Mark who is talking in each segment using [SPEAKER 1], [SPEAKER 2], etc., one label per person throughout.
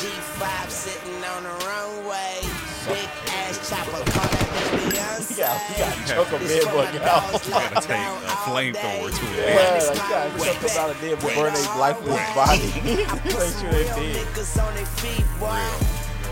[SPEAKER 1] G5 sitting on the runway. Big ass chopper, call that thing Beyonce.
[SPEAKER 2] You got, you got to choke a
[SPEAKER 1] This
[SPEAKER 2] bed
[SPEAKER 1] for
[SPEAKER 2] bug
[SPEAKER 1] my
[SPEAKER 2] out.
[SPEAKER 1] dogs locked
[SPEAKER 3] gotta take
[SPEAKER 1] down
[SPEAKER 3] a
[SPEAKER 1] all day.
[SPEAKER 3] flamethrower to it.
[SPEAKER 2] Yeah,
[SPEAKER 1] Wait,
[SPEAKER 2] like, you gotta
[SPEAKER 1] wait,
[SPEAKER 2] choke them out of there, but burn their
[SPEAKER 1] wait.
[SPEAKER 2] lifeless body.
[SPEAKER 1] I put
[SPEAKER 2] Make
[SPEAKER 1] some
[SPEAKER 2] sure they
[SPEAKER 1] real
[SPEAKER 2] dead.
[SPEAKER 1] niggas on their feet, boy.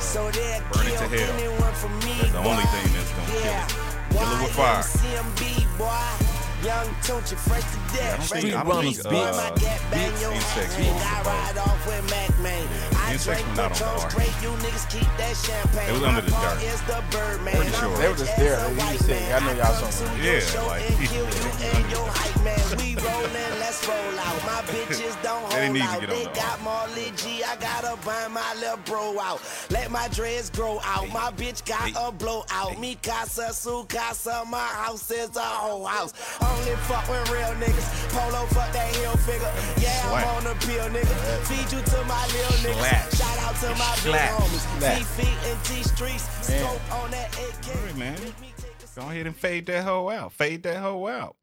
[SPEAKER 1] So they'll
[SPEAKER 3] Burn it
[SPEAKER 1] kill
[SPEAKER 3] to hell.
[SPEAKER 1] anyone for me,
[SPEAKER 3] That's the only
[SPEAKER 1] boy.
[SPEAKER 3] thing that's gonna kill
[SPEAKER 1] yeah.
[SPEAKER 3] it. Kill it with fire.
[SPEAKER 1] YMCMB, boy. Young Tunchi, fresh to
[SPEAKER 3] I
[SPEAKER 1] death.
[SPEAKER 3] don't
[SPEAKER 1] Fresh
[SPEAKER 3] think, I
[SPEAKER 1] to
[SPEAKER 3] don't think
[SPEAKER 1] death. Boy, my
[SPEAKER 3] uh,
[SPEAKER 1] gap bang your ass.
[SPEAKER 3] insects were on
[SPEAKER 1] I
[SPEAKER 3] the boat.
[SPEAKER 1] ride off with Mac Man. I
[SPEAKER 3] Insects
[SPEAKER 1] drink
[SPEAKER 3] were not on the
[SPEAKER 1] Patron's
[SPEAKER 3] ark.
[SPEAKER 1] straight. You niggas keep that champagne.
[SPEAKER 3] It was under
[SPEAKER 1] My
[SPEAKER 3] the
[SPEAKER 1] paw
[SPEAKER 3] dirt.
[SPEAKER 1] is the Birdman.
[SPEAKER 3] Pretty sure.
[SPEAKER 1] I'm
[SPEAKER 2] They were just
[SPEAKER 1] rich
[SPEAKER 2] there.
[SPEAKER 1] as a
[SPEAKER 2] They
[SPEAKER 1] white
[SPEAKER 2] just said,
[SPEAKER 1] man.
[SPEAKER 2] "I know y'all
[SPEAKER 1] come to
[SPEAKER 2] somewhere."
[SPEAKER 1] your
[SPEAKER 3] Yeah,
[SPEAKER 1] show
[SPEAKER 3] like-
[SPEAKER 1] and kill you and your hype man. We rollin', let's roll out. My bitches don't
[SPEAKER 3] They
[SPEAKER 1] hold
[SPEAKER 3] didn't
[SPEAKER 1] out.
[SPEAKER 3] need to get on
[SPEAKER 1] They
[SPEAKER 3] the
[SPEAKER 1] got Marley G. I gotta bind my little bro out. Let my dreads grow out. My bitch got a blowout. Me casa, su casa. My house is a whole house. Only fuck with real niggas. Polo fuck that heel figure. Yeah,
[SPEAKER 3] Slap.
[SPEAKER 1] I'm on the pill, nigga. Feed you to my little
[SPEAKER 3] Slap.
[SPEAKER 1] niggas. Shout out to my big
[SPEAKER 3] Slap.
[SPEAKER 2] Slap.
[SPEAKER 1] homies. T feet and T streets.
[SPEAKER 2] Man.
[SPEAKER 1] Scope on that
[SPEAKER 3] All right,
[SPEAKER 1] 8K.
[SPEAKER 3] man.
[SPEAKER 1] Make me take a-
[SPEAKER 3] Go ahead and fade that hoe out. Fade that hoe out.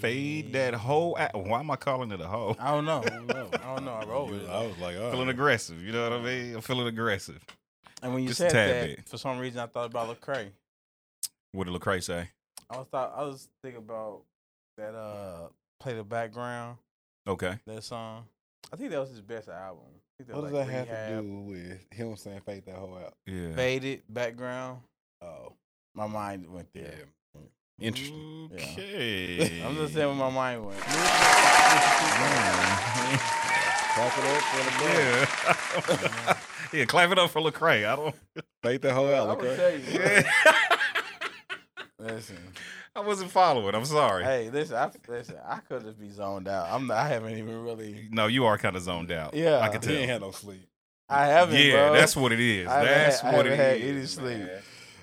[SPEAKER 3] Fade that hoe out. Why am I calling it a hoe?
[SPEAKER 2] I don't know. I don't know. I don't know. I roll with it.
[SPEAKER 4] I was like, oh.
[SPEAKER 3] Feeling aggressive. You know what I mean? I'm feeling aggressive.
[SPEAKER 2] And when you
[SPEAKER 3] Just a
[SPEAKER 2] said
[SPEAKER 3] tad
[SPEAKER 2] that,
[SPEAKER 3] bit.
[SPEAKER 2] for some reason, I thought about Lecrae.
[SPEAKER 3] What did Lecrae say?
[SPEAKER 2] I was thought I was thinking about that. Uh, play the background
[SPEAKER 3] Okay.
[SPEAKER 2] that song. I think that was his best album. I think
[SPEAKER 4] What
[SPEAKER 2] was,
[SPEAKER 4] does that
[SPEAKER 2] like,
[SPEAKER 4] have to
[SPEAKER 2] Rehab,
[SPEAKER 4] do with him saying fake that whole out?
[SPEAKER 3] Yeah.
[SPEAKER 2] Faded background. Oh, my mind went there.
[SPEAKER 4] Interesting.
[SPEAKER 3] Okay.
[SPEAKER 2] I'm just saying where my mind went.
[SPEAKER 4] Clap it up for the yeah.
[SPEAKER 3] Yeah. yeah, clap it up for Lecrae. I don't.
[SPEAKER 4] Fake that whole
[SPEAKER 2] I'm
[SPEAKER 4] out,
[SPEAKER 2] gonna
[SPEAKER 4] Lecrae.
[SPEAKER 2] tell you. Listen,
[SPEAKER 3] I wasn't following. I'm sorry.
[SPEAKER 2] hey, listen, I, listen. I could just be zoned out. I'm. Not, I haven't even really.
[SPEAKER 3] No, you are kind of zoned out.
[SPEAKER 2] Yeah,
[SPEAKER 3] I can
[SPEAKER 4] He
[SPEAKER 3] tell.
[SPEAKER 4] ain't
[SPEAKER 3] Yeah,
[SPEAKER 4] had no sleep.
[SPEAKER 2] I haven't. bro.
[SPEAKER 3] that's what it is.
[SPEAKER 2] I haven't
[SPEAKER 3] That's
[SPEAKER 2] had,
[SPEAKER 3] what
[SPEAKER 2] I
[SPEAKER 3] it
[SPEAKER 2] haven't had any
[SPEAKER 3] is.
[SPEAKER 2] sleep.
[SPEAKER 4] man.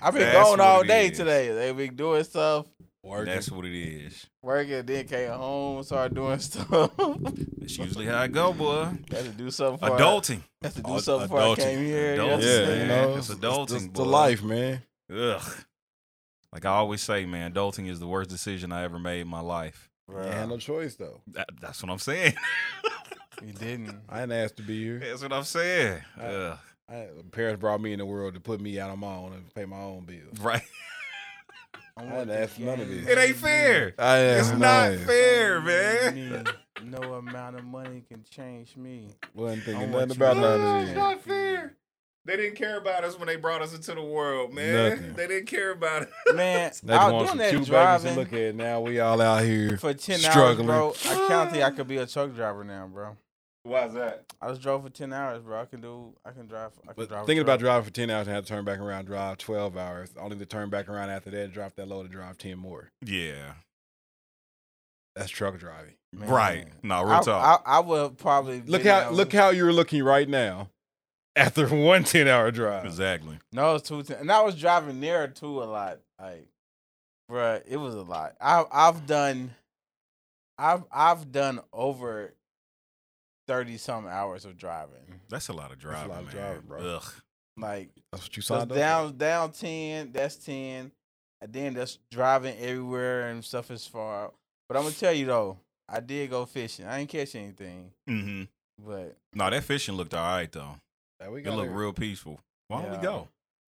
[SPEAKER 2] I've been
[SPEAKER 3] That's
[SPEAKER 2] going
[SPEAKER 3] what
[SPEAKER 2] all
[SPEAKER 3] it
[SPEAKER 2] day
[SPEAKER 3] is.
[SPEAKER 2] today. They've been doing stuff,
[SPEAKER 4] Working.
[SPEAKER 3] That's what it is.
[SPEAKER 2] working, then came home, started doing stuff.
[SPEAKER 3] That's usually how I go, boy.
[SPEAKER 2] had to do something. For
[SPEAKER 3] Adulting.
[SPEAKER 2] I, had to do
[SPEAKER 4] Ad-
[SPEAKER 2] something before I
[SPEAKER 4] adulting.
[SPEAKER 2] came here.
[SPEAKER 3] Adulting.
[SPEAKER 4] yeah,
[SPEAKER 2] yesterday.
[SPEAKER 3] man.
[SPEAKER 4] you know,
[SPEAKER 3] It's
[SPEAKER 4] it's, it's,
[SPEAKER 3] adulting,
[SPEAKER 4] it's
[SPEAKER 3] boy.
[SPEAKER 4] the life, man.
[SPEAKER 3] Ugh. Like I always say, man, adulting is the worst decision I ever made in my life.
[SPEAKER 4] I had no choice though.
[SPEAKER 3] That, that's what I'm saying.
[SPEAKER 2] You didn't.
[SPEAKER 4] I didn't ask to be here.
[SPEAKER 3] that's what I'm saying.
[SPEAKER 4] I-
[SPEAKER 3] Ugh.
[SPEAKER 4] I, parents brought me in the world to put me out on my own and pay my own bills.
[SPEAKER 3] Right.
[SPEAKER 2] I
[SPEAKER 4] didn't ask none of this.
[SPEAKER 3] It ain't fair.
[SPEAKER 4] I
[SPEAKER 3] It's not fair, man.
[SPEAKER 2] No amount of money can change me.
[SPEAKER 4] Wasn't
[SPEAKER 2] I
[SPEAKER 4] thinking
[SPEAKER 2] want
[SPEAKER 4] nothing
[SPEAKER 2] you
[SPEAKER 4] about
[SPEAKER 2] to
[SPEAKER 4] none
[SPEAKER 2] know.
[SPEAKER 4] of
[SPEAKER 3] It's
[SPEAKER 4] this.
[SPEAKER 3] not fair. They didn't care about us when they brought us into the world, man.
[SPEAKER 4] Nothing.
[SPEAKER 3] They didn't care about it.
[SPEAKER 2] Man,
[SPEAKER 4] They
[SPEAKER 2] I was
[SPEAKER 4] just want
[SPEAKER 2] doing
[SPEAKER 4] some
[SPEAKER 2] that
[SPEAKER 4] cute babies and
[SPEAKER 2] driving
[SPEAKER 4] look at it. Now we all out here.
[SPEAKER 2] for ten
[SPEAKER 4] Struggling.
[SPEAKER 2] hours, bro. I can't think I could be a truck driver now, bro.
[SPEAKER 3] Why's that?
[SPEAKER 2] I just drove for ten hours, bro. I can do. I can drive. I can
[SPEAKER 4] But
[SPEAKER 2] drive. a
[SPEAKER 4] thinking
[SPEAKER 2] truck.
[SPEAKER 4] about driving for 10 hours and have to turn back around, drive 12 hours, only to turn back around after that, drop that load and drive 10 more.
[SPEAKER 3] Yeah.
[SPEAKER 4] That's truck driving.
[SPEAKER 3] Right.
[SPEAKER 2] Man.
[SPEAKER 3] No, real
[SPEAKER 2] I,
[SPEAKER 3] talk.
[SPEAKER 2] I, I would probably
[SPEAKER 4] Look
[SPEAKER 2] been
[SPEAKER 4] how
[SPEAKER 2] down-
[SPEAKER 4] look how you're looking right now after one 10 hour drive.
[SPEAKER 3] exactly.
[SPEAKER 2] No, it's two ten, and I was driving near too a lot. Like, bruh, it was a lot. I've I've done, I've I've done over thirty some hours of driving.
[SPEAKER 3] That's a lot of
[SPEAKER 4] a lot
[SPEAKER 3] driving,
[SPEAKER 4] of
[SPEAKER 3] man.
[SPEAKER 4] driving, bro.
[SPEAKER 3] Ugh.
[SPEAKER 2] Like,
[SPEAKER 4] That's what you
[SPEAKER 2] so
[SPEAKER 4] signed up.
[SPEAKER 2] down down ten, that's ten, and then that's driving everywhere and stuff is far. out. But I'm gonna tell you though, I did go fishing. I didn't catch anything,
[SPEAKER 3] Mm-hmm.
[SPEAKER 2] but
[SPEAKER 3] No, that fishing looked all right though.
[SPEAKER 4] for. Now we
[SPEAKER 3] It
[SPEAKER 4] got
[SPEAKER 3] looked
[SPEAKER 4] it.
[SPEAKER 3] real peaceful. Why don't we
[SPEAKER 2] Yeah.
[SPEAKER 3] go?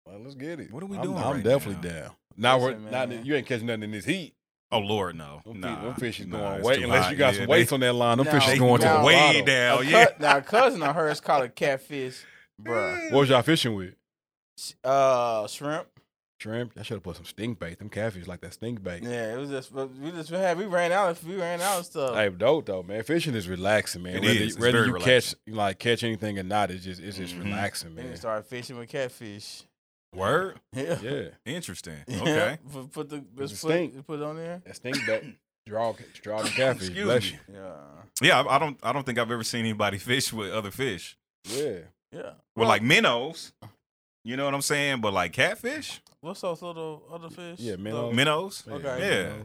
[SPEAKER 4] Well, let's get it.
[SPEAKER 3] What are we
[SPEAKER 4] I'm,
[SPEAKER 3] doing
[SPEAKER 4] I'm
[SPEAKER 3] right
[SPEAKER 4] definitely
[SPEAKER 3] now?
[SPEAKER 4] down. Now
[SPEAKER 2] Listen,
[SPEAKER 4] we're not.
[SPEAKER 2] man.
[SPEAKER 4] You ain't catching nothing in this heat.
[SPEAKER 3] Oh Lord, no.
[SPEAKER 4] Them,
[SPEAKER 3] nah.
[SPEAKER 4] fi- them fish is
[SPEAKER 3] Nah,
[SPEAKER 4] going
[SPEAKER 3] it's
[SPEAKER 4] way
[SPEAKER 3] too
[SPEAKER 4] unless
[SPEAKER 3] hot.
[SPEAKER 4] you got
[SPEAKER 3] Yeah,
[SPEAKER 4] some
[SPEAKER 3] they-
[SPEAKER 4] weights on that line. Them
[SPEAKER 2] No,
[SPEAKER 4] fish
[SPEAKER 3] They
[SPEAKER 4] is going to
[SPEAKER 2] now-
[SPEAKER 4] the
[SPEAKER 3] way
[SPEAKER 4] bottom.
[SPEAKER 2] a
[SPEAKER 3] down.
[SPEAKER 2] cou-
[SPEAKER 3] yeah.
[SPEAKER 2] now a cousin of hers called a catfish, bruh.
[SPEAKER 4] What was y'all fishing with?
[SPEAKER 2] Sh- Uh, shrimp.
[SPEAKER 4] Shrimp. I should have put some stink bait. Them catfish like that stink bait.
[SPEAKER 2] Yeah, it was just but we just had we ran out of we ran out of stuff.
[SPEAKER 4] Hey, dope though, man. Fishing is relaxing, man.
[SPEAKER 3] It
[SPEAKER 4] whether
[SPEAKER 3] is. It's
[SPEAKER 4] whether
[SPEAKER 3] very
[SPEAKER 4] you
[SPEAKER 3] relaxing.
[SPEAKER 4] catch like catch anything or not, it's just it's just
[SPEAKER 3] Mhm.
[SPEAKER 4] relaxing,
[SPEAKER 2] then we
[SPEAKER 4] man.
[SPEAKER 2] started fishing with catfish.
[SPEAKER 3] Word?
[SPEAKER 2] Yeah.
[SPEAKER 4] Yeah,
[SPEAKER 3] Interesting.
[SPEAKER 2] Yeah.
[SPEAKER 3] Okay.
[SPEAKER 2] Put- Put the
[SPEAKER 4] It's
[SPEAKER 2] just
[SPEAKER 4] a
[SPEAKER 2] put,
[SPEAKER 4] stink.
[SPEAKER 2] put it on there.
[SPEAKER 4] that stink bait draw draw the catfish.
[SPEAKER 3] Excuse
[SPEAKER 4] Bless
[SPEAKER 3] me.
[SPEAKER 4] you.
[SPEAKER 2] Yeah.
[SPEAKER 3] Yeah, I, I don't I don't think I've ever seen anybody fish with other fish.
[SPEAKER 4] Yeah,
[SPEAKER 2] Yeah.
[SPEAKER 3] With like minnows. You know what I'm saying? But like catfish?
[SPEAKER 2] What's those little other fish?
[SPEAKER 4] Yeah, man,
[SPEAKER 2] Those-
[SPEAKER 4] man-
[SPEAKER 3] Minnows?
[SPEAKER 4] Yeah,
[SPEAKER 2] Okay.
[SPEAKER 3] Yeah.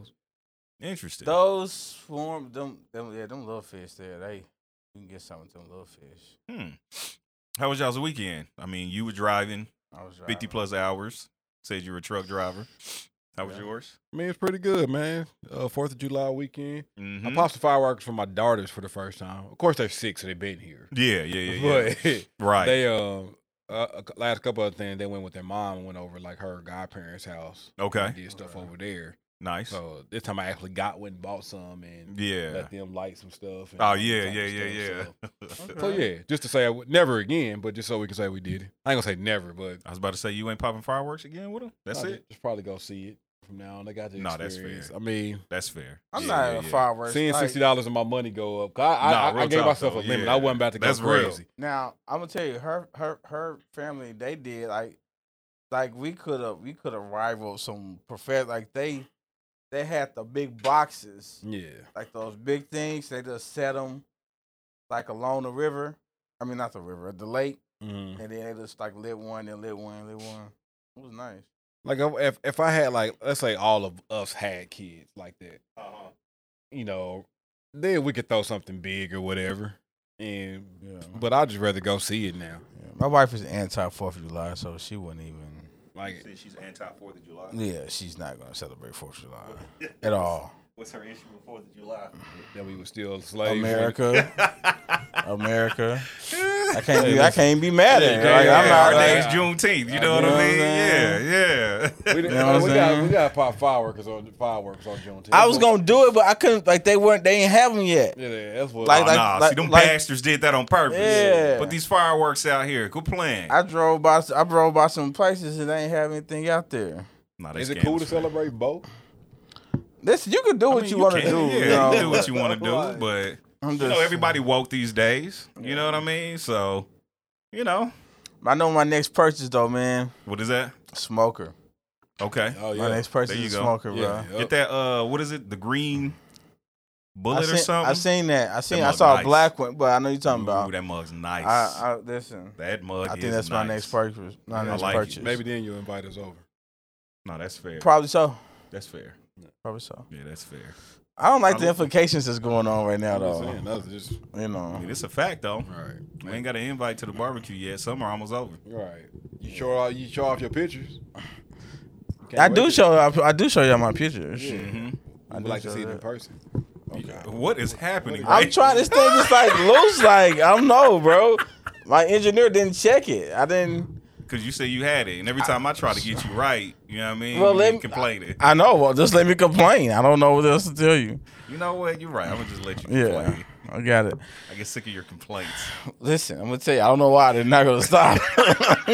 [SPEAKER 3] Interesting.
[SPEAKER 2] Those swarm them them yeah, them little fish there, they you can get something with them little fish.
[SPEAKER 3] Hmm. How was y'all's weekend? I mean, you were driving
[SPEAKER 4] Uh,
[SPEAKER 2] I was driving.
[SPEAKER 3] 50 plus hours. Said you were a truck driver. How was
[SPEAKER 4] Yeah.
[SPEAKER 3] yours?
[SPEAKER 4] I mean, it's pretty good, man. Uh, Fourth of July weekend.
[SPEAKER 3] Mm-hmm.
[SPEAKER 4] I popped the fireworks for my daughters for the first time. Of course, they're six, so they've been here.
[SPEAKER 3] yeah, yeah, yeah, yeah.
[SPEAKER 4] But
[SPEAKER 3] right.
[SPEAKER 4] they um uh, a cou- last couple of things they went with their mom and went over like her godparents' house.
[SPEAKER 3] okay.
[SPEAKER 4] and Did stuff
[SPEAKER 2] Okay.
[SPEAKER 4] over there.
[SPEAKER 3] Nice.
[SPEAKER 4] So this time I actually got one, bought some, and
[SPEAKER 3] yeah.
[SPEAKER 4] let them light some stuff. and
[SPEAKER 3] Oh
[SPEAKER 4] all that
[SPEAKER 3] yeah,
[SPEAKER 4] type of
[SPEAKER 3] yeah, yeah,
[SPEAKER 4] stuff,
[SPEAKER 3] yeah.
[SPEAKER 4] so-
[SPEAKER 2] Okay.
[SPEAKER 4] So Oh, yeah, just to say I would never again, but just so we can say we did it. I ain't gonna say never, but
[SPEAKER 3] I was about to say you ain't popping fireworks again with them. That's
[SPEAKER 4] I'll
[SPEAKER 3] it.
[SPEAKER 4] Just probably go see it from now on. They got the
[SPEAKER 3] Nah, that's fair.
[SPEAKER 4] experience. I mean,
[SPEAKER 3] That's fair.
[SPEAKER 2] I'm
[SPEAKER 3] Yeah,
[SPEAKER 2] not
[SPEAKER 3] yeah,
[SPEAKER 2] a
[SPEAKER 3] yeah.
[SPEAKER 2] fireworks.
[SPEAKER 4] seeing
[SPEAKER 2] like-
[SPEAKER 4] sixty dollars of my money go up. 'cause I,
[SPEAKER 3] Nah,
[SPEAKER 4] I, I, I
[SPEAKER 3] real
[SPEAKER 4] gave
[SPEAKER 3] talk,
[SPEAKER 4] myself
[SPEAKER 3] though.
[SPEAKER 4] a limit.
[SPEAKER 3] Yeah.
[SPEAKER 4] I wasn't about to go
[SPEAKER 3] That's real.
[SPEAKER 4] crazy.
[SPEAKER 2] Now I'm gonna tell you, her her her family they did like like we could have we could have rivaled some professor like they they had the big boxes
[SPEAKER 4] Yeah.
[SPEAKER 2] like those big things they just set them like along the river. I mean not the river, the lake,
[SPEAKER 4] Mhm.
[SPEAKER 2] and then they just like lit one and lit one and lit one. It was nice.
[SPEAKER 4] Like if if I had like let's say all of us had kids like that,
[SPEAKER 2] Uh-huh.
[SPEAKER 4] you know, then we could throw something big or whatever. And
[SPEAKER 2] Yeah.
[SPEAKER 4] but I'd just rather go see it now.
[SPEAKER 2] My wife is anti Fourth of July, so she wouldn't even.
[SPEAKER 4] Like
[SPEAKER 3] She's anti Fourth of July.
[SPEAKER 2] Yeah, she's not gonna celebrate Fourth of July at all.
[SPEAKER 3] What's her issue with Fourth of July?
[SPEAKER 4] that we were still slaves.
[SPEAKER 2] America, America. I can't
[SPEAKER 4] Hey,
[SPEAKER 2] be. I can't be mad at her.
[SPEAKER 4] yeah,
[SPEAKER 2] Like,
[SPEAKER 4] yeah,
[SPEAKER 2] I'm not.
[SPEAKER 3] our
[SPEAKER 2] Like,
[SPEAKER 3] name's Juneteenth. You know
[SPEAKER 2] you
[SPEAKER 3] what
[SPEAKER 2] know what
[SPEAKER 3] I
[SPEAKER 2] I'm
[SPEAKER 3] mean?
[SPEAKER 2] saying?
[SPEAKER 3] Yeah, yeah.
[SPEAKER 4] We, didn't-
[SPEAKER 2] You know what
[SPEAKER 4] we
[SPEAKER 2] I'm
[SPEAKER 4] got
[SPEAKER 2] saying?
[SPEAKER 4] we got pop fireworks on fireworks on Juneteenth.
[SPEAKER 2] I was gonna do it, but I couldn't. Like they weren't. They ain't have them yet.
[SPEAKER 4] Yeah, yeah, that's what.
[SPEAKER 2] Like-
[SPEAKER 3] oh, nah,
[SPEAKER 2] like-
[SPEAKER 3] see, them
[SPEAKER 2] like-
[SPEAKER 3] bastards did that on purpose.
[SPEAKER 2] Yeah.
[SPEAKER 3] Put these fireworks out here. Quit playing.
[SPEAKER 2] I drove by. I drove by some places and they ain't have anything out there.
[SPEAKER 3] Nah, they
[SPEAKER 4] is it
[SPEAKER 3] scammers,
[SPEAKER 4] cool to
[SPEAKER 3] man.
[SPEAKER 4] celebrate both?
[SPEAKER 2] Listen, you can do what
[SPEAKER 3] I mean,
[SPEAKER 2] you, want to
[SPEAKER 3] can,
[SPEAKER 2] do.
[SPEAKER 3] Yeah,
[SPEAKER 2] you
[SPEAKER 3] you
[SPEAKER 2] know?
[SPEAKER 3] can do what you want to do,
[SPEAKER 4] Right.
[SPEAKER 3] but
[SPEAKER 2] I'm
[SPEAKER 3] you
[SPEAKER 2] just,
[SPEAKER 3] know everybody woke these days. You know what I mean? So, you know,
[SPEAKER 2] I know my next purchase though, man.
[SPEAKER 3] what is that?
[SPEAKER 2] Smoker.
[SPEAKER 3] Okay,
[SPEAKER 4] Oh
[SPEAKER 2] My next purchase
[SPEAKER 3] There you
[SPEAKER 2] is
[SPEAKER 3] go.
[SPEAKER 2] smoker, bro.
[SPEAKER 4] yeah.
[SPEAKER 3] get that. Uh, what is it? The green bullet
[SPEAKER 2] I seen,
[SPEAKER 3] or something?
[SPEAKER 2] I seen that. I seen. I
[SPEAKER 3] mug
[SPEAKER 2] saw
[SPEAKER 3] nice. Mm-hmm.
[SPEAKER 2] a black one, but I know you're
[SPEAKER 3] Ooh,
[SPEAKER 2] talking about.
[SPEAKER 3] that mug's nice.
[SPEAKER 2] I, I listen.
[SPEAKER 3] that mug.
[SPEAKER 2] I
[SPEAKER 3] is
[SPEAKER 2] think that's
[SPEAKER 3] nice.
[SPEAKER 2] my next purchase. My
[SPEAKER 3] Yeah, I
[SPEAKER 2] next
[SPEAKER 3] like it.
[SPEAKER 2] purchase.
[SPEAKER 4] Maybe then you invite us over.
[SPEAKER 3] No, that's fair.
[SPEAKER 2] Probably so.
[SPEAKER 3] that's fair.
[SPEAKER 2] Probably so.
[SPEAKER 3] Yeah, that's fair.
[SPEAKER 2] I don't like
[SPEAKER 3] I
[SPEAKER 2] the
[SPEAKER 3] look-
[SPEAKER 2] implications that's going on right now,
[SPEAKER 4] I'm just
[SPEAKER 2] though.
[SPEAKER 4] saying, that's just
[SPEAKER 2] You
[SPEAKER 3] I mean,
[SPEAKER 2] know,
[SPEAKER 3] it's a fact though.
[SPEAKER 4] right,
[SPEAKER 3] We ain't got an invite to the barbecue yet. Summer almost over.
[SPEAKER 4] right. You show off, you show off your pictures. Can't
[SPEAKER 2] I
[SPEAKER 4] wait
[SPEAKER 2] do
[SPEAKER 4] to-
[SPEAKER 2] show. I, I do show y'all my pictures.
[SPEAKER 4] Yeah.
[SPEAKER 3] Mhm.
[SPEAKER 2] I
[SPEAKER 4] I'd
[SPEAKER 2] do
[SPEAKER 4] like to
[SPEAKER 2] show
[SPEAKER 4] see it in
[SPEAKER 2] that.
[SPEAKER 4] person.
[SPEAKER 3] What is happening?
[SPEAKER 2] I'm
[SPEAKER 3] right?
[SPEAKER 2] trying. This thing is like loose. Like I don't know, bro. My engineer didn't check it. I didn't.
[SPEAKER 3] Cause you say you had it, and every time I, try to get you right, you know what I mean.
[SPEAKER 2] Well,
[SPEAKER 3] you
[SPEAKER 2] let me-
[SPEAKER 3] complain it.
[SPEAKER 2] I know. Well, just let me complain. I don't know what else to tell you.
[SPEAKER 3] You know what? You're right. I'm gonna just let you
[SPEAKER 2] Yeah.
[SPEAKER 3] complain.
[SPEAKER 2] I got it.
[SPEAKER 3] I get sick of your complaints.
[SPEAKER 2] Listen, I'm gonna tell you. I don't know why they're not gonna stop.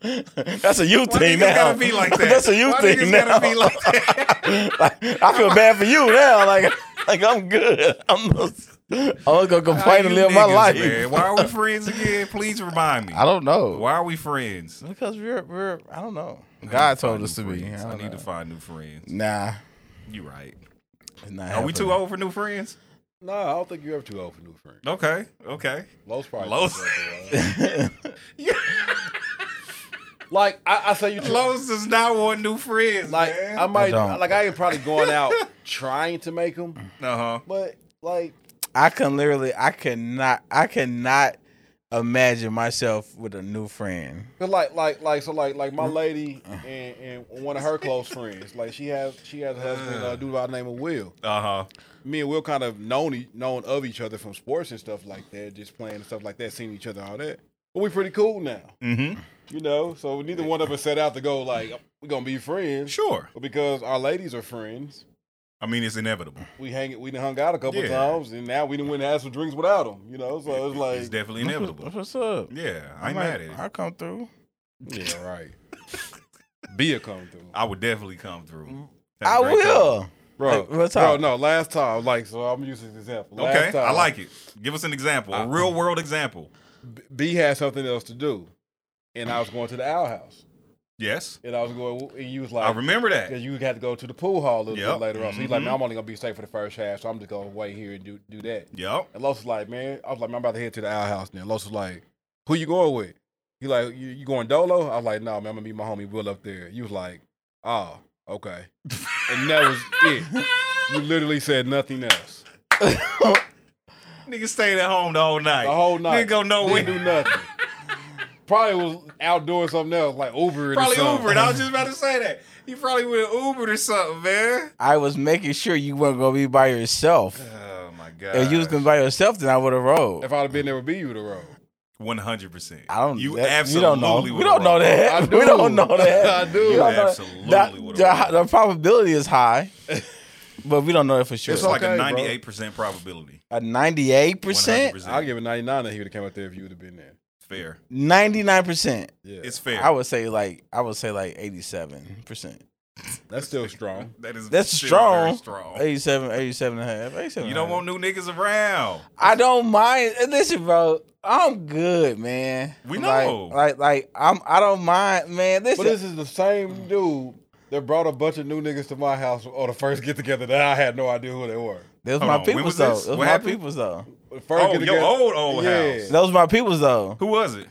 [SPEAKER 2] that's a you
[SPEAKER 3] Why
[SPEAKER 2] thing
[SPEAKER 3] niggas
[SPEAKER 2] now.
[SPEAKER 3] gotta be like that?
[SPEAKER 2] that's a you
[SPEAKER 3] Why
[SPEAKER 2] thing
[SPEAKER 3] niggas
[SPEAKER 2] now.
[SPEAKER 3] gotta be like that?
[SPEAKER 2] Like, I feel bad for you now. Like like I'm good. I'm just, I'm just gonna
[SPEAKER 3] How
[SPEAKER 2] complain
[SPEAKER 3] Ah, you
[SPEAKER 2] and live my
[SPEAKER 3] niggas,
[SPEAKER 2] life.
[SPEAKER 3] man? Why are we friends again? Please remind me.
[SPEAKER 2] I don't know.
[SPEAKER 3] Why are we friends?
[SPEAKER 2] Because we're we're I don't know.
[SPEAKER 3] I
[SPEAKER 2] God
[SPEAKER 3] need to
[SPEAKER 2] told
[SPEAKER 3] find
[SPEAKER 2] us to
[SPEAKER 3] new
[SPEAKER 2] be.
[SPEAKER 3] friends.
[SPEAKER 2] I
[SPEAKER 3] I,
[SPEAKER 2] don't know.
[SPEAKER 3] need to find new friends.
[SPEAKER 2] Nah.
[SPEAKER 3] You right.
[SPEAKER 2] it's not
[SPEAKER 3] Are we too
[SPEAKER 2] happening.
[SPEAKER 3] old for new friends?
[SPEAKER 4] No, I don't think you're ever too old for new friends.
[SPEAKER 3] Okay. Okay.
[SPEAKER 4] Lowe's probably
[SPEAKER 3] Lowe's.
[SPEAKER 4] too old for a while. like I, I say, you too.
[SPEAKER 3] Lowe's does not want new friends.
[SPEAKER 4] Like
[SPEAKER 3] man.
[SPEAKER 4] I might,
[SPEAKER 2] don't.
[SPEAKER 4] like I ain't probably going out trying to make them,
[SPEAKER 3] uh-huh.
[SPEAKER 4] but like
[SPEAKER 2] I can literally I cannot I cannot imagine myself with a new friend.
[SPEAKER 4] Cause like like like so like like my
[SPEAKER 2] Mm.
[SPEAKER 4] lady and, and one of her close friends like she has she has a husband uh, dude by the name of Will.
[SPEAKER 3] Uh-huh.
[SPEAKER 4] Me and Will kind of known e- known of each other from sports and stuff like that, just playing and stuff like that, seeing each other all that. But we pretty cool now,
[SPEAKER 3] Mm-hmm.
[SPEAKER 4] you know. So neither one of us set out to go like we're gonna be friends,
[SPEAKER 3] Sure.
[SPEAKER 4] but because our ladies are friends,
[SPEAKER 3] I mean, it's inevitable.
[SPEAKER 4] we hang we done hung out a couple
[SPEAKER 3] Yeah.
[SPEAKER 4] times, and now we done went and had some drinks without them, you know. So it's like
[SPEAKER 3] It's definitely inevitable.
[SPEAKER 2] What's up?
[SPEAKER 3] Yeah, I ain't mad at it.
[SPEAKER 2] I'll come through.
[SPEAKER 4] yeah, right. Be a come through.
[SPEAKER 3] I would definitely come through. Have a
[SPEAKER 2] I
[SPEAKER 3] great time.
[SPEAKER 2] will.
[SPEAKER 4] Bro,
[SPEAKER 2] Like, what's
[SPEAKER 4] bro,
[SPEAKER 2] up?
[SPEAKER 4] no, last time, like, so I'm using this example. Last
[SPEAKER 3] Okay, I
[SPEAKER 4] time,
[SPEAKER 3] like it. Give us an example, a real world example.
[SPEAKER 4] B- B had something else to do, and I was going to the owl house,
[SPEAKER 3] Yes,
[SPEAKER 4] and I was going, and you was like,
[SPEAKER 3] I remember that.
[SPEAKER 4] Because you had to go to the pool hall a little
[SPEAKER 3] Eh. Yep.
[SPEAKER 4] bit later on. So he's like,
[SPEAKER 3] Mhm.
[SPEAKER 4] man, I'm only gonna be safe for the first half, so I'm just gonna wait here and do do that.
[SPEAKER 3] Yep.
[SPEAKER 4] And Los was like, man, I was like, man, I'm about to head to the owl house now. Los was like, who you going with? He like, you, you going dolo? I was like, no, man, I'm gonna meet my homie Will up there. You was like, oh, okay, and that was it. You literally said nothing else
[SPEAKER 3] Nigga stayed at home the whole night.
[SPEAKER 4] the whole night.
[SPEAKER 3] Nigga go
[SPEAKER 4] Didn't
[SPEAKER 3] nowhere.
[SPEAKER 4] do nothing. Probably was out doing something else, like Uber or
[SPEAKER 3] Probably
[SPEAKER 4] something.
[SPEAKER 3] Uber. And I was just about to say that. You probably would have Ubered or something, man.
[SPEAKER 2] I was making sure you weren't gonna be by yourself.
[SPEAKER 3] Oh my god.
[SPEAKER 2] If you was gonna be by yourself, then I would have rolled.
[SPEAKER 4] If I'd have been there, would be you would have rolled.
[SPEAKER 3] One hundred percent.
[SPEAKER 2] I don't.
[SPEAKER 3] You
[SPEAKER 2] that- we
[SPEAKER 3] absolutely
[SPEAKER 2] don't know. We
[SPEAKER 3] would've
[SPEAKER 2] don't know
[SPEAKER 3] rolled.
[SPEAKER 2] that.
[SPEAKER 4] I
[SPEAKER 2] We don't
[SPEAKER 4] do.
[SPEAKER 2] know that.
[SPEAKER 4] I do.
[SPEAKER 2] We
[SPEAKER 4] You
[SPEAKER 2] don't know that.
[SPEAKER 3] absolutely
[SPEAKER 2] That-
[SPEAKER 3] would've
[SPEAKER 2] the,
[SPEAKER 3] rolled.
[SPEAKER 2] the probability is high, but we don't know that for sure.
[SPEAKER 4] It's
[SPEAKER 3] It's like
[SPEAKER 4] Okay,
[SPEAKER 3] a
[SPEAKER 4] bro.
[SPEAKER 3] ninety-eight percent probability.
[SPEAKER 2] a ninety-eight percent,
[SPEAKER 3] 100%.
[SPEAKER 4] I'll give it 99 that he would have came up there if you would have been there.
[SPEAKER 3] fair.
[SPEAKER 2] ninety-nine percent.
[SPEAKER 4] Yeah.
[SPEAKER 3] It's fair.
[SPEAKER 2] I would say like I would say like eighty-seven percent.
[SPEAKER 4] That's still strong.
[SPEAKER 3] that is
[SPEAKER 2] That's
[SPEAKER 3] still
[SPEAKER 2] strong.
[SPEAKER 3] Very strong.
[SPEAKER 2] 87, 87 and a half. 87
[SPEAKER 3] You
[SPEAKER 2] and a
[SPEAKER 3] don't
[SPEAKER 2] half.
[SPEAKER 3] want new niggas around.
[SPEAKER 2] I don't mind. and Listen, bro, I'm good, man.
[SPEAKER 3] We
[SPEAKER 2] Like-
[SPEAKER 3] know.
[SPEAKER 2] Like, like, I'm. I don't mind, man.
[SPEAKER 4] But
[SPEAKER 2] Listen,
[SPEAKER 4] this is the same dude that brought a bunch of new niggas to my house on the first get together that I had no idea who they were.
[SPEAKER 2] those
[SPEAKER 3] Hold
[SPEAKER 2] my
[SPEAKER 3] on, when
[SPEAKER 2] peoples
[SPEAKER 3] was
[SPEAKER 2] though.
[SPEAKER 3] this?
[SPEAKER 2] Those
[SPEAKER 3] What
[SPEAKER 2] my
[SPEAKER 3] happened?
[SPEAKER 2] peoples though.
[SPEAKER 4] The First
[SPEAKER 3] Oh, your
[SPEAKER 4] get-together-
[SPEAKER 3] old old
[SPEAKER 4] Yeah.
[SPEAKER 3] house.
[SPEAKER 2] Those my peoples though.
[SPEAKER 3] Who was it?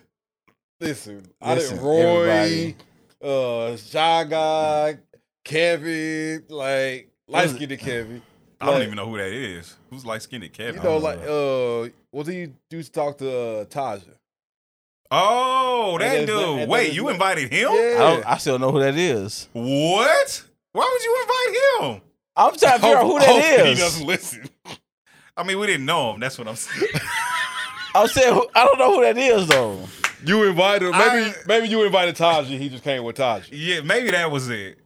[SPEAKER 4] Listen, I
[SPEAKER 2] Listen,
[SPEAKER 4] didn't Roy,
[SPEAKER 2] everybody.
[SPEAKER 4] uh, Shy Guy, Kevin, like light
[SPEAKER 2] was-
[SPEAKER 4] skinned Kevin.
[SPEAKER 3] I don't
[SPEAKER 4] Like,
[SPEAKER 3] even know who that is. Who's light skinned Kevin?
[SPEAKER 4] You know, like uh, what he used to talk to uh, Taja?
[SPEAKER 3] oh, that
[SPEAKER 4] And
[SPEAKER 3] dude.
[SPEAKER 4] there's- and
[SPEAKER 3] Wait,
[SPEAKER 4] there's-
[SPEAKER 3] you invited him?
[SPEAKER 2] I,
[SPEAKER 4] Yeah.
[SPEAKER 2] don't, I still know who that is.
[SPEAKER 3] What? Why would you invite him?
[SPEAKER 2] I'm trying to figure out who
[SPEAKER 3] Hopefully
[SPEAKER 2] that
[SPEAKER 3] He
[SPEAKER 2] is.
[SPEAKER 3] doesn't listen. I mean, we didn't know him. That's what I'm saying.
[SPEAKER 2] I'm saying who- I don't know who that is though.
[SPEAKER 4] You invited maybe
[SPEAKER 3] I-
[SPEAKER 4] maybe you invited Taja. He just came with Taja.
[SPEAKER 3] yeah, maybe that was it.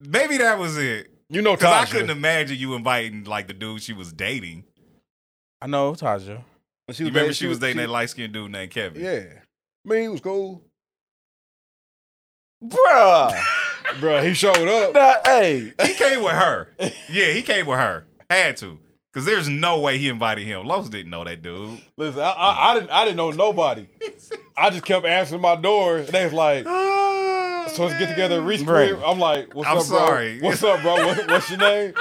[SPEAKER 3] Maybe that was it.
[SPEAKER 4] You know
[SPEAKER 3] Because
[SPEAKER 4] Taja.
[SPEAKER 3] I couldn't imagine you inviting like the dude she was dating.
[SPEAKER 2] I know Taja.
[SPEAKER 4] When she
[SPEAKER 3] You
[SPEAKER 4] was
[SPEAKER 3] remember
[SPEAKER 4] dating-
[SPEAKER 3] she was dating
[SPEAKER 4] she-
[SPEAKER 3] that light skinned dude named Kevin.
[SPEAKER 4] Yeah, I mean he was cool,
[SPEAKER 2] Bruh.
[SPEAKER 4] bro. He showed up.
[SPEAKER 2] Nah, hey.
[SPEAKER 3] He came with her. Yeah, he came with her. Had to. Because there's no way he invited him. Los didn't know that dude.
[SPEAKER 4] Listen, I, I, I didn't I didn't know nobody. I just kept answering my door, and they was like, So let's get together at Reese
[SPEAKER 2] Right.
[SPEAKER 4] crib. I'm like, what's
[SPEAKER 3] I'm
[SPEAKER 4] up, bro?
[SPEAKER 3] sorry.
[SPEAKER 4] What's up, bro? What, what's your name?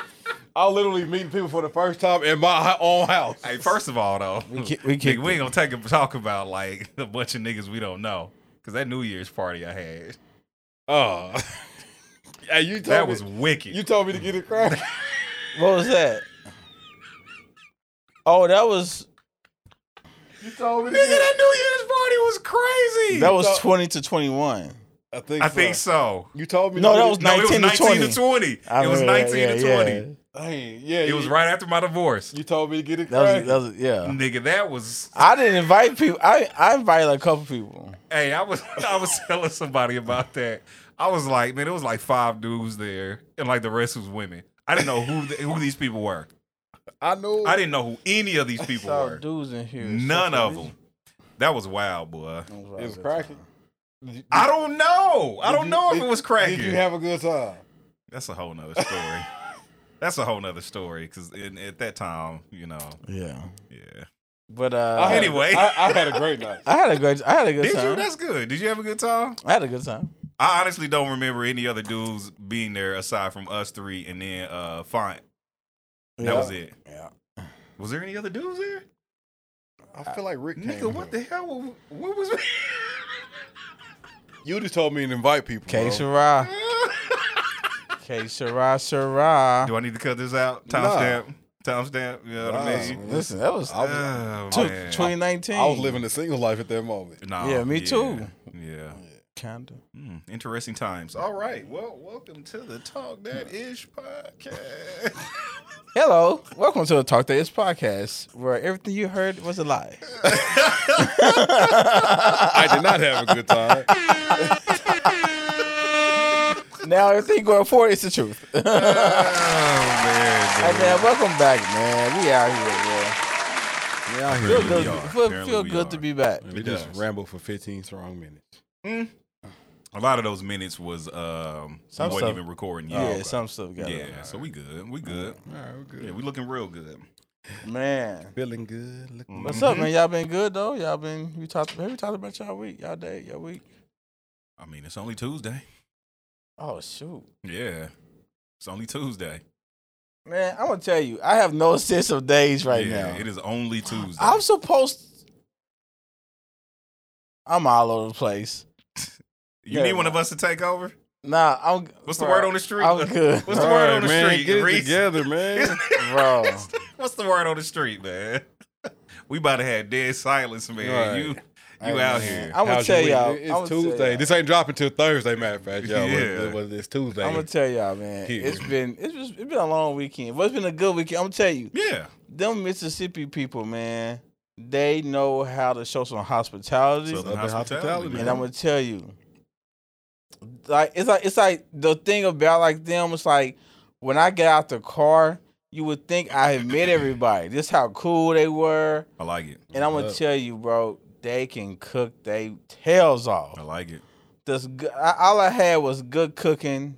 [SPEAKER 4] I literally meet people for the first time in my hi- own house.
[SPEAKER 3] Hey, first of all, though, we,
[SPEAKER 2] ki- we kicked
[SPEAKER 3] we ain't gonna take a, talk about like a bunch of niggas we don't know because that New Year's party I had
[SPEAKER 4] Oh. hey, you told
[SPEAKER 3] that
[SPEAKER 4] me,
[SPEAKER 3] was wicked.
[SPEAKER 4] you told me to get it cracked.
[SPEAKER 2] What was that? Oh, that was
[SPEAKER 4] you told me to
[SPEAKER 3] Nigga,
[SPEAKER 4] get
[SPEAKER 3] that
[SPEAKER 4] it.
[SPEAKER 3] New Year's party was crazy.
[SPEAKER 2] that was
[SPEAKER 4] thought-
[SPEAKER 2] twenty to twenty one.
[SPEAKER 4] I think
[SPEAKER 3] I think so.
[SPEAKER 4] You told me
[SPEAKER 2] No,
[SPEAKER 4] to
[SPEAKER 2] that
[SPEAKER 4] get
[SPEAKER 2] was
[SPEAKER 4] it-
[SPEAKER 3] No, it was
[SPEAKER 2] 19 to
[SPEAKER 3] 19 to
[SPEAKER 2] 20.
[SPEAKER 3] 20. It was 19 to 20.
[SPEAKER 4] Dang, yeah.
[SPEAKER 3] It
[SPEAKER 4] you,
[SPEAKER 3] was right after my divorce.
[SPEAKER 4] You told me to get it
[SPEAKER 2] That was,
[SPEAKER 4] cracked.
[SPEAKER 2] that was yeah.
[SPEAKER 3] Nigga, that was.
[SPEAKER 2] I didn't invite people. I I invited a couple people.
[SPEAKER 3] Hey, I was I was telling somebody about that. I was like, man, it was like five dudes there, and like the rest was women. I didn't know who the, who these people were.
[SPEAKER 4] I knew.
[SPEAKER 3] I didn't know who any of these people
[SPEAKER 2] Saw
[SPEAKER 3] were.
[SPEAKER 2] dudes in here.
[SPEAKER 3] None of them. That was wild, boy.
[SPEAKER 4] It was cracking. Did you-
[SPEAKER 3] I don't know. I
[SPEAKER 4] did
[SPEAKER 3] don't
[SPEAKER 4] you-
[SPEAKER 3] know if
[SPEAKER 4] did-
[SPEAKER 3] it was
[SPEAKER 4] Did you
[SPEAKER 3] cracking.
[SPEAKER 4] have a good time?
[SPEAKER 3] That's a whole nother story. That's a whole nother story because at that time, you know,
[SPEAKER 2] Yeah,
[SPEAKER 3] yeah.
[SPEAKER 2] but uh,
[SPEAKER 4] I had-
[SPEAKER 3] Anyway.
[SPEAKER 4] I, I had a great night.
[SPEAKER 2] I had a good. I had a good
[SPEAKER 3] Did
[SPEAKER 2] time.
[SPEAKER 3] you? That's good. Did you have a good time?
[SPEAKER 2] I had a good time.
[SPEAKER 3] I honestly don't remember any other dudes being there aside from us three and then uh Font. That
[SPEAKER 2] Yeah.
[SPEAKER 3] was it.
[SPEAKER 2] Yeah.
[SPEAKER 3] Was there any other dudes there?
[SPEAKER 4] I feel like Rick.
[SPEAKER 3] Nigga,
[SPEAKER 4] came
[SPEAKER 3] what
[SPEAKER 4] here.
[SPEAKER 3] the hell? What was?
[SPEAKER 4] You just told me to invite people.
[SPEAKER 2] K
[SPEAKER 4] bro.
[SPEAKER 2] Sarah. K Sarah Sarah.
[SPEAKER 3] Do I need to cut this out?
[SPEAKER 4] Nah.
[SPEAKER 3] Timestamp. Timestamp. You know what I mean?
[SPEAKER 4] Nah.
[SPEAKER 2] Listen, that was
[SPEAKER 4] I was-
[SPEAKER 3] Oh,
[SPEAKER 2] two-
[SPEAKER 3] man.
[SPEAKER 2] 2019.
[SPEAKER 4] I was living a single life at that moment.
[SPEAKER 3] Nah,
[SPEAKER 2] Yeah, me too.
[SPEAKER 3] Yeah.
[SPEAKER 2] kinda.
[SPEAKER 3] Hmm, interesting times. All right. Well, welcome to the Talk That Ish podcast.
[SPEAKER 2] Hello, welcome to the Talk That Is podcast, where everything you heard was a lie.
[SPEAKER 4] I did not have a good time.
[SPEAKER 3] Oh,
[SPEAKER 2] now everything going forward is the truth. hey
[SPEAKER 3] oh man. dude.
[SPEAKER 2] man, welcome back, man. We out here, man.
[SPEAKER 4] Yeah,
[SPEAKER 2] Feel good,
[SPEAKER 3] Apparently we
[SPEAKER 2] to,
[SPEAKER 3] are.
[SPEAKER 2] feel,
[SPEAKER 3] Apparently
[SPEAKER 2] feel
[SPEAKER 3] we
[SPEAKER 2] good
[SPEAKER 3] are.
[SPEAKER 2] to be back.
[SPEAKER 4] We
[SPEAKER 3] It
[SPEAKER 4] just
[SPEAKER 3] does.
[SPEAKER 4] rambled for 15 strong minutes.
[SPEAKER 3] A lot of those minutes was um
[SPEAKER 2] Some
[SPEAKER 3] wasn't
[SPEAKER 2] stuff.
[SPEAKER 3] even recording
[SPEAKER 2] Yeah,
[SPEAKER 3] yet.
[SPEAKER 2] some stuff got
[SPEAKER 3] Oh, yeah,
[SPEAKER 2] it.
[SPEAKER 3] so we good. We good.
[SPEAKER 4] All right, we're good.
[SPEAKER 3] Yeah, we looking real good.
[SPEAKER 2] Man.
[SPEAKER 4] Feeling good. Looking
[SPEAKER 2] What's up, man? Y'all been good though? Y'all been we talked have we talked about y'all week, y'all day, y'all week?
[SPEAKER 3] I mean, it's only Tuesday.
[SPEAKER 2] Oh shoot.
[SPEAKER 3] Yeah. It's only Tuesday.
[SPEAKER 2] Man, I'm gonna tell you, I have no sense of days right
[SPEAKER 3] yeah,
[SPEAKER 2] now.
[SPEAKER 3] It is only Tuesday.
[SPEAKER 2] I'm supposed I'm all over the place.
[SPEAKER 3] you
[SPEAKER 2] yeah,
[SPEAKER 3] need one
[SPEAKER 2] man.
[SPEAKER 3] of us to take over?
[SPEAKER 2] Nah, I'm
[SPEAKER 3] What's the word on the street?
[SPEAKER 2] I'm good.
[SPEAKER 3] What's the word on the
[SPEAKER 4] man,
[SPEAKER 3] street?
[SPEAKER 4] Get it
[SPEAKER 3] Reese?
[SPEAKER 4] together, man.
[SPEAKER 2] bro.
[SPEAKER 3] What's the word on the street, man? We about to have dead silence, man.
[SPEAKER 4] Right.
[SPEAKER 3] You You
[SPEAKER 4] Hey,
[SPEAKER 3] out
[SPEAKER 4] man.
[SPEAKER 3] here.
[SPEAKER 2] I- I'ma
[SPEAKER 4] How's
[SPEAKER 2] tell
[SPEAKER 4] your week?
[SPEAKER 2] y'all-
[SPEAKER 4] It- It's
[SPEAKER 2] I'ma tell
[SPEAKER 4] Tuesday.
[SPEAKER 2] y'all.
[SPEAKER 4] This ain't dropping till Thursday, matter of fact, y'all.
[SPEAKER 3] Yeah.
[SPEAKER 4] It was, it's Tuesday.
[SPEAKER 2] I'm gonna tell y'all, man.
[SPEAKER 4] Here.
[SPEAKER 2] It's been it's just, it's been a long weekend, but it's been a good weekend. I'm gonna tell you,
[SPEAKER 3] yeah.
[SPEAKER 2] them Mississippi people, man, they know how to show some hospitality.
[SPEAKER 3] Southern
[SPEAKER 4] Southern
[SPEAKER 3] hospitality.
[SPEAKER 4] hospitality,
[SPEAKER 3] man.
[SPEAKER 2] and I'm gonna tell you, like it's like it's like the thing about like them. It's like when I get out the car, you would think I had met everybody. Just how cool they were.
[SPEAKER 3] I like it.
[SPEAKER 2] And I'm gonna
[SPEAKER 4] Love.
[SPEAKER 2] tell you, bro, they can cook they tails off.
[SPEAKER 3] I like it.
[SPEAKER 2] This good, all I had was good cooking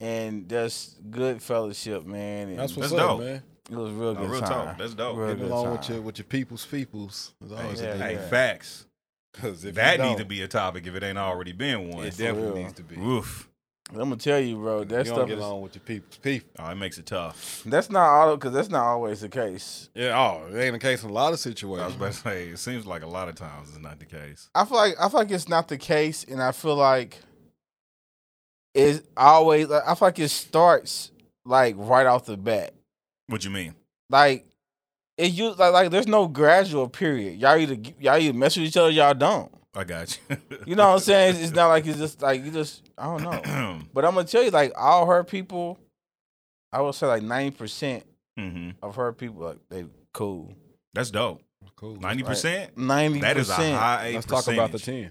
[SPEAKER 2] and just good fellowship, man. And
[SPEAKER 4] That's what's
[SPEAKER 3] That's
[SPEAKER 4] up,
[SPEAKER 3] dope.
[SPEAKER 4] man.
[SPEAKER 2] it was real
[SPEAKER 3] No,
[SPEAKER 2] good
[SPEAKER 3] real
[SPEAKER 2] time.
[SPEAKER 3] talk. That's dope.
[SPEAKER 2] Real
[SPEAKER 4] Get
[SPEAKER 2] good
[SPEAKER 4] along
[SPEAKER 2] time.
[SPEAKER 4] with your with your people's peoples. It's always
[SPEAKER 2] Yeah.
[SPEAKER 4] a
[SPEAKER 3] Hey,
[SPEAKER 4] good
[SPEAKER 2] Yeah.
[SPEAKER 3] facts.
[SPEAKER 4] Because if
[SPEAKER 3] That
[SPEAKER 4] you
[SPEAKER 3] needs
[SPEAKER 4] don't,
[SPEAKER 3] to be a topic if it ain't already been one.
[SPEAKER 4] It definitely
[SPEAKER 2] real.
[SPEAKER 4] needs to be.
[SPEAKER 3] Oof.
[SPEAKER 2] I'm gonna tell you, bro.
[SPEAKER 4] If you
[SPEAKER 2] That
[SPEAKER 4] don't
[SPEAKER 2] stuff.
[SPEAKER 4] get
[SPEAKER 2] Is,
[SPEAKER 4] along with your people's people.
[SPEAKER 3] Oh, it makes it tough.
[SPEAKER 2] that's not all because that's not always the case.
[SPEAKER 4] Yeah, oh, it ain't the case in a lot of situations.
[SPEAKER 3] I was about to say, it seems like a lot of times it's not the case.
[SPEAKER 2] I feel like I feel like it's not the case, and I feel like it's always. I feel like it starts like right off the bat.
[SPEAKER 3] What you mean?
[SPEAKER 2] Like it you like like there's no gradual period. Y'all either y'all either mess with each other, y'all don't.
[SPEAKER 3] I got you.
[SPEAKER 2] You know what I'm saying? It's, it's not like it's just like you just I don't know. But I'm gonna tell you, like all her people, I would say like ninety percent
[SPEAKER 3] hmm
[SPEAKER 2] of her people, like they cool.
[SPEAKER 3] That's dope.
[SPEAKER 4] cool.
[SPEAKER 3] Ninety percent.
[SPEAKER 2] Ninety
[SPEAKER 3] That is a
[SPEAKER 2] percent.
[SPEAKER 3] high.
[SPEAKER 4] Let's talk about the
[SPEAKER 3] percentage.
[SPEAKER 4] ten.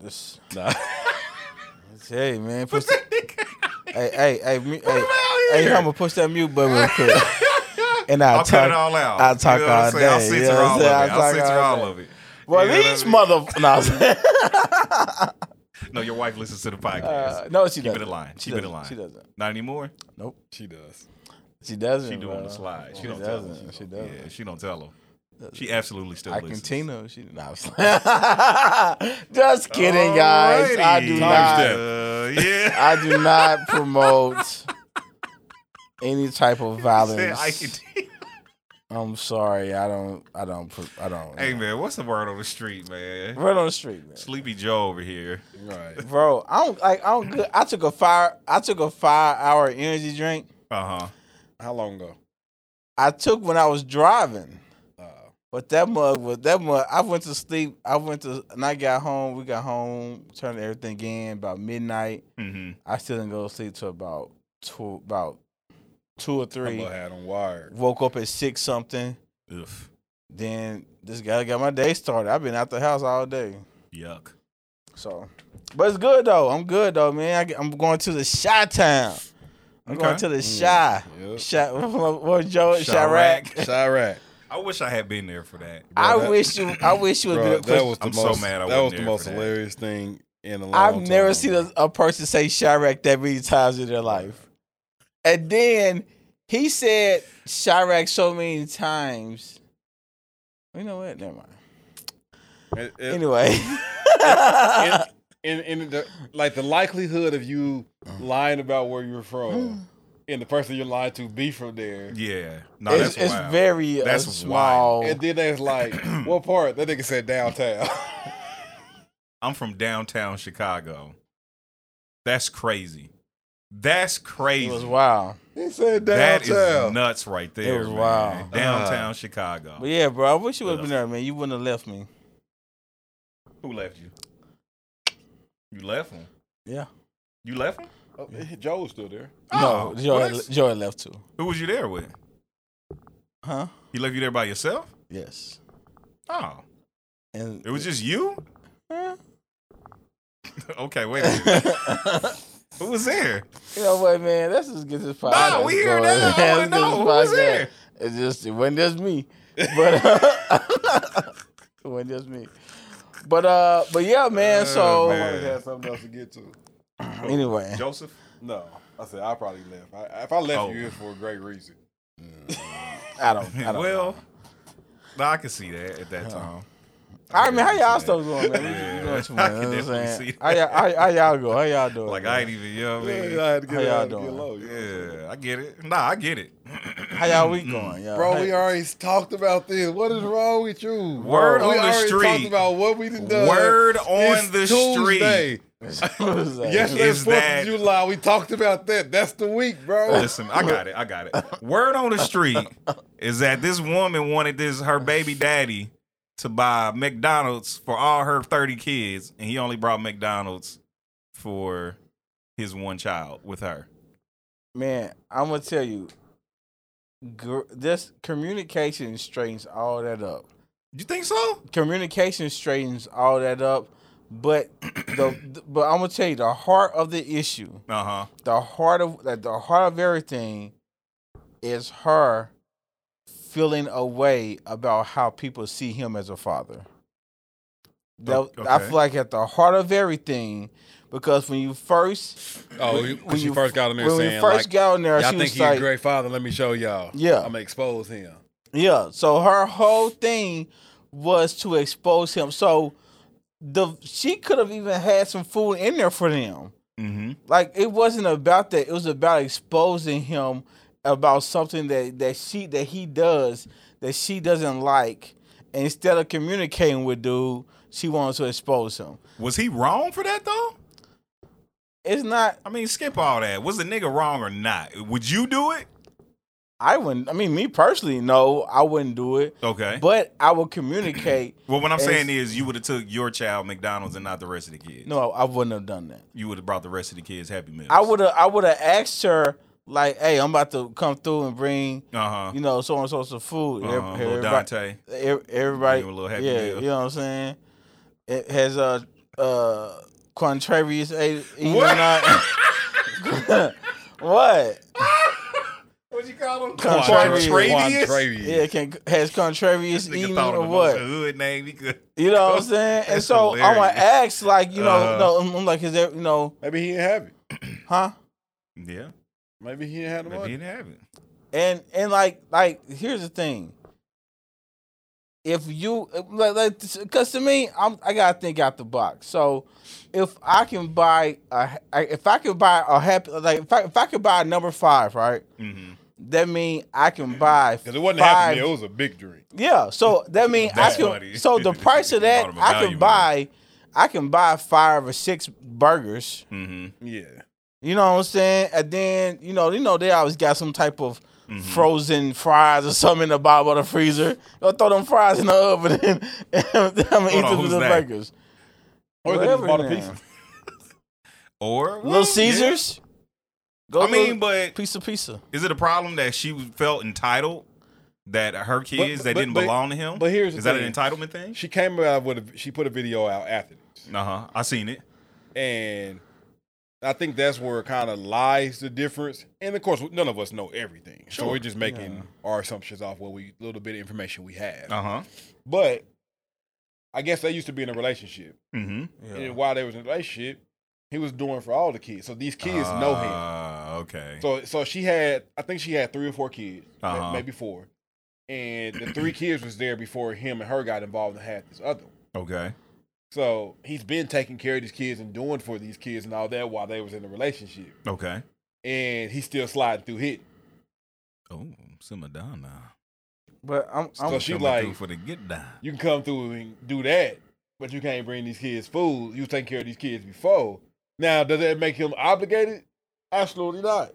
[SPEAKER 2] That's-
[SPEAKER 4] Nah.
[SPEAKER 2] Hey man, push
[SPEAKER 3] Put
[SPEAKER 2] the,
[SPEAKER 3] that nigga-
[SPEAKER 2] hey hey hey me- hey.
[SPEAKER 3] out
[SPEAKER 2] Hey,
[SPEAKER 3] here.
[SPEAKER 2] I'm gonna push that mute button real quick, and I'll,
[SPEAKER 3] I'll cut it
[SPEAKER 2] talk.
[SPEAKER 3] all out.
[SPEAKER 2] I'll talk
[SPEAKER 3] what I'm
[SPEAKER 2] all
[SPEAKER 3] saying? I'll
[SPEAKER 2] day,
[SPEAKER 3] censor
[SPEAKER 2] you know what I'm
[SPEAKER 3] all
[SPEAKER 2] saying?
[SPEAKER 3] of it.
[SPEAKER 2] I'll
[SPEAKER 3] I'll
[SPEAKER 2] talk
[SPEAKER 3] censor
[SPEAKER 2] all
[SPEAKER 3] all
[SPEAKER 2] day.
[SPEAKER 3] of it.
[SPEAKER 2] Well,
[SPEAKER 3] You know what I
[SPEAKER 2] these
[SPEAKER 3] mean?
[SPEAKER 2] mother. No, I'm saying-
[SPEAKER 3] No, your wife listens to the podcast.
[SPEAKER 2] Uh, no, she
[SPEAKER 3] Keep it
[SPEAKER 2] doesn't.
[SPEAKER 3] in line.
[SPEAKER 2] She
[SPEAKER 3] Keep it in
[SPEAKER 2] doesn't.
[SPEAKER 3] line.
[SPEAKER 2] She doesn't.
[SPEAKER 3] Not anymore.
[SPEAKER 4] she does.
[SPEAKER 2] She doesn't.
[SPEAKER 3] She doing
[SPEAKER 2] bro.
[SPEAKER 3] the slide. She
[SPEAKER 2] uh, She
[SPEAKER 3] don't tell
[SPEAKER 2] doesn't.
[SPEAKER 3] him.
[SPEAKER 2] She doesn't.
[SPEAKER 3] Yeah, she don't tell him.
[SPEAKER 2] Doesn't.
[SPEAKER 3] She absolutely still
[SPEAKER 2] I
[SPEAKER 3] listens.
[SPEAKER 2] continue. She nah, I'm just- Just kidding, guys. I do
[SPEAKER 3] Alrighty.
[SPEAKER 2] not.
[SPEAKER 3] Uh, yeah.
[SPEAKER 2] I do not promote any type of
[SPEAKER 3] Said
[SPEAKER 2] violence.
[SPEAKER 3] I continue.
[SPEAKER 2] I'm sorry. I don't. I don't. pro- I don't.
[SPEAKER 3] Hey man, what's the word on the street, man?
[SPEAKER 2] Right on the street, man.
[SPEAKER 3] Sleepy Joe over here.
[SPEAKER 4] Right.
[SPEAKER 2] bro. I don't like. I don't. Good. I took a five. I took a five-hour energy drink.
[SPEAKER 3] Uh huh.
[SPEAKER 4] How long ago?
[SPEAKER 2] I took when I was driving,
[SPEAKER 4] Uh,
[SPEAKER 2] but that mug was that mug. I went to sleep. I went to and I got home. We got home, turned everything in about midnight.
[SPEAKER 3] Mm-hmm.
[SPEAKER 2] I still didn't go to sleep till about two, about two or
[SPEAKER 4] Three.
[SPEAKER 2] three.
[SPEAKER 4] had on wire.
[SPEAKER 2] Woke up at six something.
[SPEAKER 3] Oof.
[SPEAKER 2] Then this guy got my day started. I've been out the house all day,
[SPEAKER 3] Yuck.
[SPEAKER 2] so. But it's good though. I'm good though, man. I, get- I'm going to the shy town. I'm going
[SPEAKER 3] Okay.
[SPEAKER 2] to the shy.
[SPEAKER 4] Mm. Yep.
[SPEAKER 2] Sha- what Joe
[SPEAKER 3] Chirac.
[SPEAKER 2] Chirac.
[SPEAKER 4] Chirac.
[SPEAKER 3] I wish I had been there for that.
[SPEAKER 2] I
[SPEAKER 4] Bro, that-
[SPEAKER 2] wish you. I wish you would.
[SPEAKER 4] Bro,
[SPEAKER 2] Bro,
[SPEAKER 4] that was the
[SPEAKER 3] I'm so
[SPEAKER 4] most,
[SPEAKER 3] mad I wasn't
[SPEAKER 4] that was the
[SPEAKER 3] there
[SPEAKER 4] most
[SPEAKER 3] for that.
[SPEAKER 4] hilarious thing in a long
[SPEAKER 2] I've never
[SPEAKER 4] time.
[SPEAKER 2] seen a, a person say Chirac that many times in their life. And then he said Chirac so many times. You know what? Never mind.
[SPEAKER 4] It- it-
[SPEAKER 2] Anyway.
[SPEAKER 4] it- in, in the, like the likelihood of you
[SPEAKER 3] Uh-huh.
[SPEAKER 4] lying about where you're
[SPEAKER 3] Mm.
[SPEAKER 4] from and the person you're lying to be from there.
[SPEAKER 3] Yeah. No,
[SPEAKER 2] it's
[SPEAKER 3] that's
[SPEAKER 2] it's
[SPEAKER 3] wild.
[SPEAKER 2] very uh,
[SPEAKER 3] That's
[SPEAKER 2] small.
[SPEAKER 4] And then they was like, what part? That nigga said downtown.
[SPEAKER 3] I'm from downtown Chicago. That's crazy. That's crazy.
[SPEAKER 2] It was wild.
[SPEAKER 4] he said
[SPEAKER 3] That
[SPEAKER 4] downtown.
[SPEAKER 3] is nuts right there.
[SPEAKER 2] was
[SPEAKER 3] man.
[SPEAKER 2] wild. Uh-huh.
[SPEAKER 3] Downtown Chicago.
[SPEAKER 2] But yeah, bro, I wish you would have been there, man. You wouldn't have left me.
[SPEAKER 3] Who left you? You left him.
[SPEAKER 2] Yeah.
[SPEAKER 3] You left him?
[SPEAKER 4] Oh, Joe was still there.
[SPEAKER 3] Oh,
[SPEAKER 2] no, Joy,
[SPEAKER 3] well, that's-
[SPEAKER 2] Joy left too.
[SPEAKER 3] Who was you there with?
[SPEAKER 2] Huh?
[SPEAKER 3] He left you there by yourself?
[SPEAKER 2] Yes.
[SPEAKER 3] Oh.
[SPEAKER 2] And
[SPEAKER 3] It was just you?
[SPEAKER 2] Huh?
[SPEAKER 3] okay, wait a minute. Who was there?
[SPEAKER 2] You know what, man? Let's just get this podcast.
[SPEAKER 3] Nah, we here
[SPEAKER 2] going.
[SPEAKER 3] now. I wanna
[SPEAKER 2] Let's get
[SPEAKER 3] know.
[SPEAKER 2] this
[SPEAKER 3] Who was
[SPEAKER 2] podcast.
[SPEAKER 3] there?
[SPEAKER 2] It's just it wasn't just me, but uh, it wasn't just me. But uh, but yeah, man. so
[SPEAKER 3] Oh, man.
[SPEAKER 4] had something else to get to.
[SPEAKER 2] anyway,
[SPEAKER 3] Joseph?
[SPEAKER 4] No, I said I probably left. I, if I left
[SPEAKER 3] Oh.
[SPEAKER 4] you, it's for a great reason.
[SPEAKER 2] I don't. I don't
[SPEAKER 3] well,
[SPEAKER 2] know.
[SPEAKER 3] no, I could see that at that time.
[SPEAKER 2] I mean, how y'all
[SPEAKER 3] see
[SPEAKER 2] stuff going, man? We just doing
[SPEAKER 3] Yeah.
[SPEAKER 2] too
[SPEAKER 3] I
[SPEAKER 2] much.
[SPEAKER 3] can
[SPEAKER 2] You know what I'm
[SPEAKER 3] definitely
[SPEAKER 2] saying?
[SPEAKER 3] see
[SPEAKER 2] How y'all, how, how y'all go? How y'all doing?
[SPEAKER 3] Like,
[SPEAKER 2] man?
[SPEAKER 3] I ain't even, you know what I mean?
[SPEAKER 4] I had to
[SPEAKER 2] How
[SPEAKER 4] it
[SPEAKER 2] y'all
[SPEAKER 4] out to
[SPEAKER 2] doing?
[SPEAKER 4] low, you know what I'm saying?
[SPEAKER 3] Yeah, I get it. Nah, I get it.
[SPEAKER 2] How y'all week going, y'all?
[SPEAKER 4] Bro, we
[SPEAKER 2] Hey,
[SPEAKER 4] already talked about this. What is wrong with you?
[SPEAKER 3] Word
[SPEAKER 4] we
[SPEAKER 3] on the
[SPEAKER 4] already
[SPEAKER 3] street.
[SPEAKER 4] talked about what we done done.
[SPEAKER 3] Word on
[SPEAKER 4] It's
[SPEAKER 3] the
[SPEAKER 4] Tuesday.
[SPEAKER 3] street.
[SPEAKER 2] what is that?
[SPEAKER 4] Yesterday's
[SPEAKER 3] Is
[SPEAKER 4] 4th
[SPEAKER 3] that-
[SPEAKER 4] of July. We talked about that. That's the week, bro.
[SPEAKER 3] Listen, I got it. I got it. Word on the street is that this woman wanted this her baby daddy to buy McDonald's for all her 30 kids, and he only brought McDonald's for his one child with her.
[SPEAKER 2] Man, I'm gonna tell you, gr- this communication straightens all that up.
[SPEAKER 3] You think so?
[SPEAKER 2] Communication straightens all that up, but the but I'm gonna tell you the heart of the issue,
[SPEAKER 3] Uh huh.
[SPEAKER 2] the heart of like the heart of everything, is her feeling a way about how people see him as a father.
[SPEAKER 3] O-
[SPEAKER 2] That- I
[SPEAKER 3] okay.
[SPEAKER 2] feel like at the heart of everything, because when you first
[SPEAKER 4] Oh,
[SPEAKER 2] when-
[SPEAKER 4] you-
[SPEAKER 2] when
[SPEAKER 4] when she
[SPEAKER 2] you-
[SPEAKER 4] first got in there
[SPEAKER 2] when
[SPEAKER 4] saying,
[SPEAKER 2] we first
[SPEAKER 4] like,
[SPEAKER 2] got in there,
[SPEAKER 4] y'all
[SPEAKER 2] she
[SPEAKER 4] think
[SPEAKER 2] was
[SPEAKER 4] he's
[SPEAKER 2] like,
[SPEAKER 4] a great father. Let me show y'all.
[SPEAKER 2] Yeah.
[SPEAKER 4] I'm gonna expose him.
[SPEAKER 2] Yeah. So her whole thing was to expose him. So the she could have even had some food in there for them.
[SPEAKER 3] Mm
[SPEAKER 2] Like it wasn't about that. It was about exposing him about something that that she that he does that she doesn't like. And instead of communicating with dude, she wanted to expose him.
[SPEAKER 3] hmm. Was he wrong for that though?
[SPEAKER 2] It's not.
[SPEAKER 3] I mean, skip all that. Was the nigga wrong or not? Would you do it?
[SPEAKER 2] I wouldn't. I mean, me personally, no, I wouldn't do it.
[SPEAKER 3] Okay.
[SPEAKER 2] But I would communicate.
[SPEAKER 3] well, what I'm
[SPEAKER 2] It's-
[SPEAKER 3] saying is, you would have took your child McDonald's and not the rest of the kids.
[SPEAKER 2] No, I wouldn't have done that.
[SPEAKER 3] you would have brought the rest of the kids Happy Meals.
[SPEAKER 2] I would have I would have asked her like, "Hey, I'm about to come through and bring
[SPEAKER 3] Uh
[SPEAKER 2] you know so and so some food."
[SPEAKER 3] huh.
[SPEAKER 2] Ev-
[SPEAKER 3] Uh, little
[SPEAKER 2] everybody,
[SPEAKER 3] Dante.
[SPEAKER 2] ev- everybody,
[SPEAKER 3] Bring him a little Happy
[SPEAKER 2] yeah,
[SPEAKER 3] Meal.
[SPEAKER 2] you know what I'm saying. It has a uh, E, Quantravius ate. you
[SPEAKER 3] What?
[SPEAKER 2] know, not- what?
[SPEAKER 3] What'd you call him?
[SPEAKER 2] Quantravius.
[SPEAKER 3] Quantravius.
[SPEAKER 4] Quantravius.
[SPEAKER 2] Yeah, can, has Contrarius
[SPEAKER 3] Nigga
[SPEAKER 2] eaten
[SPEAKER 3] thought of
[SPEAKER 2] or
[SPEAKER 3] the
[SPEAKER 2] what?
[SPEAKER 3] most hood name he could.
[SPEAKER 2] You know what I'm saying? And
[SPEAKER 3] That's
[SPEAKER 2] so I want to
[SPEAKER 3] hilarious.
[SPEAKER 2] ask, like, you know,
[SPEAKER 3] Uh-huh.
[SPEAKER 2] no, I'm- I'm like, is there, you know,
[SPEAKER 4] Maybe he ain't have it.
[SPEAKER 2] huh?
[SPEAKER 3] Yeah,
[SPEAKER 4] Maybe he ain't had the
[SPEAKER 3] maybe he
[SPEAKER 4] money.
[SPEAKER 3] didn't have it.
[SPEAKER 2] And and like like here's the thing. If you like, like cause to me, I'm I gotta think out the box. So if I can buy a I- if I can buy a happy like if I if I can buy a number five, right?
[SPEAKER 3] Mm-hmm.
[SPEAKER 2] That mean I can buy
[SPEAKER 4] Because it wasn't
[SPEAKER 2] five.
[SPEAKER 4] happening. It was a big drink.
[SPEAKER 2] Yeah. So that means I
[SPEAKER 3] That's
[SPEAKER 2] can.
[SPEAKER 3] funny.
[SPEAKER 2] So the price of that,
[SPEAKER 3] Bottom of
[SPEAKER 2] I
[SPEAKER 3] value,
[SPEAKER 2] can buy, I can buy five or six burgers.
[SPEAKER 3] Mm-hmm.
[SPEAKER 4] Yeah.
[SPEAKER 2] You know what I'm saying? And then you know, you know, they always got some type of
[SPEAKER 3] Mm-hmm.
[SPEAKER 2] frozen fries or something in the bottom of the freezer. They'll throw them fries in the oven and, and I'm gonna eat
[SPEAKER 3] Hold on,
[SPEAKER 2] them
[SPEAKER 3] who's
[SPEAKER 2] with the
[SPEAKER 3] that?
[SPEAKER 2] burgers.
[SPEAKER 4] Or they just
[SPEAKER 2] Whatever
[SPEAKER 4] bought a
[SPEAKER 2] now.
[SPEAKER 4] pizza.
[SPEAKER 3] Or well,
[SPEAKER 2] Little Caesars. Go
[SPEAKER 3] yeah. I mean,
[SPEAKER 2] but
[SPEAKER 3] but
[SPEAKER 2] pizza, pizza.
[SPEAKER 3] is it a problem that she felt entitled that her kids
[SPEAKER 4] but-
[SPEAKER 3] that
[SPEAKER 4] but-
[SPEAKER 3] didn't
[SPEAKER 4] but-
[SPEAKER 3] belong to him?
[SPEAKER 4] but here's the
[SPEAKER 3] is that an
[SPEAKER 4] thing.
[SPEAKER 3] entitlement thing?
[SPEAKER 4] She came out with a, she put a video out after this.
[SPEAKER 3] Uh huh. I seen it.
[SPEAKER 4] And I think that's where it kind of lies the difference. And of course, none of us know everything. So
[SPEAKER 3] Sure.
[SPEAKER 4] we're just making our assumptions off what we little bit of information we have.
[SPEAKER 3] Uh huh.
[SPEAKER 4] But I guess they used to be in a relationship.
[SPEAKER 3] Mm-hmm.
[SPEAKER 4] And while they was in a relationship, he was doing for all the kids. So these kids know him.
[SPEAKER 3] Ah. Okay.
[SPEAKER 4] So so she had I think she had three or four kids, ma-
[SPEAKER 3] Uh-huh.
[SPEAKER 4] maybe four. And the three kids was there before him and her got involved and had this other one.
[SPEAKER 3] okay.
[SPEAKER 4] So he's been taking care of these kids and doing for these kids and all that while they was in a relationship.
[SPEAKER 3] Okay.
[SPEAKER 4] And he's still sliding through hit.
[SPEAKER 3] Oh, some Madonna.
[SPEAKER 2] But I'm, I'm
[SPEAKER 4] So she
[SPEAKER 3] Coming through
[SPEAKER 4] like-
[SPEAKER 3] for the get down.
[SPEAKER 4] You can come through and do that, but you can't bring these kids food. You was taking care of these kids before. Now, does that make him obligated? Absolutely not.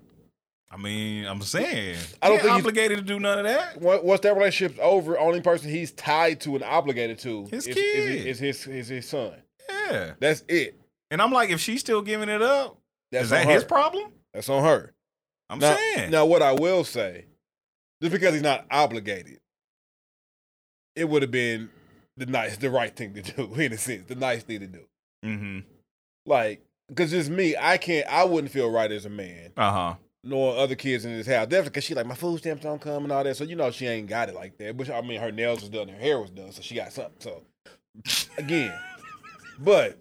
[SPEAKER 3] I mean, I'm saying
[SPEAKER 4] I don't
[SPEAKER 3] he
[SPEAKER 4] think he's-
[SPEAKER 3] obligated to do none of that.
[SPEAKER 4] Once once that relationship's over, only person he's tied to and obligated to
[SPEAKER 3] His
[SPEAKER 4] is,
[SPEAKER 3] kid.
[SPEAKER 4] is, is his is his son.
[SPEAKER 3] Yeah.
[SPEAKER 4] That's it.
[SPEAKER 3] And I'm like, if she's still giving it up,
[SPEAKER 4] That's
[SPEAKER 3] is
[SPEAKER 4] on
[SPEAKER 3] that
[SPEAKER 4] her.
[SPEAKER 3] his problem?
[SPEAKER 4] That's on her.
[SPEAKER 3] I'm
[SPEAKER 4] now,
[SPEAKER 3] saying.
[SPEAKER 4] Now, what I will say, just because he's not obligated, it would have been the nice, the right thing to do in a sense, the nice thing to do.
[SPEAKER 3] Mm-hmm.
[SPEAKER 4] Like, because it's me, I can't, I wouldn't feel right as a man,
[SPEAKER 3] Uh huh.
[SPEAKER 4] nor other kids in this house. Definitely, because she like my food stamps don't come and all that, so you know she ain't got it like that. But I mean, her nails was done, her hair was done, so she got something. So again, but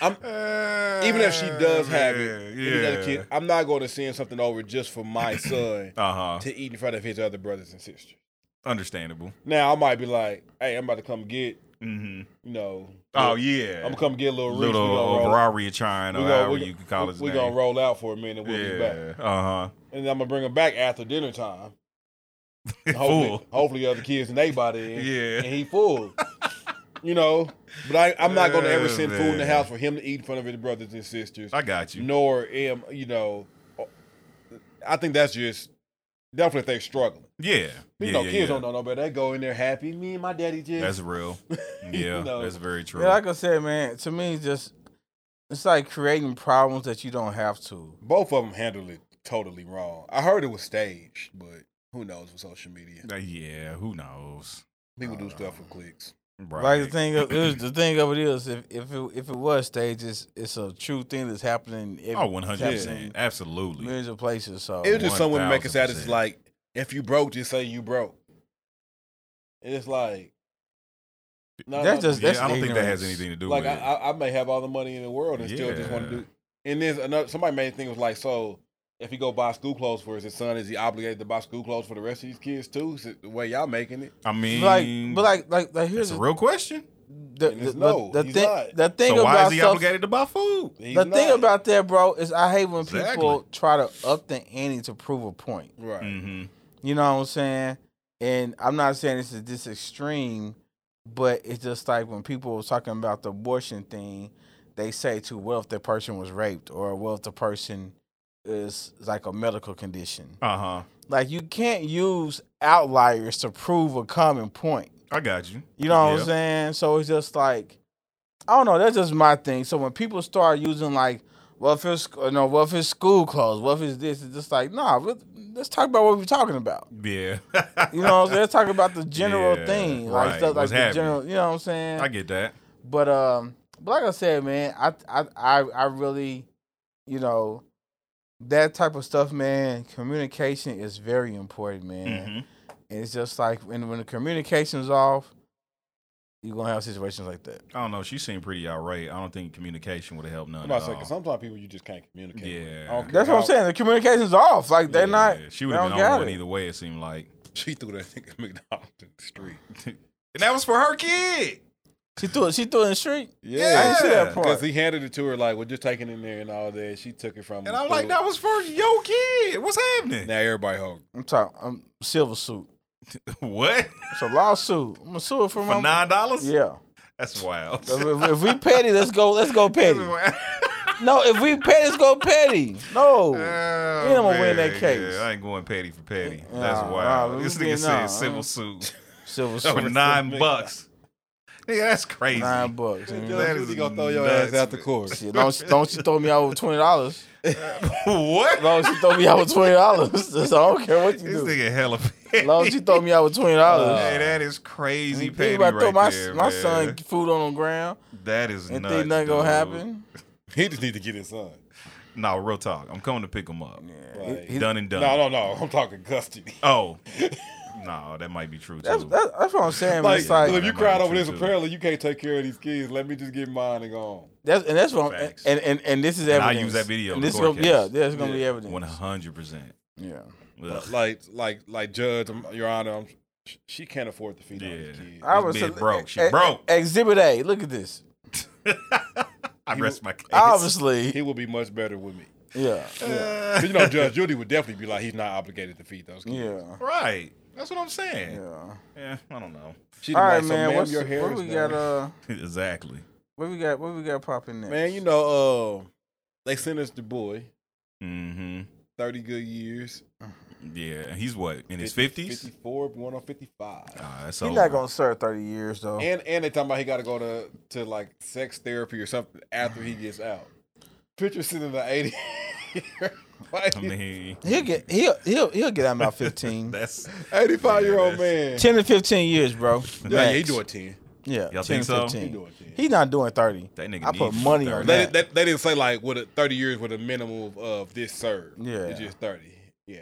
[SPEAKER 4] I'm Uh, even if she does
[SPEAKER 3] Uh,
[SPEAKER 4] have it, and these other kids, I'm not going to send something over just for my son
[SPEAKER 3] Uh huh.
[SPEAKER 4] to eat in front of his other brothers and sisters.
[SPEAKER 3] Understandable.
[SPEAKER 4] Now I might be like, hey, I'm about to come get,
[SPEAKER 3] Mm-hmm.
[SPEAKER 4] you know,
[SPEAKER 3] Oh yeah.
[SPEAKER 4] I'm gonna come get a little Reese.
[SPEAKER 3] little
[SPEAKER 4] we gonna roll,
[SPEAKER 3] Ferrari trying or
[SPEAKER 4] we
[SPEAKER 3] however
[SPEAKER 4] we
[SPEAKER 3] you can call his
[SPEAKER 4] we
[SPEAKER 3] name.
[SPEAKER 4] gonna roll out for a minute. We'll be back,
[SPEAKER 3] yeah. Uh
[SPEAKER 4] and then I'm gonna bring him back after dinner time.
[SPEAKER 3] huh.
[SPEAKER 4] Hopefully,
[SPEAKER 3] Fool.
[SPEAKER 4] hopefully the other kids and they body in,
[SPEAKER 3] Yeah.
[SPEAKER 4] and he full. you know, but I, I'm not gonna ever
[SPEAKER 3] Yeah,
[SPEAKER 4] send food in the
[SPEAKER 3] man.
[SPEAKER 4] house for him to eat in front of his brothers and sisters.
[SPEAKER 3] I got you.
[SPEAKER 4] nor am you know i think that's just Definitely if they struggling.
[SPEAKER 3] Yeah.
[SPEAKER 4] You
[SPEAKER 3] yeah,
[SPEAKER 4] know,
[SPEAKER 3] yeah,
[SPEAKER 4] kids
[SPEAKER 3] yeah.
[SPEAKER 4] don't know no better. They go in there happy. Me and my daddy just
[SPEAKER 3] That's real. Yeah,
[SPEAKER 4] know.
[SPEAKER 3] that's very true.
[SPEAKER 2] Yeah, like I said, man. To me, it's just it's like creating problems that you don't have to.
[SPEAKER 4] both of them handled it totally wrong. I heard it was staged, but who knows with social media?
[SPEAKER 3] Uh, yeah, who knows?
[SPEAKER 4] People
[SPEAKER 3] don't
[SPEAKER 4] do stuff for clicks.
[SPEAKER 3] Right.
[SPEAKER 2] Like the thing, of, it was, the thing of it is, if if it, if it was staged, it's, it's a true thing that's happening. in
[SPEAKER 3] oh, 100
[SPEAKER 2] happening
[SPEAKER 3] percent,
[SPEAKER 2] in
[SPEAKER 3] absolutely.
[SPEAKER 2] millions of places. So
[SPEAKER 4] It was just someone to make us out. It's
[SPEAKER 3] 1000%.
[SPEAKER 4] like if you broke, just say you broke. And it's like no,
[SPEAKER 2] That's
[SPEAKER 4] no,
[SPEAKER 2] just-
[SPEAKER 3] Yeah, I don't think that
[SPEAKER 2] ignorance.
[SPEAKER 3] has anything to do
[SPEAKER 4] like I,
[SPEAKER 3] with it.
[SPEAKER 4] I, I may have all the money in the world and still just want to
[SPEAKER 3] Yeah.
[SPEAKER 4] do. And then another somebody made a thing was like, so if he go buy school clothes for his son, is he obligated to buy school clothes for the rest of these kids too? Is it the way y'all making it?
[SPEAKER 3] I mean,
[SPEAKER 2] like, but like, like, like here's
[SPEAKER 3] that's a
[SPEAKER 2] the,
[SPEAKER 3] real question.
[SPEAKER 2] the,
[SPEAKER 4] and it's
[SPEAKER 2] the,
[SPEAKER 4] no,
[SPEAKER 2] the
[SPEAKER 4] he's
[SPEAKER 2] thing.
[SPEAKER 4] not.
[SPEAKER 2] The thing
[SPEAKER 3] So
[SPEAKER 2] about
[SPEAKER 3] why is he
[SPEAKER 2] self-
[SPEAKER 3] obligated to buy food?
[SPEAKER 4] He's
[SPEAKER 2] the thing
[SPEAKER 4] not.
[SPEAKER 2] about that, bro, is I hate when
[SPEAKER 3] Exactly.
[SPEAKER 2] people try to up the ante to prove a point.
[SPEAKER 4] right,
[SPEAKER 3] Mm-hmm.
[SPEAKER 2] You know what I'm saying? And I'm not saying this is this extreme, but it's just like when people were talking about the abortion thing, they say to well if the person was raped or well if the person is like a medical condition.
[SPEAKER 3] Uh huh.
[SPEAKER 2] Like you can't use outliers to prove a common point.
[SPEAKER 3] I got you.
[SPEAKER 2] You know what
[SPEAKER 3] Yeah.
[SPEAKER 2] I'm saying? So it's just like, I don't know. That's just my thing. So when people start using like, well, if it's you know, well, if it's school clothes, well, if it's this, it's just like, nah. let- Let's talk about what we're talking about.
[SPEAKER 3] Yeah.
[SPEAKER 2] You know, what I'm saying? let's talk about the general
[SPEAKER 3] Yeah,
[SPEAKER 2] thing, like
[SPEAKER 3] right.
[SPEAKER 2] stuff like
[SPEAKER 3] What's
[SPEAKER 2] the
[SPEAKER 3] happening?
[SPEAKER 2] general. You know what I'm saying?
[SPEAKER 3] I get that.
[SPEAKER 2] But um, but like I said, man, I I I I really, you know, that type of stuff, man. Communication is very important, man.
[SPEAKER 3] hmm
[SPEAKER 2] And it's just like when when the communication is off, you're gonna have situations like that.
[SPEAKER 3] I don't know. She seemed pretty outright. I don't think communication would have helped none.
[SPEAKER 4] I'm about to say,
[SPEAKER 3] at
[SPEAKER 4] 'cause
[SPEAKER 3] all.
[SPEAKER 4] sometimes people you just can't communicate. with.
[SPEAKER 3] Yeah.
[SPEAKER 4] I don't care
[SPEAKER 2] That's what I'm
[SPEAKER 4] how-
[SPEAKER 2] saying. The communication's off. Like they're not.
[SPEAKER 3] Yeah, She
[SPEAKER 2] they
[SPEAKER 3] would have
[SPEAKER 2] don't
[SPEAKER 3] been on
[SPEAKER 2] got
[SPEAKER 3] one
[SPEAKER 2] it.
[SPEAKER 3] either way. It seemed like,
[SPEAKER 4] She threw that thing at McDonald's in the street.
[SPEAKER 3] and that was for her kid.
[SPEAKER 2] She threw it. She threw it in the street. I
[SPEAKER 3] Yeah.
[SPEAKER 2] didn't see that
[SPEAKER 4] Because
[SPEAKER 2] part.
[SPEAKER 4] he handed it to her like, we're just taking it in there and all that. She took it from him.
[SPEAKER 3] And I'm like,
[SPEAKER 4] threw it.
[SPEAKER 3] that was for your kid. What's happening?
[SPEAKER 4] Now everybody hungry.
[SPEAKER 2] I'm talking. I'm silver suit.
[SPEAKER 3] what?
[SPEAKER 2] It's a lawsuit. I'm gonna sue it for my.
[SPEAKER 3] For nine dollars?
[SPEAKER 2] Yeah.
[SPEAKER 3] That's wild.
[SPEAKER 2] If, if- if we petty, let's go. Let's go petty. No, if we petty, let's go petty. No.
[SPEAKER 3] Oh,
[SPEAKER 2] He don't wanna win
[SPEAKER 3] man,
[SPEAKER 2] that case.
[SPEAKER 3] yeah, I ain't going petty for petty.
[SPEAKER 2] Nah,
[SPEAKER 3] That's
[SPEAKER 2] nah,
[SPEAKER 3] wild.
[SPEAKER 2] we
[SPEAKER 3] this
[SPEAKER 2] getting
[SPEAKER 3] nigga said
[SPEAKER 2] on.
[SPEAKER 3] civil suit
[SPEAKER 2] Silver suit.
[SPEAKER 3] for nine bucks. Nigga, that's crazy.
[SPEAKER 2] Nine bucks.
[SPEAKER 4] Judge
[SPEAKER 2] man.
[SPEAKER 3] That
[SPEAKER 4] Judy
[SPEAKER 3] is
[SPEAKER 4] gonna throw your
[SPEAKER 3] nuts,
[SPEAKER 4] ass Mm-hmm. out the
[SPEAKER 3] man.
[SPEAKER 4] court.
[SPEAKER 2] Shit, don't she- don't you throw me out with twenty dollars?
[SPEAKER 3] what?
[SPEAKER 2] Long as you throw me out with twenty dollars, I don't care what you
[SPEAKER 3] This
[SPEAKER 2] do.
[SPEAKER 3] nigga hella
[SPEAKER 2] As
[SPEAKER 3] petty.
[SPEAKER 2] long as you throw me out with twenty dollars.
[SPEAKER 3] Hey, that is crazy petty
[SPEAKER 2] Think about
[SPEAKER 3] right
[SPEAKER 2] throw my
[SPEAKER 3] there,
[SPEAKER 2] my
[SPEAKER 3] man.
[SPEAKER 2] son food on the ground
[SPEAKER 3] That is
[SPEAKER 2] and
[SPEAKER 3] nuts,
[SPEAKER 2] think nothing gonna
[SPEAKER 3] dude.
[SPEAKER 2] happen.
[SPEAKER 4] He just need to get his son.
[SPEAKER 3] Nah, real talk. I'm coming to pick him up.
[SPEAKER 4] Like,
[SPEAKER 2] He-
[SPEAKER 3] Done and done.
[SPEAKER 4] no, no, no. I'm talking custody.
[SPEAKER 3] Oh, no, that might be true too.
[SPEAKER 2] That's, that's, that's what I'm saying. man.
[SPEAKER 4] Like,
[SPEAKER 2] It's like
[SPEAKER 4] if you
[SPEAKER 3] That might
[SPEAKER 4] cried
[SPEAKER 3] be
[SPEAKER 4] over
[SPEAKER 3] true,
[SPEAKER 4] this,
[SPEAKER 3] too.
[SPEAKER 4] apparently you can't take care of these kids. Let me just get mine and go home.
[SPEAKER 2] that's and that's what I'm,
[SPEAKER 3] Facts.
[SPEAKER 2] and, and and this is
[SPEAKER 3] And
[SPEAKER 2] evidence.
[SPEAKER 3] I use that video in
[SPEAKER 2] And
[SPEAKER 3] the
[SPEAKER 2] this is
[SPEAKER 3] court
[SPEAKER 2] gonna, yeah,
[SPEAKER 3] case.
[SPEAKER 2] there's gonna be evidence.
[SPEAKER 3] One hundred percent.
[SPEAKER 2] Yeah,
[SPEAKER 4] Like, like, like, Judge, um, Your Honor, I'm, sh- she can't afford to feed all
[SPEAKER 3] Yeah.
[SPEAKER 4] these kids.
[SPEAKER 2] I
[SPEAKER 3] This
[SPEAKER 2] was
[SPEAKER 3] bitch
[SPEAKER 2] so-
[SPEAKER 3] broke. She
[SPEAKER 2] e- e-
[SPEAKER 3] broke.
[SPEAKER 2] Exhibit A. Look at this.
[SPEAKER 3] I rest my case.
[SPEAKER 2] Obviously,
[SPEAKER 4] He will be much better with me.
[SPEAKER 2] yeah,
[SPEAKER 3] Uh,
[SPEAKER 4] 'Cause, you know, Judge Judy would definitely be like, he's not obligated to feed those kids.
[SPEAKER 2] yeah,
[SPEAKER 3] right. That's what I'm saying.
[SPEAKER 2] yeah.
[SPEAKER 3] Yeah, I don't know.
[SPEAKER 4] She'd be
[SPEAKER 2] All right,
[SPEAKER 4] like, so,
[SPEAKER 2] man.
[SPEAKER 4] ma'am,
[SPEAKER 2] What's,
[SPEAKER 4] your hair
[SPEAKER 2] what
[SPEAKER 4] is
[SPEAKER 2] we
[SPEAKER 4] done.
[SPEAKER 2] got? Uh,
[SPEAKER 3] exactly.
[SPEAKER 2] what we got? What we got popping next?
[SPEAKER 4] Man, you know, uh, they sentenced the boy
[SPEAKER 3] hmm
[SPEAKER 4] 30 good years.
[SPEAKER 3] Yeah, he's what in his fifties?
[SPEAKER 4] 54, going on 55.
[SPEAKER 3] Ah, that's
[SPEAKER 2] He's
[SPEAKER 3] over.
[SPEAKER 2] not gonna serve thirty years
[SPEAKER 3] Oh.
[SPEAKER 2] though.
[SPEAKER 4] And and they talking about he got to go to to like sex therapy or something after he gets out. Picture sitting in the 80.
[SPEAKER 3] I mean,
[SPEAKER 2] He'll get he'll he'll he'll get out in about fifteen.
[SPEAKER 3] that's
[SPEAKER 4] 85 year old
[SPEAKER 3] Yeah,
[SPEAKER 4] man.
[SPEAKER 2] Ten to fifteen years, bro.
[SPEAKER 4] Yeah, yeah, he
[SPEAKER 2] Max.
[SPEAKER 4] doing 10.
[SPEAKER 2] Yeah, 10
[SPEAKER 3] Y'all think
[SPEAKER 2] to
[SPEAKER 3] so?
[SPEAKER 2] 15.
[SPEAKER 4] He doing 10.
[SPEAKER 2] He not doing thirty.
[SPEAKER 3] that nigga.
[SPEAKER 2] I put
[SPEAKER 3] needs
[SPEAKER 2] money
[SPEAKER 3] some
[SPEAKER 2] on
[SPEAKER 3] thirty.
[SPEAKER 4] They,
[SPEAKER 2] that.
[SPEAKER 4] they, they didn't say like with a 30 years with a minimum of this served.
[SPEAKER 2] Yeah.
[SPEAKER 4] It's just 30. Yeah.